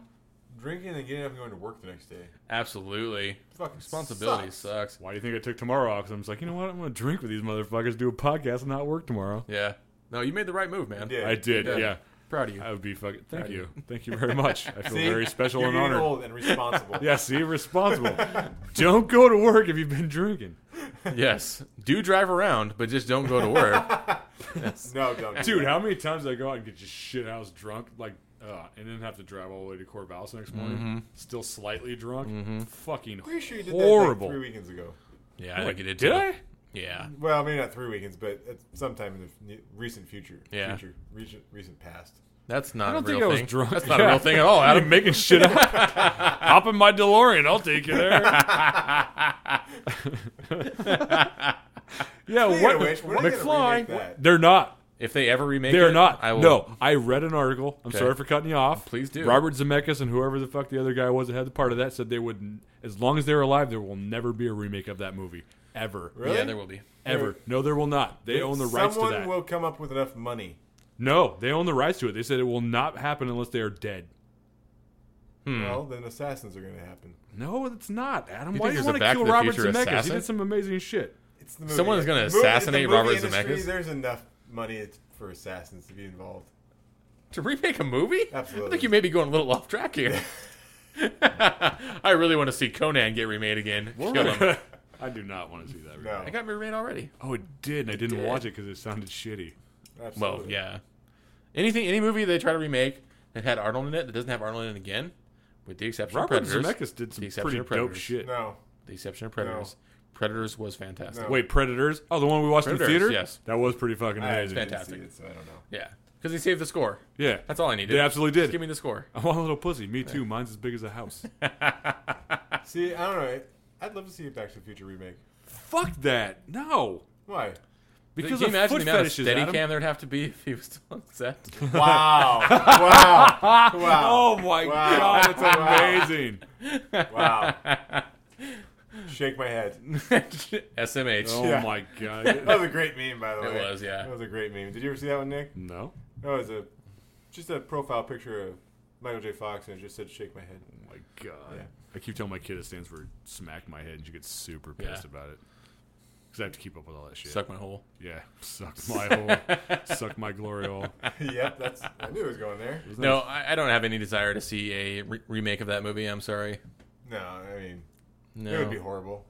B: drinking and getting up and going to work the next day.
A: Absolutely.
B: Fucking
A: Responsibility
B: sucks.
A: sucks.
C: why do you think I took tomorrow off? 'Cause I'm just like, you know what? I'm gonna drink with these motherfuckers, do a podcast, and not work tomorrow.
A: Yeah. No, you made the right move, man.
B: You did.
C: I did.
A: Yeah.
C: Yeah.
A: Proud of you.
C: I would be fucking. Thank
A: Proud
C: you. Thank you very much. I feel
B: See?
C: very special
B: You're
C: and
B: getting
C: honored.
B: old and responsible.
C: Yeah. See, responsible. Don't go to work if you've been drinking.
A: yes. Do drive around, but just don't go to work.
B: No, don't. do
C: Dude,
B: that.
C: how many times did I go out and get just shit house drunk, like, uh, and then have to drive all the way to Corvallis the next morning, still slightly drunk? Fucking
B: pretty sure you did
C: horrible.
B: that like three weekends ago.
A: yeah, I think you did.
C: Did
A: too.
C: I?
A: Yeah.
B: Well, maybe not three weekends, but at sometime in the f- ne- recent future.
A: Yeah.
B: Future, recent, recent past.
A: That's not
C: I don't
A: a real
C: think I was
A: thing.
C: drunk.
A: That's not a
C: Yeah.
A: real thing at all,
C: I'm
A: Adam.
C: making shit up. Hop in my DeLorean. I'll take you there. yeah,
B: Speaking
C: what?
B: of which, we're not gonna
C: McFly.
B: remake that.
C: They're not.
A: If they ever remake
C: They're
A: it,
C: not.
A: I will.
C: No, I read an article. I'm
A: Okay.
C: sorry for cutting you off.
A: Please do.
C: Robert Zemeckis and whoever the fuck the other guy was that had the part of that said they would, n- as long as they were alive, there will never be a remake of that movie ever,
B: Really?
A: Yeah, there will be.
C: ever. No, there will not. They own the rights to
B: Someone
C: that.
B: will come up with enough money.
C: No, they own the rights to it. They said it will not happen unless they are dead.
A: Hmm.
B: Well, then assassins are going to happen.
C: No, it's not, Adam.
A: You
C: Why
A: think
C: do
A: there's
C: you want
A: a
C: to
A: Back
C: kill
A: to the
C: Robert
A: Future
C: Zemeckis? He
A: assassin?
C: did some amazing shit.
B: It's the movie.
A: Someone's gonna
B: The movie- the
A: assassinate
B: movie
A: Robert
B: industry,
A: Zemeckis?
B: There's enough money to- for assassins to be involved.
A: to remake a movie? I
B: Absolutely.
A: think you may be going a little off track here. I really want to see Conan get remade again. Kill him.
C: I do not want to see that.
B: No.
A: I got remade already.
C: Oh, it did, and I didn't watch it because it sounded shitty.
A: Well,
B: Absolutely.
A: yeah. Anything, any movie they try to remake that had Arnold in it that doesn't have Arnold in it again, with the exception
C: Robert
A: of Predators.
C: Zemeckis did some
A: The exception
C: pretty
A: of
C: dope
A: Predators.
C: shit.
B: No.
A: The exception of Predators. Predators was fantastic.
B: No.
C: Wait, Predators? Oh, the one we watched
A: Predators,
C: in theater?
A: yes.
C: That was pretty fucking
B: I
C: amazing.
B: didn't see
A: Fantastic.
B: it, so I don't know.
A: Yeah, because he saved the score.
C: Yeah.
A: That's all I needed.
C: They absolutely
A: Just
C: did.
A: give me the score.
C: I want a little pussy. Me too. Mine's as big as a house.
B: See, I don't know. I'd love to see a Back to the Future remake.
C: Fuck that. No.
B: Why?
C: Because
A: Can
C: of
A: you imagine
C: foot
A: the amount of
C: fetishes,
A: steady
C: Adam.
A: cam there'd have to be if he was still on set?
B: Wow! wow! Wow!
C: Oh my
B: Wow.
C: god, it's
B: Wow.
C: amazing.
B: Wow! Shake my head.
A: SMH.
C: Oh
B: Yeah.
C: my god.
B: That was a great meme, by the way.
A: It was, yeah.
B: That was a great meme. Did you ever see that one, Nick?
C: No.
B: No, it's a just a profile picture of Michael J. Fox, and it just said "Shake my head."
C: Oh my god.
B: Yeah.
C: I keep telling my kid it stands for smack my head, and she gets super
A: Yeah.
C: pissed about it. Because I have to keep up with all that shit.
A: Suck my hole.
C: Yeah. Suck my hole. Suck my glory hole.
B: yep, that's. I knew it was going there.
C: Isn't
A: No, I, I don't have any desire to see a re- remake of that movie. I'm sorry.
B: No, I mean
A: No.
B: it would be horrible.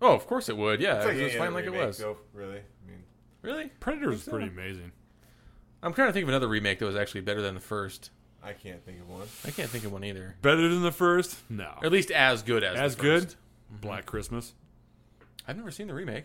A: oh, of course it would. Yeah, it was
B: any
A: fine
B: other
A: like it
B: remake,
A: was.
B: Though, really, I mean,
A: Really?
C: Predator was
A: so.
C: pretty amazing.
A: I'm trying to think of another remake that was actually better than the first.
B: I can't think of one.
A: I can't think of one either.
C: Better than the first? No.
A: Or at least as good as
C: As
A: the
C: good?
A: first.
C: Black Christmas.
A: I've never seen the remake.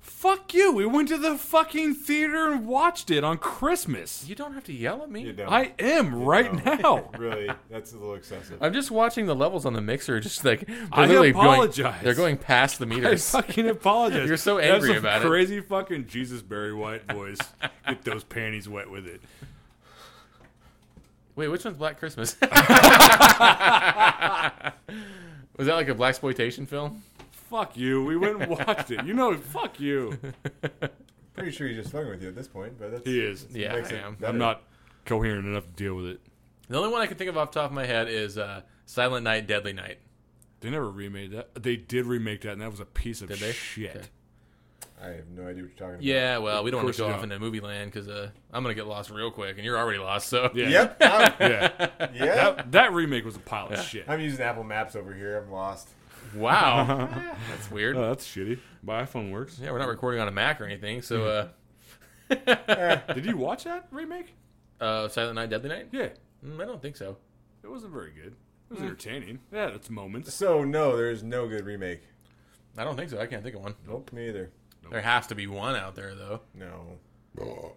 C: Fuck you. We went to the fucking theater and watched it on Christmas.
A: You don't have to yell at me.
B: You don't.
C: I am right
B: No.
C: now.
B: really, that's a little excessive.
A: I'm just watching the levels on the mixer, just like they're
C: I
A: literally going-
C: apologize.
A: they're going past the
C: I
A: meters.
C: fucking apologize.
A: You're so
C: That's
A: angry
C: a
A: about it.
C: crazy fucking Jesus Barry White voice. Get those panties wet with it.
A: Wait, which one's Black Christmas? Was that like a black exploitation film?
C: Fuck you. We went and watched it. You know, fuck you.
B: Pretty sure he's just flirting with you at this point, but that's
C: He is.
A: Yeah,
B: makes
A: I
B: it
A: am.
B: better.
C: I'm not coherent enough to deal with it.
A: The only one I can think of off the top of my head is uh, Silent Night, Deadly Night.
C: They never remade that. They did remake that, and that was a piece of
A: Did they?
C: shit.
A: Okay.
B: I have no idea what you're talking about.
A: Yeah, well, we don't want
C: course
A: to go
C: you
A: off
C: don't.
A: into movie land because uh, I'm gonna get lost real quick, and you're already lost. So
C: Yeah.
B: Yep. I'm,
C: Yeah.
B: yep.
C: That, that remake was a pile of shit.
B: I'm using Apple Maps over here. I'm lost.
A: wow, that's weird.
C: Oh, that's shitty. My iPhone works.
A: Yeah, we're not recording on a Mac or anything. So uh,
C: Did you watch that remake?
A: uh, Silent Night, Deadly Night.
C: Yeah.
A: Mm, I don't think so.
C: It wasn't very good. It was entertaining. It had its moments.
B: So no, there is no good remake.
A: I don't think so. I can't think of one.
B: Nope, me either.
A: There has to be one out there though.
B: No.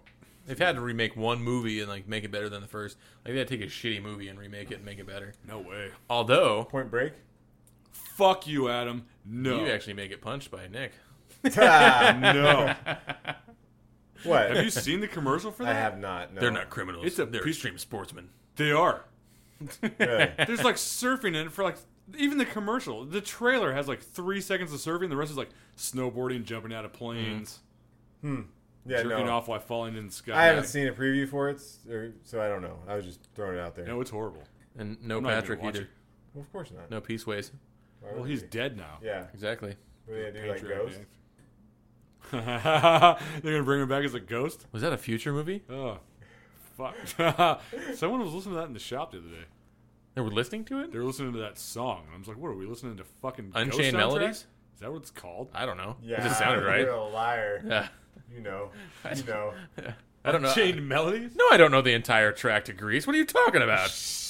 A: They've had to remake one movie and like make it better than the first. Like they had to take a shitty movie and remake it and make it better.
C: No way.
A: Although
B: Point Break.
C: Fuck you, Adam. No.
A: you actually may get punched by Nick.
B: Ah,
C: no.
B: what?
C: Have you seen the commercial for
B: I
C: that?
B: have not. No.
A: They're not criminals.
C: It's a
A: They're
C: piece-
A: extreme sportsmen.
C: They are.
B: Really?
C: There's like surfing in it for like even the commercial. The trailer has like three seconds of surfing. The rest is like snowboarding, jumping out of planes,
B: Mm-hmm. Yeah,
C: jerking
B: no.
C: off while falling in the sky.
B: I haven't seen a preview for it, s- or, so I don't know. I was just throwing it out there.
C: No, it's horrible.
A: And no
C: I'm not even
A: Patrick
C: gonna watch
A: either.
C: it.
B: Well, of course not.
A: No Peaceways.
B: Why
C: Well,
B: would
C: he's
B: we?
C: dead now.
B: Yeah.
A: Exactly.
B: What are they gonna do, like
C: Patriarch
B: Ghost?
C: Act. They're gonna bring him back as a ghost.
A: Was that a future movie?
C: Oh, fuck! Someone was listening to that in the shop the other day.
A: They were listening to it?
C: They were listening to that song, and I was like, "What are we listening to? Fucking Ghost
A: Unchained
C: soundtrack?
A: Melodies?
C: Is that what it's called?
A: I don't know.
B: Yeah.
A: It just sounded right.
B: You're a liar.
A: Yeah.
B: You know. You know.
A: I don't know.
C: Unchained Melodies?
A: No, I don't know the entire track to Greece. What are you talking about?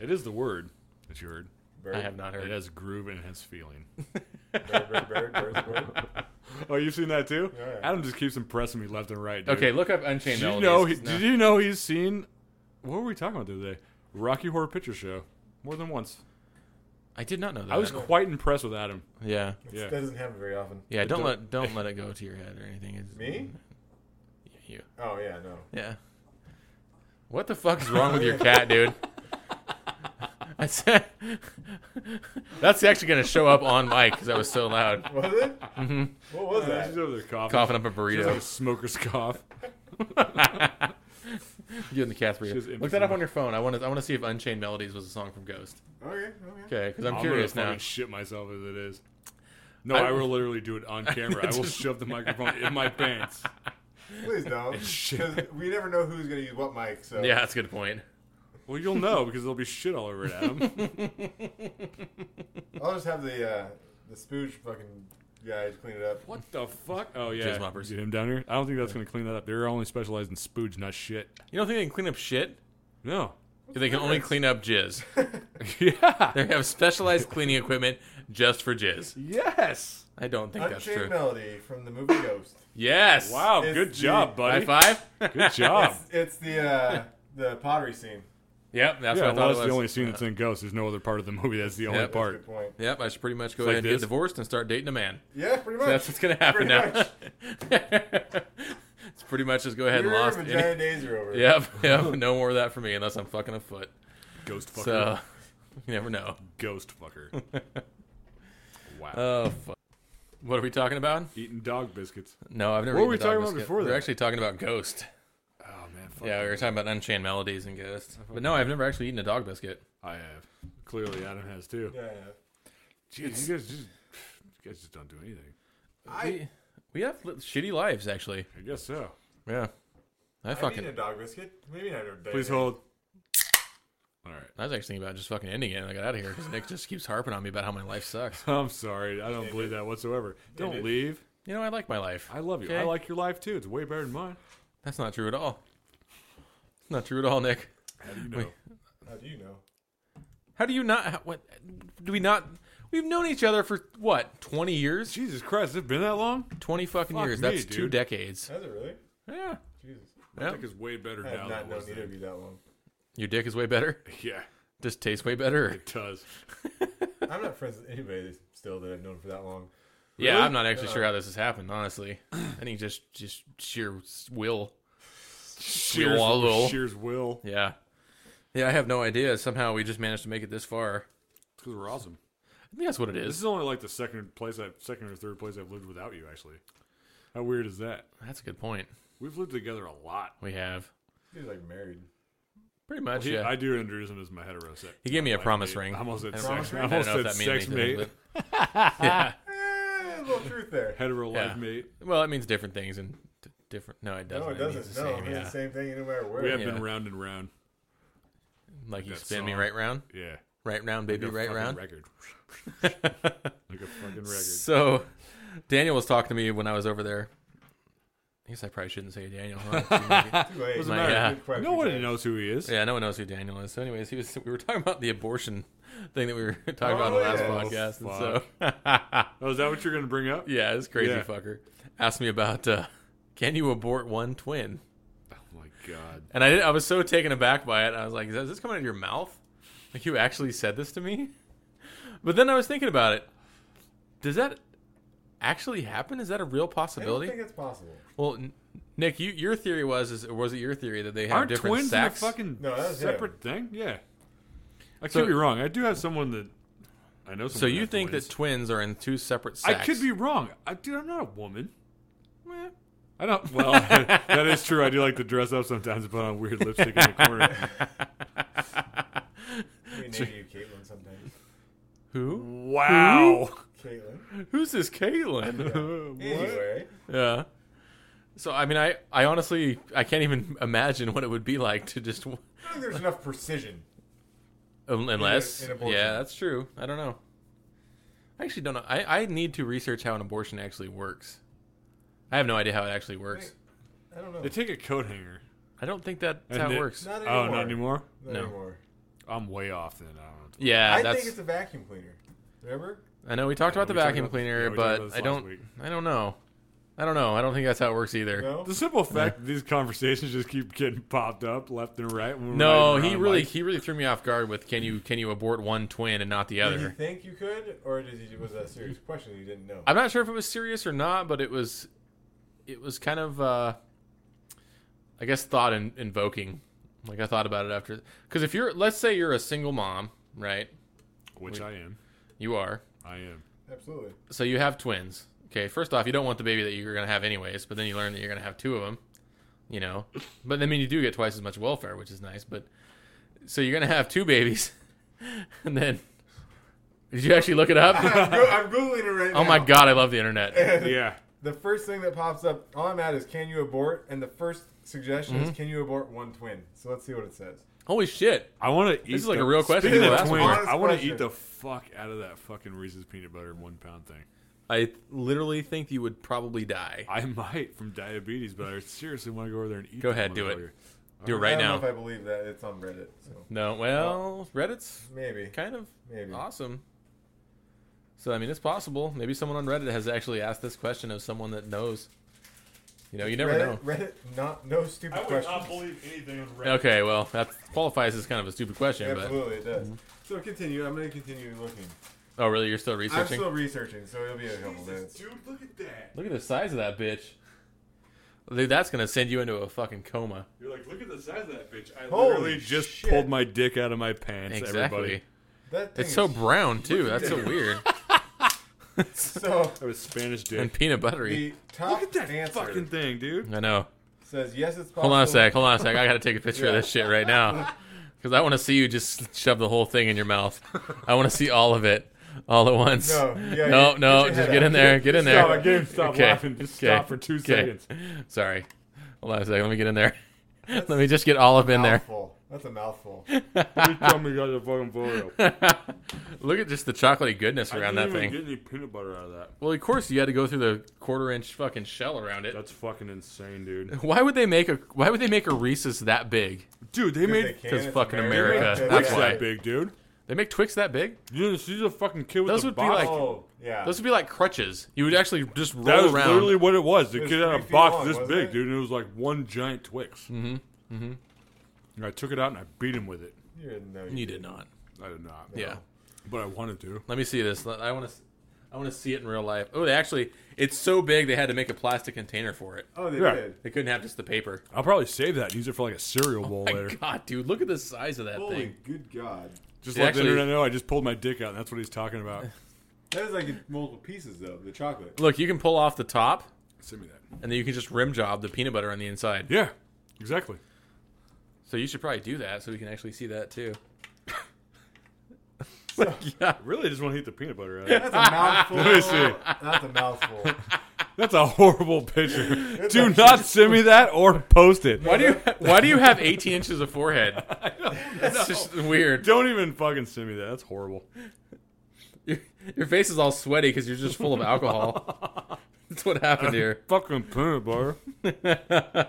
C: It is the word that you heard.
B: Bird,
A: I have not
C: It
A: heard.
C: has groove and it has feeling.
B: Bird, bird, bird, bird, bird.
C: oh, you've seen that too?
B: Yeah.
C: Adam just keeps impressing me left and right. Dude.
A: Okay, look up Unchained
C: Did you
A: Melodies.
C: know? He,
A: No.
C: Did you know he's seen? What were we talking about the other day? Rocky Horror Picture Show. More than once.
A: I did not know that.
C: I was quite impressed with Adam.
A: yeah.
C: Yeah.
B: That doesn't happen very often.
A: Yeah, don't
C: don't-
A: let don't let it go to your head or anything. It's-
B: Me?
A: Yeah, you.
B: Oh yeah, no.
A: Yeah. What the fuck is wrong with your cat, dude? I said that's actually gonna show up on mic because I was so loud,
B: Was it? Mm-hmm. What was
C: She's
B: that?
C: over there coughing.
A: coughing up a
C: She has like a
A: burrito.
C: smoker's cough.
A: You and the cat's
C: She was
A: burrito. Look that up on your phone. I want to I want to see if Unchained Melodies was a song from Ghost.
B: Okay, okay.
A: Okay, because I'm
C: I'm
A: curious
C: gonna
A: now.
C: fucking Shit myself as it is. No,
A: I-
C: I, will literally do it on camera. I will shove the microphone in my pants.
B: Please don't. 'Cause we never know who's gonna use what mic. So
A: Yeah, that's a good point.
C: Well, you'll know because there'll be shit all over it, Adam.
B: I'll just have the uh, the spooge fucking guys clean it up.
C: what the fuck? Oh yeah,
A: Jizz moppers.
C: get him down here. I don't think that's gonna clean that up. They're only specialized in spooge, not shit.
A: You don't think they can clean up shit?
C: No.
A: They can only clean up jizz.
C: yeah.
A: They have specialized cleaning equipment just for jizz.
C: Yes.
A: I don't think that's
B: Unchained
A: true.
B: Melody from the movie Ghost.
A: Yes.
C: Wow.
B: It's
C: good
B: the-
C: job,
A: High
C: buddy.
A: five.
C: Good job.
B: It's the uh, the pottery scene.
A: Yep, that's
C: yeah,
A: what I thought
C: well,
A: it
C: that's
A: was.
C: the only scene that's in Ghost. There's no other part of the movie. That's the only
A: Yep.
B: That's a
C: part.
B: good point.
A: Yep, I should pretty much go
C: It's like
A: ahead and get
C: this.
A: divorced and start dating a man.
B: Yeah, pretty much.
A: That's what's gonna happen
B: Pretty
A: now.
B: much.
A: it's pretty much just go ahead
B: Your
A: and lost.
B: vagina
A: Any-
B: days are over.
A: yep, yep. No more of that for me unless I'm fucking a foot.
C: Ghost fucker.
A: So you never know.
C: Ghost fucker. wow.
A: Oh fuck. What are we talking about?
C: Eating dog biscuits.
A: No, I've never.
C: What
A: eaten
C: were we
A: dog
C: talking about
A: biscuit.
C: before
A: We We're
C: that?
A: actually talking about Ghost.
C: Oh man. Fuck.
A: Yeah, we were talking about Unchained Melodies and Ghost. But no, I've never actually eaten a dog biscuit.
C: I have. Clearly, Adam has too.
B: Yeah, yeah.
C: Jeez, you guys just, you guys just don't do anything.
B: I
A: we, we have li- shitty lives actually.
C: I guess so.
A: Yeah, I
B: I've eaten
A: fucking.
B: a dog biscuit. What do you mean I've never done
C: Please
B: it?
C: hold. All right.
A: I was actually thinking about just fucking ending it, and I got out of here because Nick just keeps harping on me about how my life sucks.
C: I'm sorry. I don't believe that whatsoever. Don't
B: it.
C: leave.
A: You know, I like my life.
C: I love you. I
A: Okay?
C: like your life too. It's way better than mine.
A: That's not true at all. Not true at all, Nick.
C: How do you know?
B: How do you know?
A: How do you not? How, what do we not? We've known each other for what? Twenty years?
C: Jesus Christ, it's been that long?
A: Twenty fucking
C: Fuck
A: years.
C: me,
A: That's two
C: dude.
A: decades.
B: Has it really?
A: Yeah.
B: Jesus.
C: I
A: Yeah.
C: think it's way better now.
B: I have
C: Than it
B: not known
C: was
B: either
C: then.
B: of you that long.
A: Your dick is way better.
C: Yeah,
A: Just tastes way better.
C: it does.
B: I'm not friends with anybody that's still that I've known for that long.
A: Yeah,
C: Really?
A: I'm not actually sure how this has happened, honestly. I think just just sheer s- will.
C: Shears,
A: Swallow.
C: Shears will.
A: Yeah. Yeah, I have no idea. Somehow we just managed to make it this far.
C: Because we're awesome.
A: I think that's what it
C: This
A: is.
C: is only like the second place I, second or third place I've lived without you. Actually, how weird is that?
A: That's a good point.
C: We've lived together a lot.
A: We have.
B: He's like married.
A: Pretty much,
C: He,
A: yeah.
C: I do introduce him as my hetero sex.
A: Oh, he gave me a
C: my
A: promise
C: mate.
A: ring.
C: I almost said
A: I don't know-
C: sex. I
A: I don't
C: almost
A: know if
C: said
A: that means
C: sex
A: anything,
C: mate.
A: but- yeah.
B: Eh, a little truth there.
C: Hetero
A: Yeah.
C: life mate.
A: Well, it means different things and d- different. No, it doesn't.
B: No,
A: means
B: it doesn't.
A: the
B: No,
A: same,
B: it's
A: yeah.
B: the same thing no matter where.
C: We have
A: Yeah.
C: been round and round.
A: Like you
C: That
A: spin me
C: song.
A: right round,
C: Yeah.
A: right round, baby,
C: Like a
A: right
C: fucking
A: round.
C: Record. like a fucking record.
A: So, Daniel was talking to me when I was over there. I guess I probably shouldn't say Daniel. huh?
B: Too late.
A: Doesn't matter.
B: Good question.
C: Nobody knows who he is.
A: yeah, no one knows who Daniel is. So, anyways, he was. We were talking about the abortion thing that we were talking about on the
B: Oh,
A: last
B: yeah.
A: podcast, and so
C: Oh, is that what you're going to bring up?
A: yeah, this crazy
C: Yeah.
A: fucker asked me about uh, can you abort one twin,
C: Oh my god.
A: and I did, I was so taken aback by it. I was like, is this coming out of your mouth? Like you actually said this to me? But then I was thinking about it. Does that actually happen? Is that a real
B: I don't
A: possibility?
B: think it's possible.
A: Well, N- Nick, you, your theory was is or was it your theory that they have
C: Aren't
A: different
C: twins
A: sacks?
C: in a fucking
B: No, that was him.
C: separate thing? Yeah. I
A: So-
C: could be wrong. I do have someone that I know. Someone
A: so you
C: had
A: think
C: twins.
A: that twins are in two separate
C: I
A: sacks?
C: could be wrong. I, dude, I'm not a woman.
A: Meh.
C: I don't. Well, that is true. I do like to dress up sometimes and put on weird lipstick in the corner.
B: We name you Caitlin sometimes.
A: Who?
C: Wow.
B: Caitlin.
A: Who's this Caitlin?
C: what?
B: Anyway,
A: yeah. So I mean, I I honestly I can't even imagine what it would be like to just un-
B: I don't think there's enough precision.
A: unless
B: In a- in abortion.
A: yeah, that's true. I don't know. I actually don't know. I I need to research how an abortion actually works. I have no idea how it actually works.
B: I don't know.
C: They take a coat hanger.
A: I don't think that's
C: And
A: how it
C: it-
A: works.
B: not anymore.
C: Oh, not anymore.
B: Not
A: No.
B: anymore.
C: I'm way off then. I don't. know.
A: Yeah,
B: I
A: that's
B: think it's a vacuum cleaner. Remember?
A: I know we talked
C: Yeah,
A: about the
C: Oh, we talked
A: vacuum
C: about- yeah,
A: cleaner,
C: we talked about
A: but
C: this
A: I
C: last
A: don't.
C: week.
A: I don't know. I don't know. I don't think that's how it works either. No,
B: No.
C: The simple fact that these conversations just keep getting popped up left and right. When we're not even
A: he
C: around,
A: really
C: like,
A: he really threw me off guard with can you can you abort one twin and not the
B: Did you
A: other?
B: think you could, or did you, was that a serious question you didn't know?
A: I'm not sure if it was serious or not, but it was it was kind of uh I guess thought in, invoking. Like I thought about it after because if you're let's say you're a single mom, right?
C: which I am.
A: You are.
C: I am.
B: Absolutely.
A: so you have twins. Okay, first off, you don't want the baby that you're going to have anyways, but then you learn that you're going to have two of them, you know. But I mean, you do get twice as much welfare, which is nice, but so you're going to have two babies. And then Did you actually look it up?
B: I'm, go- I'm googling it right now.
A: oh my god, I love the internet.
C: Yeah.
B: the first thing that pops up, all I'm at is can you abort? And the first suggestion
A: Mm-hmm.
B: is can you abort one twin? So let's see what it says.
A: Holy shit!
C: I want to eat.
A: is like
C: the-
A: a real question.
C: Speaking
A: Well,
C: of
A: that's
C: twin,
B: honest
C: I want to
B: question.
C: eat the fuck out of that fucking Reese's peanut butter one pound thing.
A: I literally think you would probably die.
C: I might from diabetes, but I seriously want to go over there and eat.
A: Go
C: that
A: ahead, do it.
C: motherfucker.
A: Do it right
B: Uh, I don't
A: now.
B: know if I believe that. It's on Reddit. So
A: No, well, Reddit's
B: maybe.
A: kind of
B: Maybe.
A: awesome. So I mean, it's possible. Maybe someone on Reddit has actually asked this question of someone that knows. You know, you never know.
B: Reddit, Reddit, not no stupid
C: I would
B: questions.
C: not believe anything on Reddit.
A: Okay, well, that qualifies as kind of a stupid question, but Mm-hmm.
B: Absolutely, it does. So continue. I'm going to continue looking.
A: oh, really? You're still
B: I'm
A: researching?
B: still researching, so it'll be a couple
C: Jesus,
B: minutes.
C: dude, look at that.
A: Look at the size of that bitch. Dude, that's gonna send you into a fucking coma.
C: You're like, look at the size of that bitch. I
B: Holy
C: literally just
B: shit.
C: pulled my dick out of my pants.
A: Exactly.
C: Everybody,
B: That thing
A: It's so
B: is-
A: brown too. That's so weird.
B: so.
C: that was Spanish dick.
A: And peanut buttery.
B: The top
C: look at that
B: answer
C: fucking thing, dude.
A: I know.
B: says yes, it's possible.
A: Hold on a sec. Hold on a sec. I gotta take a picture of
B: Yeah.
A: this shit right now because I want to see you just shove the whole thing in your mouth. I want to see all of it, all at once.
B: No, yeah,
A: no, no.
B: yeah. Get your
A: Just
B: head
A: get
B: out.
A: in there. Get in there.
C: Stop again. Stop laughing. Just stop for two
A: okay.
C: seconds.
A: Sorry. Hold on a second. Let me get in there. Let me just get all up in there.
B: Mouthful. That's a mouthful.
C: You tell me you got a fucking photo.
A: Look at just the chocolatey goodness around
C: I
A: that
C: didn't even
A: thing.
C: Get any peanut butter out of that?
A: Well, of course you had to go through the quarter-inch fucking shell around it.
C: That's fucking insane, dude.
A: Why would they make a Why would they make a Reese's that big?
C: Dude, they made
B: They can,
A: 'cause
B: it's
A: fucking America,
B: They
A: that's
C: Twix
B: make
A: why.
C: that big, dude.
A: They make Twix that big?
C: You didn't see the fucking kid with
A: Those
C: the
A: would be
C: box?
B: that.
A: like-
B: Oh, yeah.
A: Those would be like crutches. You would actually just roll
C: that was
A: around.
C: literally what it was. The
B: was
C: kid had
B: three
C: a
B: feet
C: box
B: long,
C: this
B: wasn't
C: big,
B: it?
C: dude, and it was like one giant Twix. Mm-hmm. Mm-hmm. And I took it out and I beat him with it.
B: You didn't know.
A: You did not.
C: I did not.
A: Yeah.
C: But I wanted to.
A: Let me see this. Let- I want to. I want to see it in real life. Oh, they actually. It's so big they had to make a plastic container for it.
B: Oh, they
C: Yeah.
B: did.
A: They couldn't have just the paper.
C: I'll probably save that and use it for like a cereal bowl
A: Oh My
C: later.
A: God, dude, look at the size of that
B: Holy
A: thing.
B: good God.
C: Just
A: It
C: let
A: actually-
C: the internet know I just pulled my dick out and that's what he's talking about.
B: That is like in multiple pieces, though. The chocolate.
A: Look, you can pull off the top,
C: Send me that.
A: and then you can just rim job the peanut butter on the inside.
C: Yeah, exactly.
A: So you should probably do that so we can actually see that too.
C: I really just want to eat the peanut butter out of it.
B: That's a mouthful.
C: Let me see.
B: That's a mouthful.
C: That's a horrible picture. Do not send me that or post it.
A: Why do you Why do you have 18 inches of forehead? That's just weird.
C: Don't even fucking send me that. That's horrible.
A: Your, your face is all sweaty because you're just full of alcohol. That's what happened here.
C: Fucking peanut butter.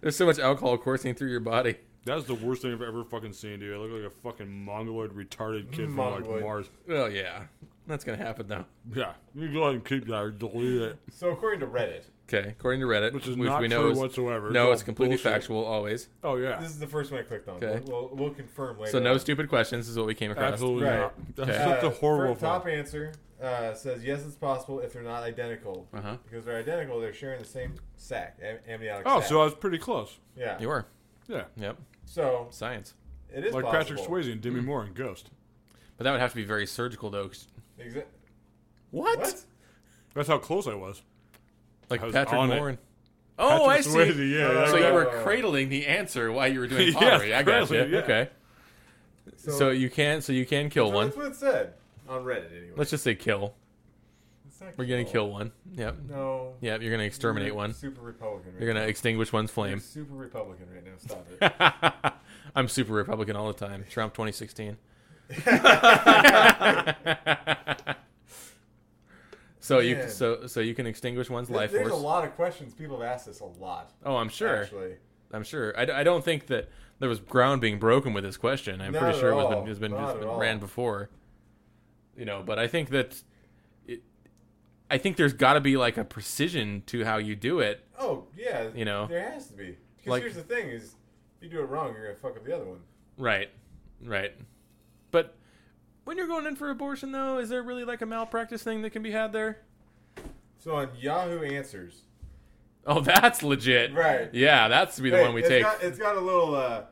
A: There's so much alcohol coursing through your body.
C: That's the worst thing I've ever fucking seen, dude. I look like a fucking mongoloid retarded kid from
B: Mongoloid.
C: like Mars.
A: Well, yeah, that's gonna happen though.
C: Yeah, you go ahead and keep that or delete it,
B: So, according to Reddit,
A: Okay, according to Reddit,
C: which is not true whatsoever.
A: no,
C: all
A: it's completely
C: bullshit.
A: factual always.
C: Oh yeah,
B: this is the first one I clicked on.
A: Okay.
B: We'll, we'll, we'll confirm later.
A: So no
B: on.
A: stupid questions is what we came across.
C: absolutely
B: Right.
C: not. That's
A: Okay.
C: such a
B: Uh,
C: horrible
B: for top
C: fuck.
B: answer uh, says yes, it's possible if they're not identical.
A: Uh-huh.
B: Because they're identical, they're sharing the same sac, am- amniotic
C: Oh,
B: sac.
C: so I was pretty close.
B: yeah.
A: You were.
C: Yeah,
A: Yep.
B: So
A: Science.
B: it is
C: like
B: possible. Mm.
C: Patrick Swayze and Demi Moore and Ghost.
A: But that would have to be very surgical though. 'cause-
B: Exa-
A: What?
B: what?
C: That's how close I was.
A: Like
C: I was
A: Patrick
C: on it.
A: Moore. and- Oh,
C: Patrick
A: I see.
C: Swayze, yeah,
B: Uh,
A: So
C: yeah.
A: you were
B: Oh, yeah.
A: cradling the answer while you were doing
C: Yes,
A: pottery. I got
C: cradling,
A: you.
C: yeah.
A: Okay. So, you can so you can kill
B: So
A: one.
B: That's what it said on Reddit anyway.
A: Let's just say kill.
B: It's not
A: We're gonna
B: cool.
A: kill one. Yep.
B: No.
A: Yep. You're gonna exterminate
B: You're
A: one.
B: Super Republican. Right
A: You're gonna extinguish one's
B: now. You're
A: flame.
B: super Republican right now. Stop it.
A: I'm super Republican all the time. Trump 2016. so you
B: Man.
A: so so you can extinguish one's life
B: There's
A: force.
B: a lot of questions. People have asked this a lot.
A: Oh, I'm sure.
B: Actually.
A: I'm sure. I, d- I don't think that there was ground being broken with this question. I'm
B: Not
A: pretty
B: at
A: sure it was been,
B: all.
A: has been,
B: Not
A: has
B: at
A: been
B: all.
A: ran before. You know, but I think that it, I think there's got to be like a precision to how you do it.
B: Oh yeah.
A: You know,
B: There has to be. Because
A: like-
B: here's the thing: is if you do it wrong, you're gonna fuck up the other one.
A: Right. Right. But when you're going in for abortion though, is there really like a malpractice thing that can be had there?
B: So on Yahoo Answers,
A: Oh, that's legit.
B: Right.
A: Yeah, that's to be the
B: Hey,
A: one we
B: it's
A: take.
B: Got, it's got a little uh,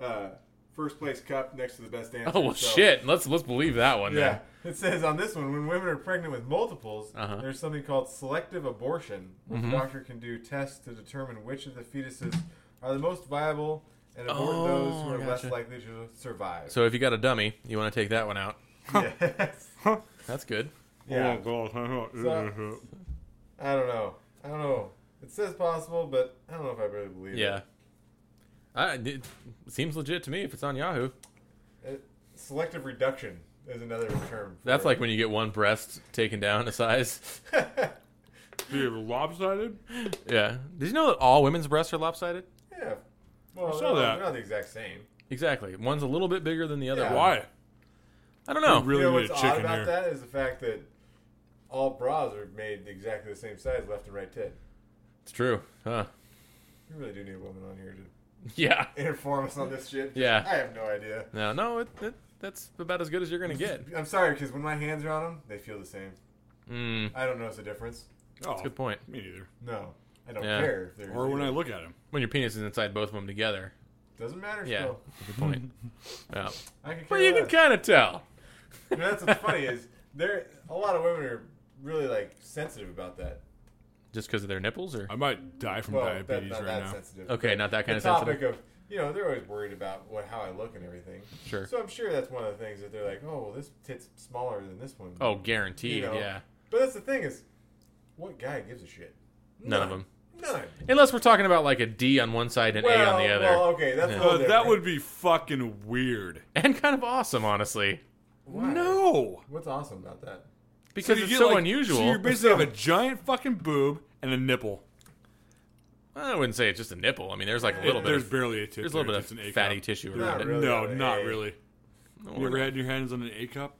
B: uh, first place cup next to the best answer.
A: oh, well
B: so-
A: shit. Let's let's believe that one
B: Yeah.
A: then.
B: It says on this one, when women are pregnant with multiples,
A: Uh-huh. Mm-hmm.
B: there's something called selective abortion, which the doctor can do tests to determine which of the fetuses are the most viable and abort
A: Oh,
B: those who are
A: gotcha.
B: less likely to survive.
A: So if you got a dummy, you want to take that one out.
B: yes.
A: That's good.
B: yeah.
C: Oh god.
B: So- I don't know. I don't know. It says possible, but I don't know if I really believe
A: Yeah.
B: it.
A: I, it seems legit to me if it's on Yahoo.
B: Yeah. Selective reduction is another term. For
A: That's
B: it.
A: like when you get one breast taken down a size.
C: Dude, lopsided?
A: Yeah. Did you know that all women's breasts are lopsided?
B: yeah. Well,
C: I saw
B: they're not-
C: that.
B: They're not the exact same.
A: Exactly. One's a little bit bigger than the other.
B: Yeah.
A: one.
C: Why?
A: I don't know.
C: We really
B: you know
C: need
B: what's
C: a
B: odd
C: chicken
B: about
C: here.
B: that is the fact that all bras are made exactly the same size, left and right tit.
A: It's true. Huh.
B: We really do need a woman on here to
A: Yeah.
B: inform us on this shit. 'cause
A: Yeah.
B: I have no idea.
A: No, no, it, it, that's about as good as you're going to get.
B: I'm sorry, because when my hands are on them, they feel the same.
A: Mm,
B: I don't notice a difference.
C: Oh,
A: good point.
C: me neither.
B: No, I don't
A: Yeah.
B: care. If there's
C: Or when I
B: either.
C: look at him.
A: When your penis is inside both of them together.
B: doesn't matter.
A: Yeah.
B: Still,
A: Good point. yeah.
B: I can.
A: Well,
B: care
A: you can
B: less.
A: kind of tell.
B: You know, that's what's funny is there. A lot of women are really like sensitive about that.
A: Just because of their nipples, or
C: I might die from
B: Well, that,
C: diabetes
B: not
C: right
B: that
C: now.
B: sensitive.
A: okay, not that kind
B: the
A: of
B: topic
A: sensitive.
B: of you know they're always worried about what how I look and everything.
A: Sure.
B: So I'm sure that's one of the things that they're like, oh, well, this tit's smaller than this one.
A: Oh, guaranteed.
B: You know.
A: Yeah.
B: But that's the thing is, what guy gives a shit?
A: None of them.
B: None.
A: Unless we're talking about like a D on one side and A on the
B: Well,
A: other.
B: Well, okay, that's
A: Yeah.
B: a
C: Uh,
B: little
C: that
B: different.
C: would be fucking weird.
A: and kind of awesome, honestly,
B: Why?
C: No.
B: What's awesome about that?
A: because
C: you
A: it's
C: get,
A: so
C: like-
A: unusual.
C: So you basically have a giant fucking boob and a nipple.
A: I wouldn't say it's just a nipple. I mean, there's like a little bit.
C: There's
A: Of,
C: barely a tit.
A: there's a little
C: there.
A: bit
C: It's an
A: of
C: A-cup.
A: fatty tissue around
B: Not
A: it.
B: really.
C: No,
B: though.
C: not
B: A-
C: really.
A: No,
C: You ever
A: we're-
C: had your hands on an A cup?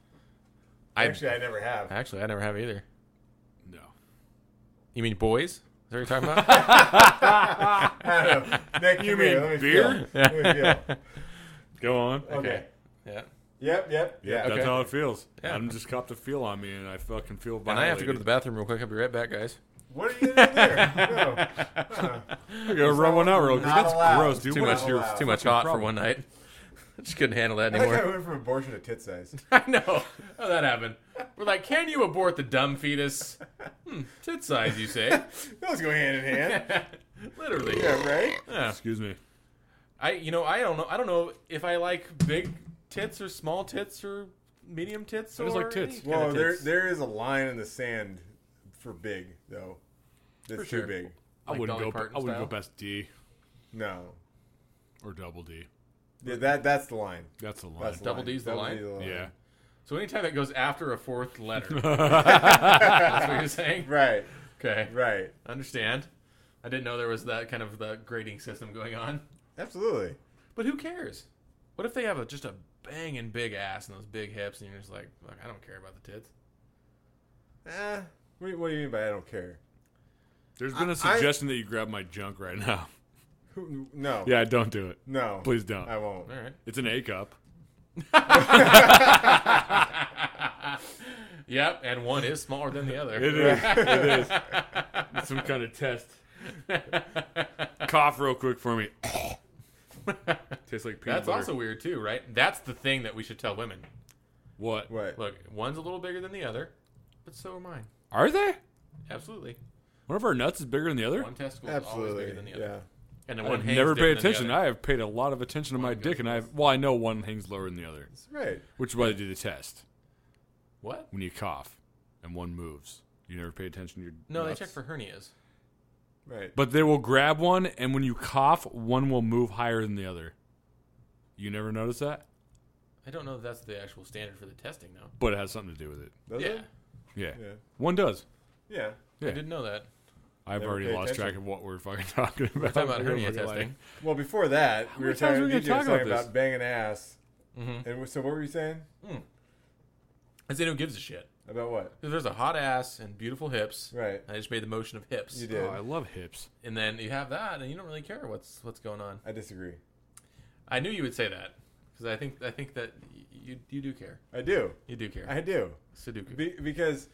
A: I
B: Actually, I never have.
A: actually I never have either.
C: No.
A: You mean boys? Is that what you're talking about?
B: I don't know. Nick,
C: You
B: come here,
C: mean
B: let me
C: beer?
B: feel. Let me feel.
C: Go on.
B: Okay.
A: yeah.
B: Yep, yep.
C: Yeah,
B: Yeah.
C: that's
A: okay.
C: how it feels.
A: Yeah.
C: Adam just copped a feel on me, and I fucking feel violated.
A: And I have to go to the bathroom real quick. I'll be right back, guys.
B: What are you doing there? No. Uh,
C: I gotta run one out real quick.
B: Not
C: That's
B: allowed.
C: gross, dude.
A: Too
C: What
A: much,
C: is your
B: allowed.
A: too much
C: fucking
A: hot for
C: problem?
A: one night. Just couldn't handle that
B: I think I
A: anymore.
B: went from abortion to tit size.
A: I know. How that happened? We're like, can you abort the dumb fetus? Hmm, tit size, you say?
B: Those go hand in hand.
A: Literally.
B: Yeah, right?
A: Yeah.
C: Excuse me.
A: I, you know, I don't know. I don't know if I like big tits or small tits or medium tits.
C: I just
A: or
C: like tits.
A: any kind
B: Well,
A: of
B: there
A: tits.
B: there is a line in the sand for big though. That's
A: For sure.
B: too big.
A: Like
C: I wouldn't
A: Dolly
C: go.
A: Parton
C: I wouldn't
A: style?
C: go past D
B: No,
C: or double D.
B: yeah, that that's the line.
C: That's the line.
B: That's the
A: Double
B: line.
A: D's the line?
C: yeah.
A: So anytime it goes after a fourth letter, that's what you're saying.
B: Right.
A: Okay,
B: Right.
A: understand. I didn't know there was that kind of the grading system going on.
B: Absolutely.
A: But who cares? What if they have a, just a banging big ass and those big hips, and you're just like, Look, I don't care about the tits.
B: Eh, what, do you- what do you mean by I don't care?
C: There's been
B: I-
C: a
B: I-
C: suggestion that you grab my junk right now.
B: Who, no.
C: Yeah, don't do it.
B: No.
C: Please don't.
A: Uh,
B: I won't.
A: All right.
C: It's an A cup.
A: yep, and one is smaller than the other.
C: It is. it is. It's some kind of test. Cough real quick for me. Tastes like peanut
A: That's
C: butter.
A: also weird too, right? That's the thing that we should tell women.
C: what?
B: What?
A: Look, one's a little bigger than the other, but so are mine.
C: Are they?
A: Absolutely.
C: One of our nuts is bigger than the other.
A: One testicle is always
B: Absolutely.
A: bigger than the other.
B: Yeah.
A: And then one
C: I've
A: hangs
C: never
A: bigger
C: paid
A: than the
C: attention.
A: other.
C: I have paid a lot of attention to my dick, and I have. Well, I know one hangs lower than the other,
B: That's right.
C: which is why they do the test
A: What?
C: when you cough, and one moves. You never pay attention to your.
A: No,
C: nuts?
A: they check for hernias.
B: Right.
C: But they will grab one, and when you cough, one will move higher than the other. You never notice that,
A: I don't know if that's the actual standard for the testing, though.
C: but it has something to do with it.
B: Does
A: yeah.
B: it?
C: Yeah,
B: Yeah.
C: one does.
B: Yeah.
A: I
C: Yeah.
A: didn't know that.
C: I've
B: Never
C: already
B: pay
C: lost
B: attention.
C: track of what we're fucking talking about. We're
A: Talking about hernia testing.
B: Well, before that, we were
C: many times
B: talking,
C: are we gonna
B: DJ
C: talk
B: was
C: about
B: talking
C: this?
B: about, banging ass.
A: Mhm.
B: And so, what were you saying
A: I said, who gives a shit?
B: about what?
A: If There's a hot ass and beautiful hips.
B: Right.
A: I just made the motion of hips.
B: You did.
C: Oh, I love hips.
A: And then you have that, and you don't really care what's what's going on.
B: I disagree.
A: I knew you would say that because I think I think that y- you you do care.
B: I do.
A: You do care.
B: I do.
A: Sudoku.
B: Be- because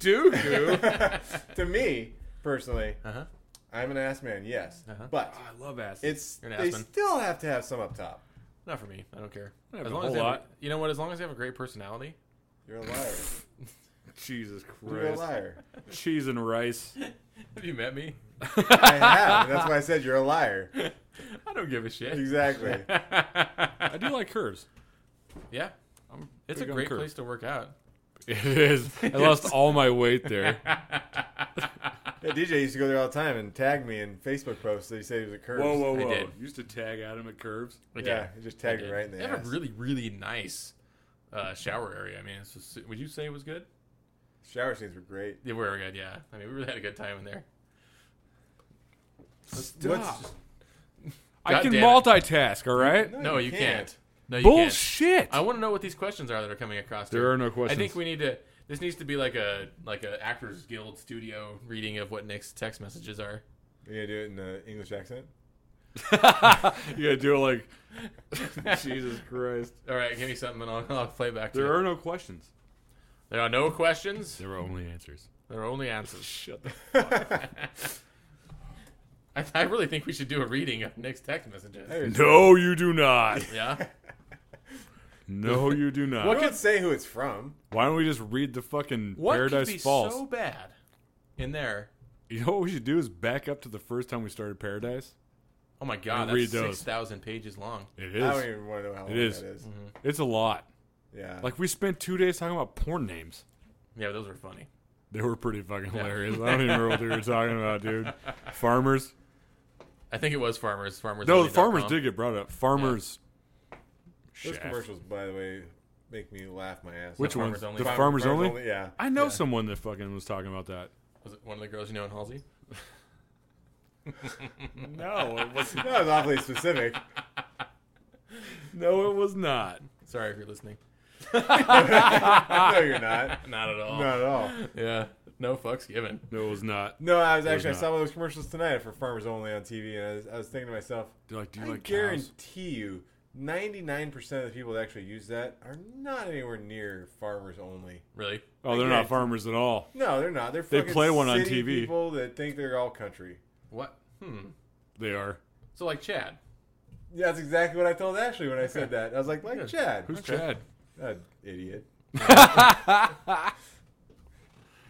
C: Sudoku.
B: to me personally,
A: uh huh.
B: I'm an ass man. Yes,
A: Uh-huh.
B: but
C: I love ass.
B: it's
A: You're an
B: they
A: ass man.
B: still have to have some up top.
A: Not for me. I don't care.
C: I have
A: as
C: a
A: long as
C: whole
A: they have-
C: lot.
A: you know what? As long as they have a great personality.
B: You're a liar.
C: Jesus
B: You're a
C: Christ.
B: liar.
C: Cheese and rice.
A: Have you met me?
B: I have. That's why I said you're a liar.
A: I don't give a shit.
B: Exactly.
C: I do like curves.
A: yeah,
C: I'm
A: it's a
C: big on
A: great
C: curves.
A: place to work out.
C: It is. I lost all my weight there.
B: Yeah, DJ used to go there all the time and tag me in Facebook posts. That he said he was a curse.
C: Whoa, whoa,
A: I
C: whoa!
A: did.
C: Used to tag Adam at Curves.
A: I did.
B: Yeah, he just tagged me right in the
A: they have
B: ass.
A: a really, really nice uh, shower area. I mean, it's just, would you say it was good?
B: Shower scenes were great.
A: They were good, yeah. I mean, we really had a good time in there.
C: Stop.
B: What's-
C: I
A: God
C: can
A: damn it.
C: multitask. All right.
A: No, you can't. No, you can't.
C: Bullshit.
A: I want to know what these questions are that are coming across.
C: There
A: here.
C: are no
A: I think
C: questions.
A: we need to. This needs to be like a like a Actors Guild studio reading of what Nick's text messages are.
B: You gonna do it in an English accent?
C: you gotta do it like Jesus Christ.
A: All right, give me something and I'll, I'll play back. To
C: There
A: you.
C: are no questions.
A: there are no questions.
C: There are only answers.
A: There are only answers.
C: Shut the.
A: I, I really think we should do a reading of Nick's text messages.
B: Hey,
C: No, you do not.
A: Yeah.
C: No, you do not.
B: I could say who it's from.
C: Why don't we just read the fucking
A: What
C: Paradise
A: could be
C: Falls?
A: so bad in there?
C: You know what we should do is back up to the first time we started Paradise.
A: Oh my god,
C: And read
A: that's
C: those.
A: six thousand pages long.
C: It
B: I don't
C: is.
B: even want to know how long
C: is.
B: that is.
A: Mm-hmm.
C: It's a lot.
B: Yeah.
C: Like we spent two days talking about porn names.
A: Yeah, those were funny.
C: They were pretty fucking hilarious. I don't even remember what they were talking about, dude. Farmers.
A: I think it was farmers. Farmers.
C: No,
A: Only
C: the
A: dot
C: farmers
A: com.
C: did get brought up. Farmers.
B: Those
C: Shaft.
B: commercials, by the way, make me laugh my ass.
C: Which
B: off.
A: Farmers
C: ones?
A: Only.
C: The
A: Farm-
C: farmers, only.
B: Yeah.
C: I know someone that fucking was talking about that.
A: Was it one of the girls you know in Halsey?
C: No, it was
B: That was awfully specific.
C: no, it was not.
A: Sorry if you're listening.
B: no, you're not.
A: Not at all.
B: Not at all.
A: Yeah. No fucks given.
C: No, it was not.
B: No, I was
C: was
B: actually I
C: not.
B: saw one of those commercials tonight for Farmers Only on TV, and I was, I was thinking to myself,
C: They're like, do you
B: I
C: like cows?
B: guarantee you, 99% of the people that actually use that are not anywhere near Farmers Only.
A: Really?
C: Oh, they're not farmers at all.
B: No, they're not. They're
C: They
B: fucking
C: play one on
B: city
C: TV.
B: People that think they're all country.
A: What? Hmm.
C: They are.
A: So like Chad.
B: Yeah, that's exactly what I told Ashley when I said that. I was like, like
A: Good.
B: Chad,
C: Who's
A: Okay.
C: Chad?
B: that idiot.
A: You're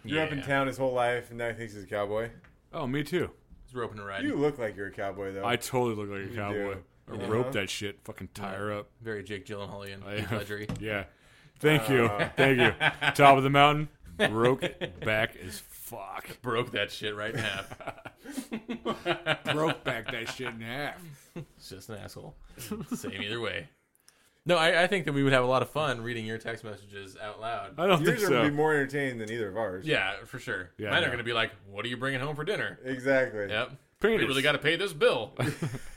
B: Grew up in town his whole life, and now he thinks he's a cowboy.
C: Oh, me too.
A: He's roping and riding.
B: You look like you're a cowboy though.
C: I totally look like a
B: You
C: cowboy.
B: do.
C: I
B: Uh-huh.
C: rope that shit, fucking tie her up.
A: Very Jake Gyllenhaal and
C: I
A: Heath
C: am.
A: Ledger.
C: Yeah. Thank you.
B: Uh.
C: Thank you. Top of the mountain. Broke it back as fuck.
A: Broke that shit right in half.
C: Broke back that shit in half.
A: It's just an asshole. Same either way. No, I, I think that we would have a lot of fun reading your text messages out loud.
C: I don't
B: Yours
C: think
B: are
C: so.
B: gonna be more entertaining than either of ours.
A: Yeah, for sure.
C: Yeah,
A: Mine
C: no.
A: are going to be like, "What are you bringing home for dinner?"
B: Exactly.
A: Yep.
C: Penis.
A: We really got to pay this bill.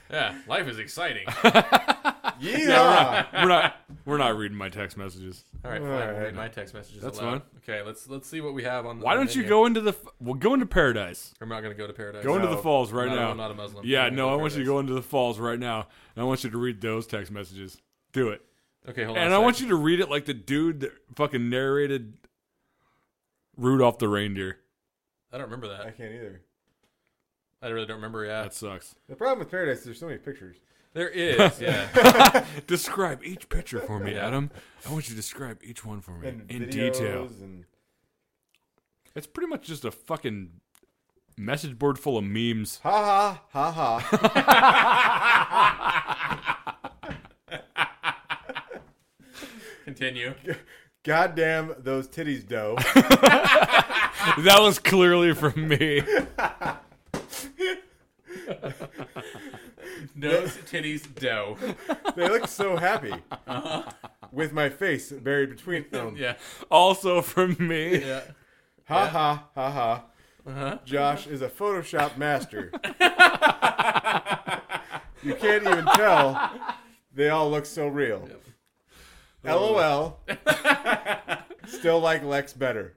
A: yeah, life is exciting.
B: Yeehaw!
C: we're not. We're not reading my text messages.
A: All right, fine.
B: All
A: I'll
B: right.
A: read my text messages.
C: That's
A: aloud.
C: fine.
A: Okay, let's let's see what we have on.
C: Why
A: on
C: don't you
A: menu.
C: go into the? f- Well, go into paradise.
A: I'm not going to go to paradise.
C: Go into the
B: No.
C: falls right
A: I'm not,
C: now.
A: I'm not a Muslim.
C: yeah,
A: I'm not
C: no. I
A: going
C: want you to
A: paradise.
C: go into the falls right now, and I want you to read those text messages. Do it,
A: Okay, hold on.
C: and I want you to read it like the dude that fucking narrated Rudolph the reindeer.
A: I don't remember
B: I
A: that.
B: can't either.
A: I really don't remember. Yeah,
C: That sucks.
B: The problem with Paradise, there's so many pictures.
A: there is. Yeah,
C: Describe each picture for me, Adam. I want you to describe each one for me
B: and
C: in
B: videos
C: detail.
B: And
C: It's pretty much just a fucking message board full of memes.
B: ha ha ha ha.
A: continue.
B: Goddamn those titties, dough.
C: that was clearly from me.
A: Nose, titties, dough.
B: they look so happy.
C: Uh-huh.
B: With my face buried between them.
A: Yeah,
C: also from me.
A: yeah.
B: Ha ha ha ha.
A: Uh-huh.
B: Josh is a Photoshop master. you can't even tell. They all look so real. LOL. Still like Lex better.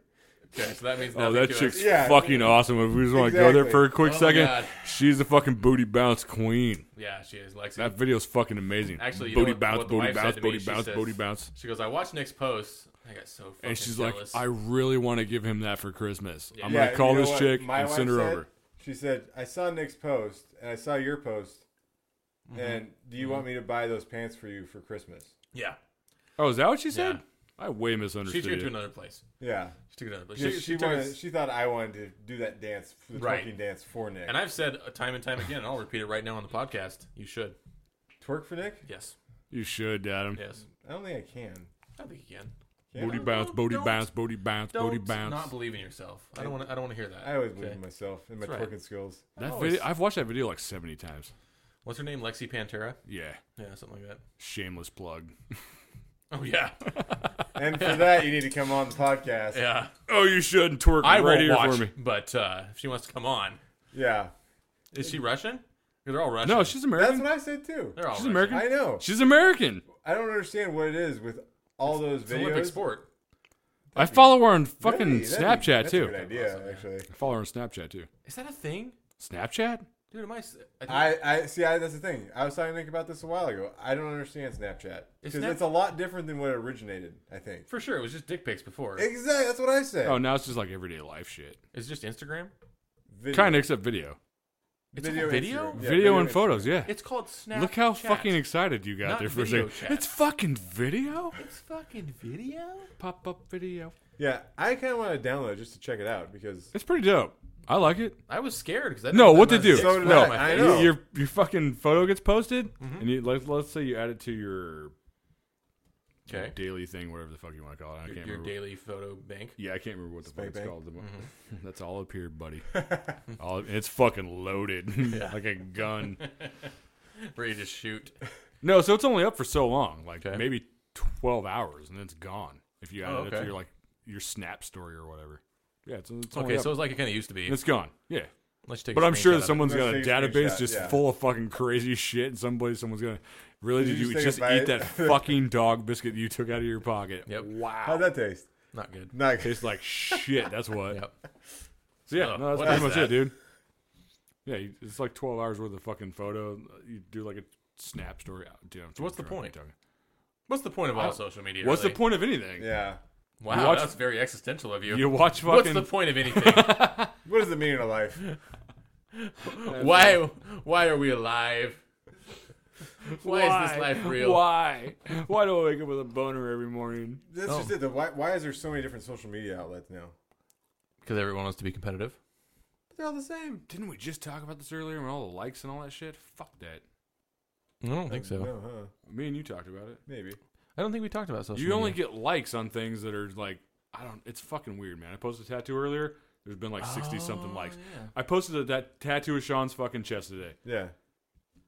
A: Okay, so that means
C: Oh,
A: nothing
C: that
A: to
C: chick's
A: us.
B: Yeah.
C: fucking awesome. If we just want to go there
B: Exactly.
C: for a quick
A: Oh my
C: second,
A: God.
C: she's a fucking booty bounce queen.
A: Yeah, she is Lexi.
C: That video's fucking amazing.
A: Actually, you know
C: booty
A: what-
C: bounce,
A: what the
C: booty
A: wife said
C: bounce,
A: to me,
C: booty
A: she
C: bounce,
A: says-
C: booty bounce.
A: she goes, "I watched Nick's post. I got so fucking
C: And she's
A: jealous.
C: like, I really want to give him that for Christmas. I'm
A: Yeah,
C: gonna call
B: you know
C: this
B: what
C: chick
B: my
C: and
B: wife
C: send her
B: said?
C: over.
B: She said, I saw Nick's post and I saw your post.
A: Mm-hmm.
B: And do you want me to buy those pants for you for Christmas?
A: yeah,
C: Oh, is that what she said?
A: Yeah.
C: I way
A: she
C: misunderstood.
A: took it to
C: you.
A: another place.
B: Yeah.
A: She took it to another place.
B: She,
A: She,
B: she,
A: took
B: wanted,
A: us-
B: she thought I wanted to do that dance, the
A: Right.
B: twerking dance for Nick.
A: and I've said uh, time and time again, and I'll repeat it right now on the podcast. You should.
B: Twerk for Nick?
A: Yes.
C: You should, Adam.
A: Yes.
B: I don't think I can.
A: I think you can.
B: Can't
C: Booty
B: I?
C: bounce,
A: don't-
C: booty
A: don't-
C: bounce, booty bounce, booty
A: Don't
C: bounce.
A: not believe in yourself. I don't want. I don't want to hear that.
B: I always
A: Okay.
B: believe in myself and my
A: That's right.
B: twerking skills.
C: that
B: always-
C: video, I've watched that video like 70 times.
A: What's her name? Lexi Pantera.
C: Yeah.
A: Yeah, something like that.
C: Shameless plug.
A: Oh yeah,
B: And for that, you need to come on the podcast. Yeah.
A: yeah.
C: Oh, you should twerk
A: I
C: right
A: won't
C: here
A: watch,
C: for me.
A: but uh, if she wants to come on, is she Russian? 'Cause They're all Russian.
C: No, she's
B: That's
C: American.
B: what I said too.
A: they're all
C: She's
A: Russian.
C: American.
B: I know.
C: She's American.
B: I don't understand what it is with all those
A: It's an Olympic
B: videos.
A: sport.
C: I follow her on fucking
B: Really, that'd be-
C: Snapchat
B: that's
C: too.
B: A good idea, actually.
C: I follow her on Snapchat too.
A: Is that a thing,
C: Snapchat?
A: dude? Am I? s- I, think,
B: I, I see. I, that's the thing. I was talking to Nick about this a while ago. I don't understand Snapchat
A: Is
B: because
A: Snap-
B: it's a lot different than what it originated. I think.
A: for sure, it was just dick pics before.
B: Exactly. That's what I said.
C: Oh, now it's just like everyday life shit.
A: It's just Instagram.
B: Video.
C: Kind of except video.
A: It's called video?
B: Instagram. Yeah,
C: video and
B: Instagram.
C: photos, yeah.
A: It's called Snapchat.
C: Look how fucking excited you got
A: Not
C: there for a
A: video
C: second.
A: chat.
C: It's fucking video?
A: It's fucking video.
C: Pop up video.
B: Yeah, I kind of want to download it just to check it out because
C: It's pretty dope. I like it.
A: I was scared because
C: No, what to do?
B: So did
C: no,
B: I. I know.
C: Your, your fucking photo gets posted,
A: Mm-hmm.
C: and you, let, let's say you add it to your
A: Okay.
C: daily thing, whatever the fuck you want to call it. I
A: Your,
C: can't
A: your
C: remember.
A: daily photo bank.
C: Yeah, I can't remember what the fuck
B: Spay
C: it's
B: Bank?
C: called.
A: Mm-hmm.
C: That's all up here, buddy. all, it's fucking loaded like a gun.
A: Ready to shoot.
C: No, so it's only up for so long, like
A: Okay.
C: maybe twelve hours, and then it's gone. If you add
A: Oh,
C: it up to
A: okay.
C: your like your Snap story or whatever. Yeah, it's, it's only
A: Okay,
C: up.
A: so it's like it kind of used to be.
C: it's gone. Yeah,
A: Let's take.
C: but
A: i
C: I'm sure that someone's got a
B: Let's take a
C: database
B: screenshot,
C: just
B: yeah.
C: full of fucking crazy shit, and somebody someone's gonna really did,
B: you
C: you
B: just
C: just
B: take a
C: eat
B: bite?
C: that fucking dog biscuit you took out of your pocket?
A: Yep.
B: how'd
C: Wow,
B: that taste?
A: Not good.
B: Not good.
C: tastes like shit. That's what.
A: Yep.
C: So yeah,
A: Oh,
C: no, that's
A: what
C: pretty
A: is
C: much
A: that?
C: it, dude. Yeah, you, it's like twelve hours worth of fucking photo. You do like a Snap story. Oh, Dude, I'm
A: What's the
C: fucking
A: point?
C: talking.
A: What's the point of
C: I
A: all
C: don't-
A: social media?
C: What's the
A: really?
C: point of anything?
B: Yeah.
A: Wow,
C: watch-
A: that's very existential of you.
C: You watch fucking.
A: What's the point of anything?
B: What is the meaning of life?
A: why? Why are we alive? Why, is this life real?
C: Why? Why do I wake up with a boner every morning?
B: That's
A: Oh.
B: just it. The, why, why is there so many different social media outlets now?
A: Because everyone wants to be competitive.
B: They're all the same.
C: Didn't we just talk about this earlier? When all the likes and all that shit. Fuck that.
A: I don't think so.
B: No, huh?
C: Me and you talked about it.
B: Maybe.
A: I don't think we talked about social.
C: You only get likes on things that are like I don't. It's fucking weird, man. I posted a tattoo earlier. There's been like sixty something likes. I posted a, that tattoo of Sean's fucking chest today.
B: Yeah.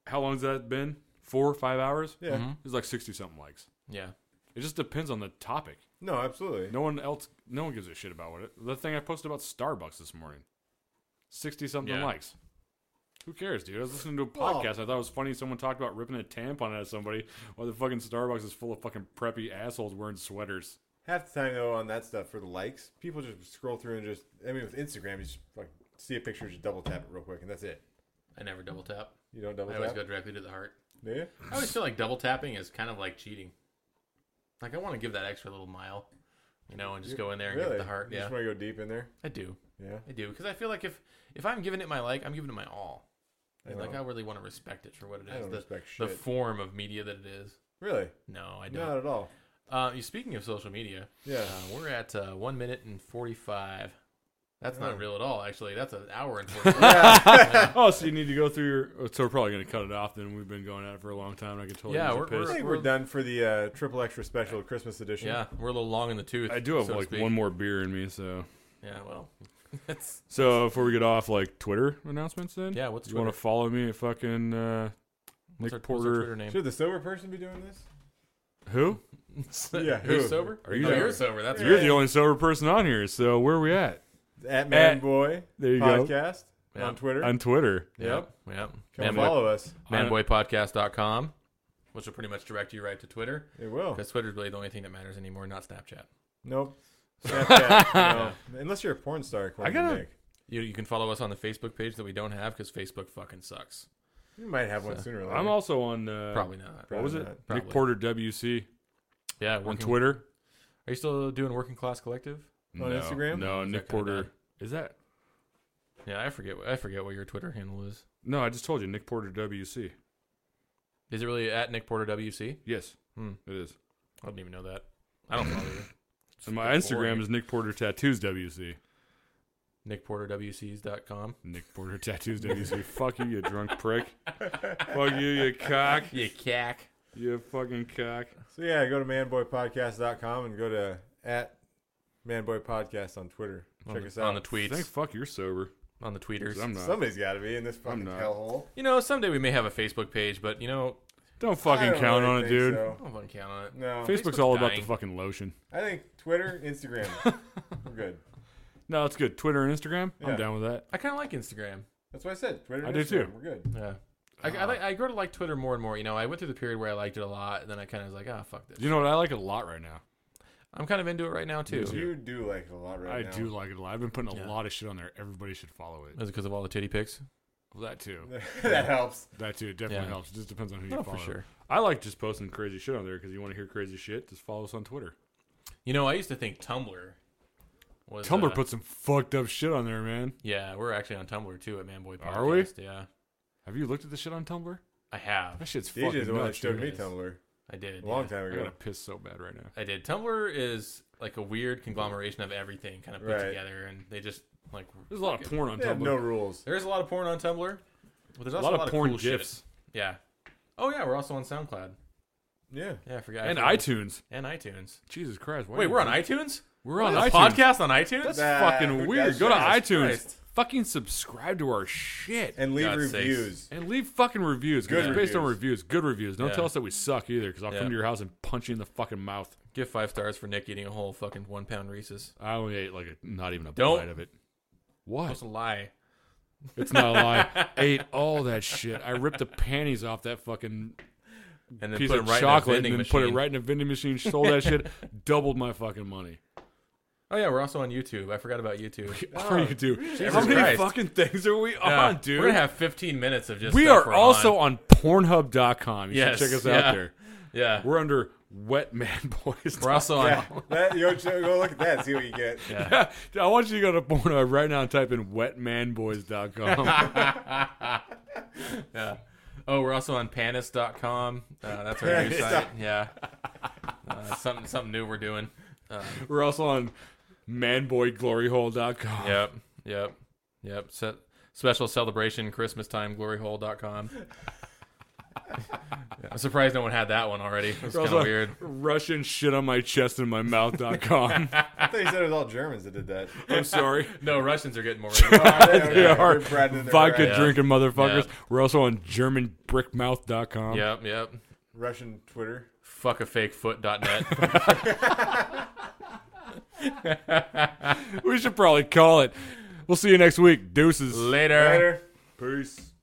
C: How long's that been? Four or five hours?
B: Yeah.
A: Mm-hmm.
C: There's like sixty something likes.
A: Yeah.
C: It just depends on the topic.
B: No, absolutely.
C: No one else. No one gives a shit about what it. The thing I posted about Starbucks this morning, sixty something
A: Yeah.
C: likes. Who cares, dude? I was listening to a
B: Well-
C: podcast. I thought it was funny. Someone talked about ripping a tampon out of somebody while the fucking Starbucks is full of fucking preppy assholes wearing sweaters.
B: Half the time, though, on that stuff for the likes, people just scroll through and just, I mean, with Instagram, you just like, see a picture, just double tap it real quick, and that's it.
A: I never double tap.
B: You don't double
A: I always
B: tap?
A: go directly to the heart.
B: Do you?
A: I always feel like double tapping is kind of like cheating. Like I want to give that extra little mile, you know, and just go in there and
B: Really?
A: give it the heart.
B: You
A: Yeah,
B: just want to go deep in there?
A: I do.
B: Yeah.
A: I do because I feel like if if I'm giving it my like, I'm giving it my all.
B: I
A: And, like
B: know.
A: I really want to respect it for what it
B: I
A: is.
B: don't
A: the,
B: respect
A: the
B: shit.
A: form of media that it is.
B: Really?
A: No, I
B: Not
A: don't.
B: at all.
A: Uh, you- speaking of social media,
B: Yeah.
A: uh, we're at uh, one minute and forty five. That's
B: Oh.
A: not real at all. Actually, that's an hour and forty five.
B: yeah.
C: oh, so you need to go through your. oh, So we're probably gonna cut it off. Then we've been going at it for a long time. And I can totally.
A: Yeah,
C: use a
A: we're-
B: I
C: piss.
A: we're-
B: think we're done for the uh, triple extra special Christmas edition.
A: yeah, we're a little long in the tooth.
C: I do have
A: so to
C: like
A: speak.
C: one more beer in me. So
A: Yeah, well, that's
C: so before we get off, like Twitter announcements. Then
A: yeah. What's
C: you want
A: Twitter?
C: to follow me at fucking uh,
A: What's our,
C: Nick
A: what's our
C: Porter?
A: Twitter name?
B: Should the sober person be doing this?
C: Who?
B: Yeah,
A: Who's
B: who?
A: sober?
C: Are you
A: oh,
C: sober?
A: you're sober. That's
C: You're
A: right.
C: the only sober person on here. So where are we at?
B: At Man
C: At-
B: Boy
C: There you go.
B: Podcast
A: Yeah.
B: on Twitter.
C: on Twitter.
A: Yep. Yep.
B: Come
A: Manboy-
B: follow us.
A: manboypodcast.com, which will pretty much direct you right to Twitter.
B: It will.
A: Because Twitter's really the only thing that matters anymore, not Snapchat.
B: Nope. Snapchat, no. Unless you're a porn star, according
C: I
B: to
C: gotta-
B: Nick.
A: You, you can follow us on the Facebook page that we don't have because Facebook fucking sucks.
B: You might have one sooner or later.
C: I'm also on. Uh,
A: Probably not.
C: What was it?
B: Probably
A: not.
C: Nick Porter WC
A: Yeah,
C: on
A: working,
C: Twitter.
A: Are you still doing Working Class Collective?
B: On
C: No,
B: Instagram?
C: No, Nick
A: that kinda
C: Porter. Is that?
A: Yeah, I forget. I forget what your Twitter handle is.
C: No, I just told you Nick Porter WC.
A: Is it really at Nick Porter WC?
C: Yes,
A: Hmm.
C: it is.
A: I didn't even know that. I don't follow you.
C: And my Instagram
A: boring.
C: is Nick Porter Tattoos WC.
A: NickPorterWCs.com.
C: Nick Porter Tattoos WC. Fuck you, you drunk prick. Fuck you, you cock.
A: You cack.
C: You fucking cock.
B: So yeah, go to manboypodcast.com and go to at Manboy Podcast on Twitter. Check
A: on, the,
B: us out.
A: on the tweets,
C: Thank fuck you're sober.
A: on the tweeters.
C: 'cause I'm not.
B: Somebody's got to be in this
C: I'm
B: fucking
C: not.
B: hellhole.
A: You know, someday we may have a Facebook page, but you know,
C: Don't
B: I
C: fucking
B: don't
C: count
B: really
C: on it,
B: think
C: dude.
A: I
B: so.
A: don't fucking count on it.
B: No,
C: Facebook's,
A: Facebook's
C: all about
A: dying.
C: the fucking lotion.
B: I think Twitter, Instagram, we're good.
C: No, it's good. Twitter and Instagram.
B: Yeah.
C: I'm down with that.
A: I kind of like Instagram.
B: That's what I said. Twitter, and
C: I do
B: Instagram,
C: too.
B: We're good.
A: Yeah. I,
C: Ah.
A: I, like, I grow to like Twitter more and more. You know, I went through the period where I liked it a lot, and then I kind of was like, ah, fuck this.
C: You know what? I like it a lot right now.
A: I'm kind of into it right now, too.
C: too.
B: You do like it a lot right
C: I
B: now.
C: do like it a lot. I've been putting a
A: Yeah.
C: lot of shit on there. Everybody should follow it.
A: Is it because of all the titty pics?
C: Well, that too.
B: that helps.
C: That too. It definitely
A: Yeah.
C: helps. It just depends on who you
A: No,
C: follow.
A: Oh, for sure.
C: I like just posting crazy shit on there because you want to hear crazy shit. Just follow us on Twitter.
A: You know, I used to think Tumblr was. uh,
C: Tumblr put some fucked up shit on there, man.
A: Yeah, we're actually on Tumblr, too, at Manboy Podcast.
C: Are we?
A: Yeah.
C: Have you looked at the shit on Tumblr?
A: I have.
C: That shit's
B: DJ's
C: fucking
B: the one that
C: nuts.
B: showed
C: dude.
B: me
A: Yes.
B: Tumblr
A: I did.
B: a long
A: yeah.
B: time
C: I
B: ago.
C: gotta piss so bad right now.
A: I did. Tumblr is like a weird conglomeration of everything kind of put
B: Right.
A: together, and they just, like,
C: There's a lot of porn on
B: They have
C: Tumblr.
B: no rules.
A: there's a lot of porn on Tumblr, but there's
C: a
A: also
C: lot of porn
A: cool shit.
C: gifs
A: Yeah. Oh, yeah, we're also on SoundCloud.
B: Yeah.
A: Yeah, I forgot. I
C: and
A: forgot.
C: iTunes.
A: And iTunes.
C: Jesus Christ! why
A: Wait,
C: do
A: we're
C: you-
A: on iTunes?
C: We're on
A: A
C: iTunes.
A: podcast on iTunes?
C: That's
B: Nah, who
C: fucking weird.
B: does
C: Go to
B: that?
C: iTunes.
A: Christ.
C: Fucking subscribe to our shit.
B: And leave
A: God's sakes.
B: reviews.
C: And leave fucking reviews. 'cause
B: Good
C: it's based on reviews. Good reviews. Don't
A: Yeah.
C: tell us that we suck either, because I'll
A: Yeah.
C: come to your house and punch you in the fucking mouth.
A: Give five stars for Nick eating a whole fucking one pound Reese's.
C: I only ate like a, not even a
A: Don't-
C: bite of it. What?
A: That's a lie.
C: It's not a lie. ate all that shit. I ripped the panties off that fucking
A: And then
C: piece
A: put it
C: of
A: right
C: chocolate
A: in a vending
C: and then
A: machine.
C: put it right in a vending machine. Sold that shit. Doubled my fucking money.
A: Oh yeah, we're also on YouTube. I forgot about YouTube.
C: Are you do? How
A: Jesus
C: many
A: Christ.
C: fucking things are we
A: Yeah,
C: on, dude?
A: We're gonna have 15 minutes of just.
C: We
A: stuff
C: are
A: we're
C: also
A: On.
C: on Pornhub.com. You
A: Yes,
C: should check us
A: yeah.
C: out there.
A: Yeah, we're,
C: We're under Wet Man Boys.
A: also on.
B: Yeah, that, you go, go look at that and see what you get.
C: I want you to go to Pornhub right now and type in wetmanboys.com.
A: yeah. Oh, we're also on Panis.com. Uh, that's our new
B: Panis.
A: site. Yeah. Uh, something something new we're doing. Uh,
C: We're also on manboygloryhole.com.
A: yep. Yep. Yep. Se- special celebration Christmas time gloryhole.com. I'm surprised no one had that one already. It's
C: We're
A: kind
C: also
A: of
C: on
A: weird.
C: Russian shit on my chest and my mouth.com.
B: I thought you said it was all Germans that did that.
C: I'm sorry.
A: No, Russians are getting more.
B: Oh, they-
C: They
B: they're
C: are
B: bratting their
C: vodka
B: right.
C: drinking motherfuckers.
A: Yeah.
C: We're also on GermanBrickmouth.com.
A: yep, yep.
B: Russian Twitter.
A: Fuckafakafoot.net.
C: We should probably call it. We'll see you next week. Deuces.
A: Later.
B: Later.
C: Peace.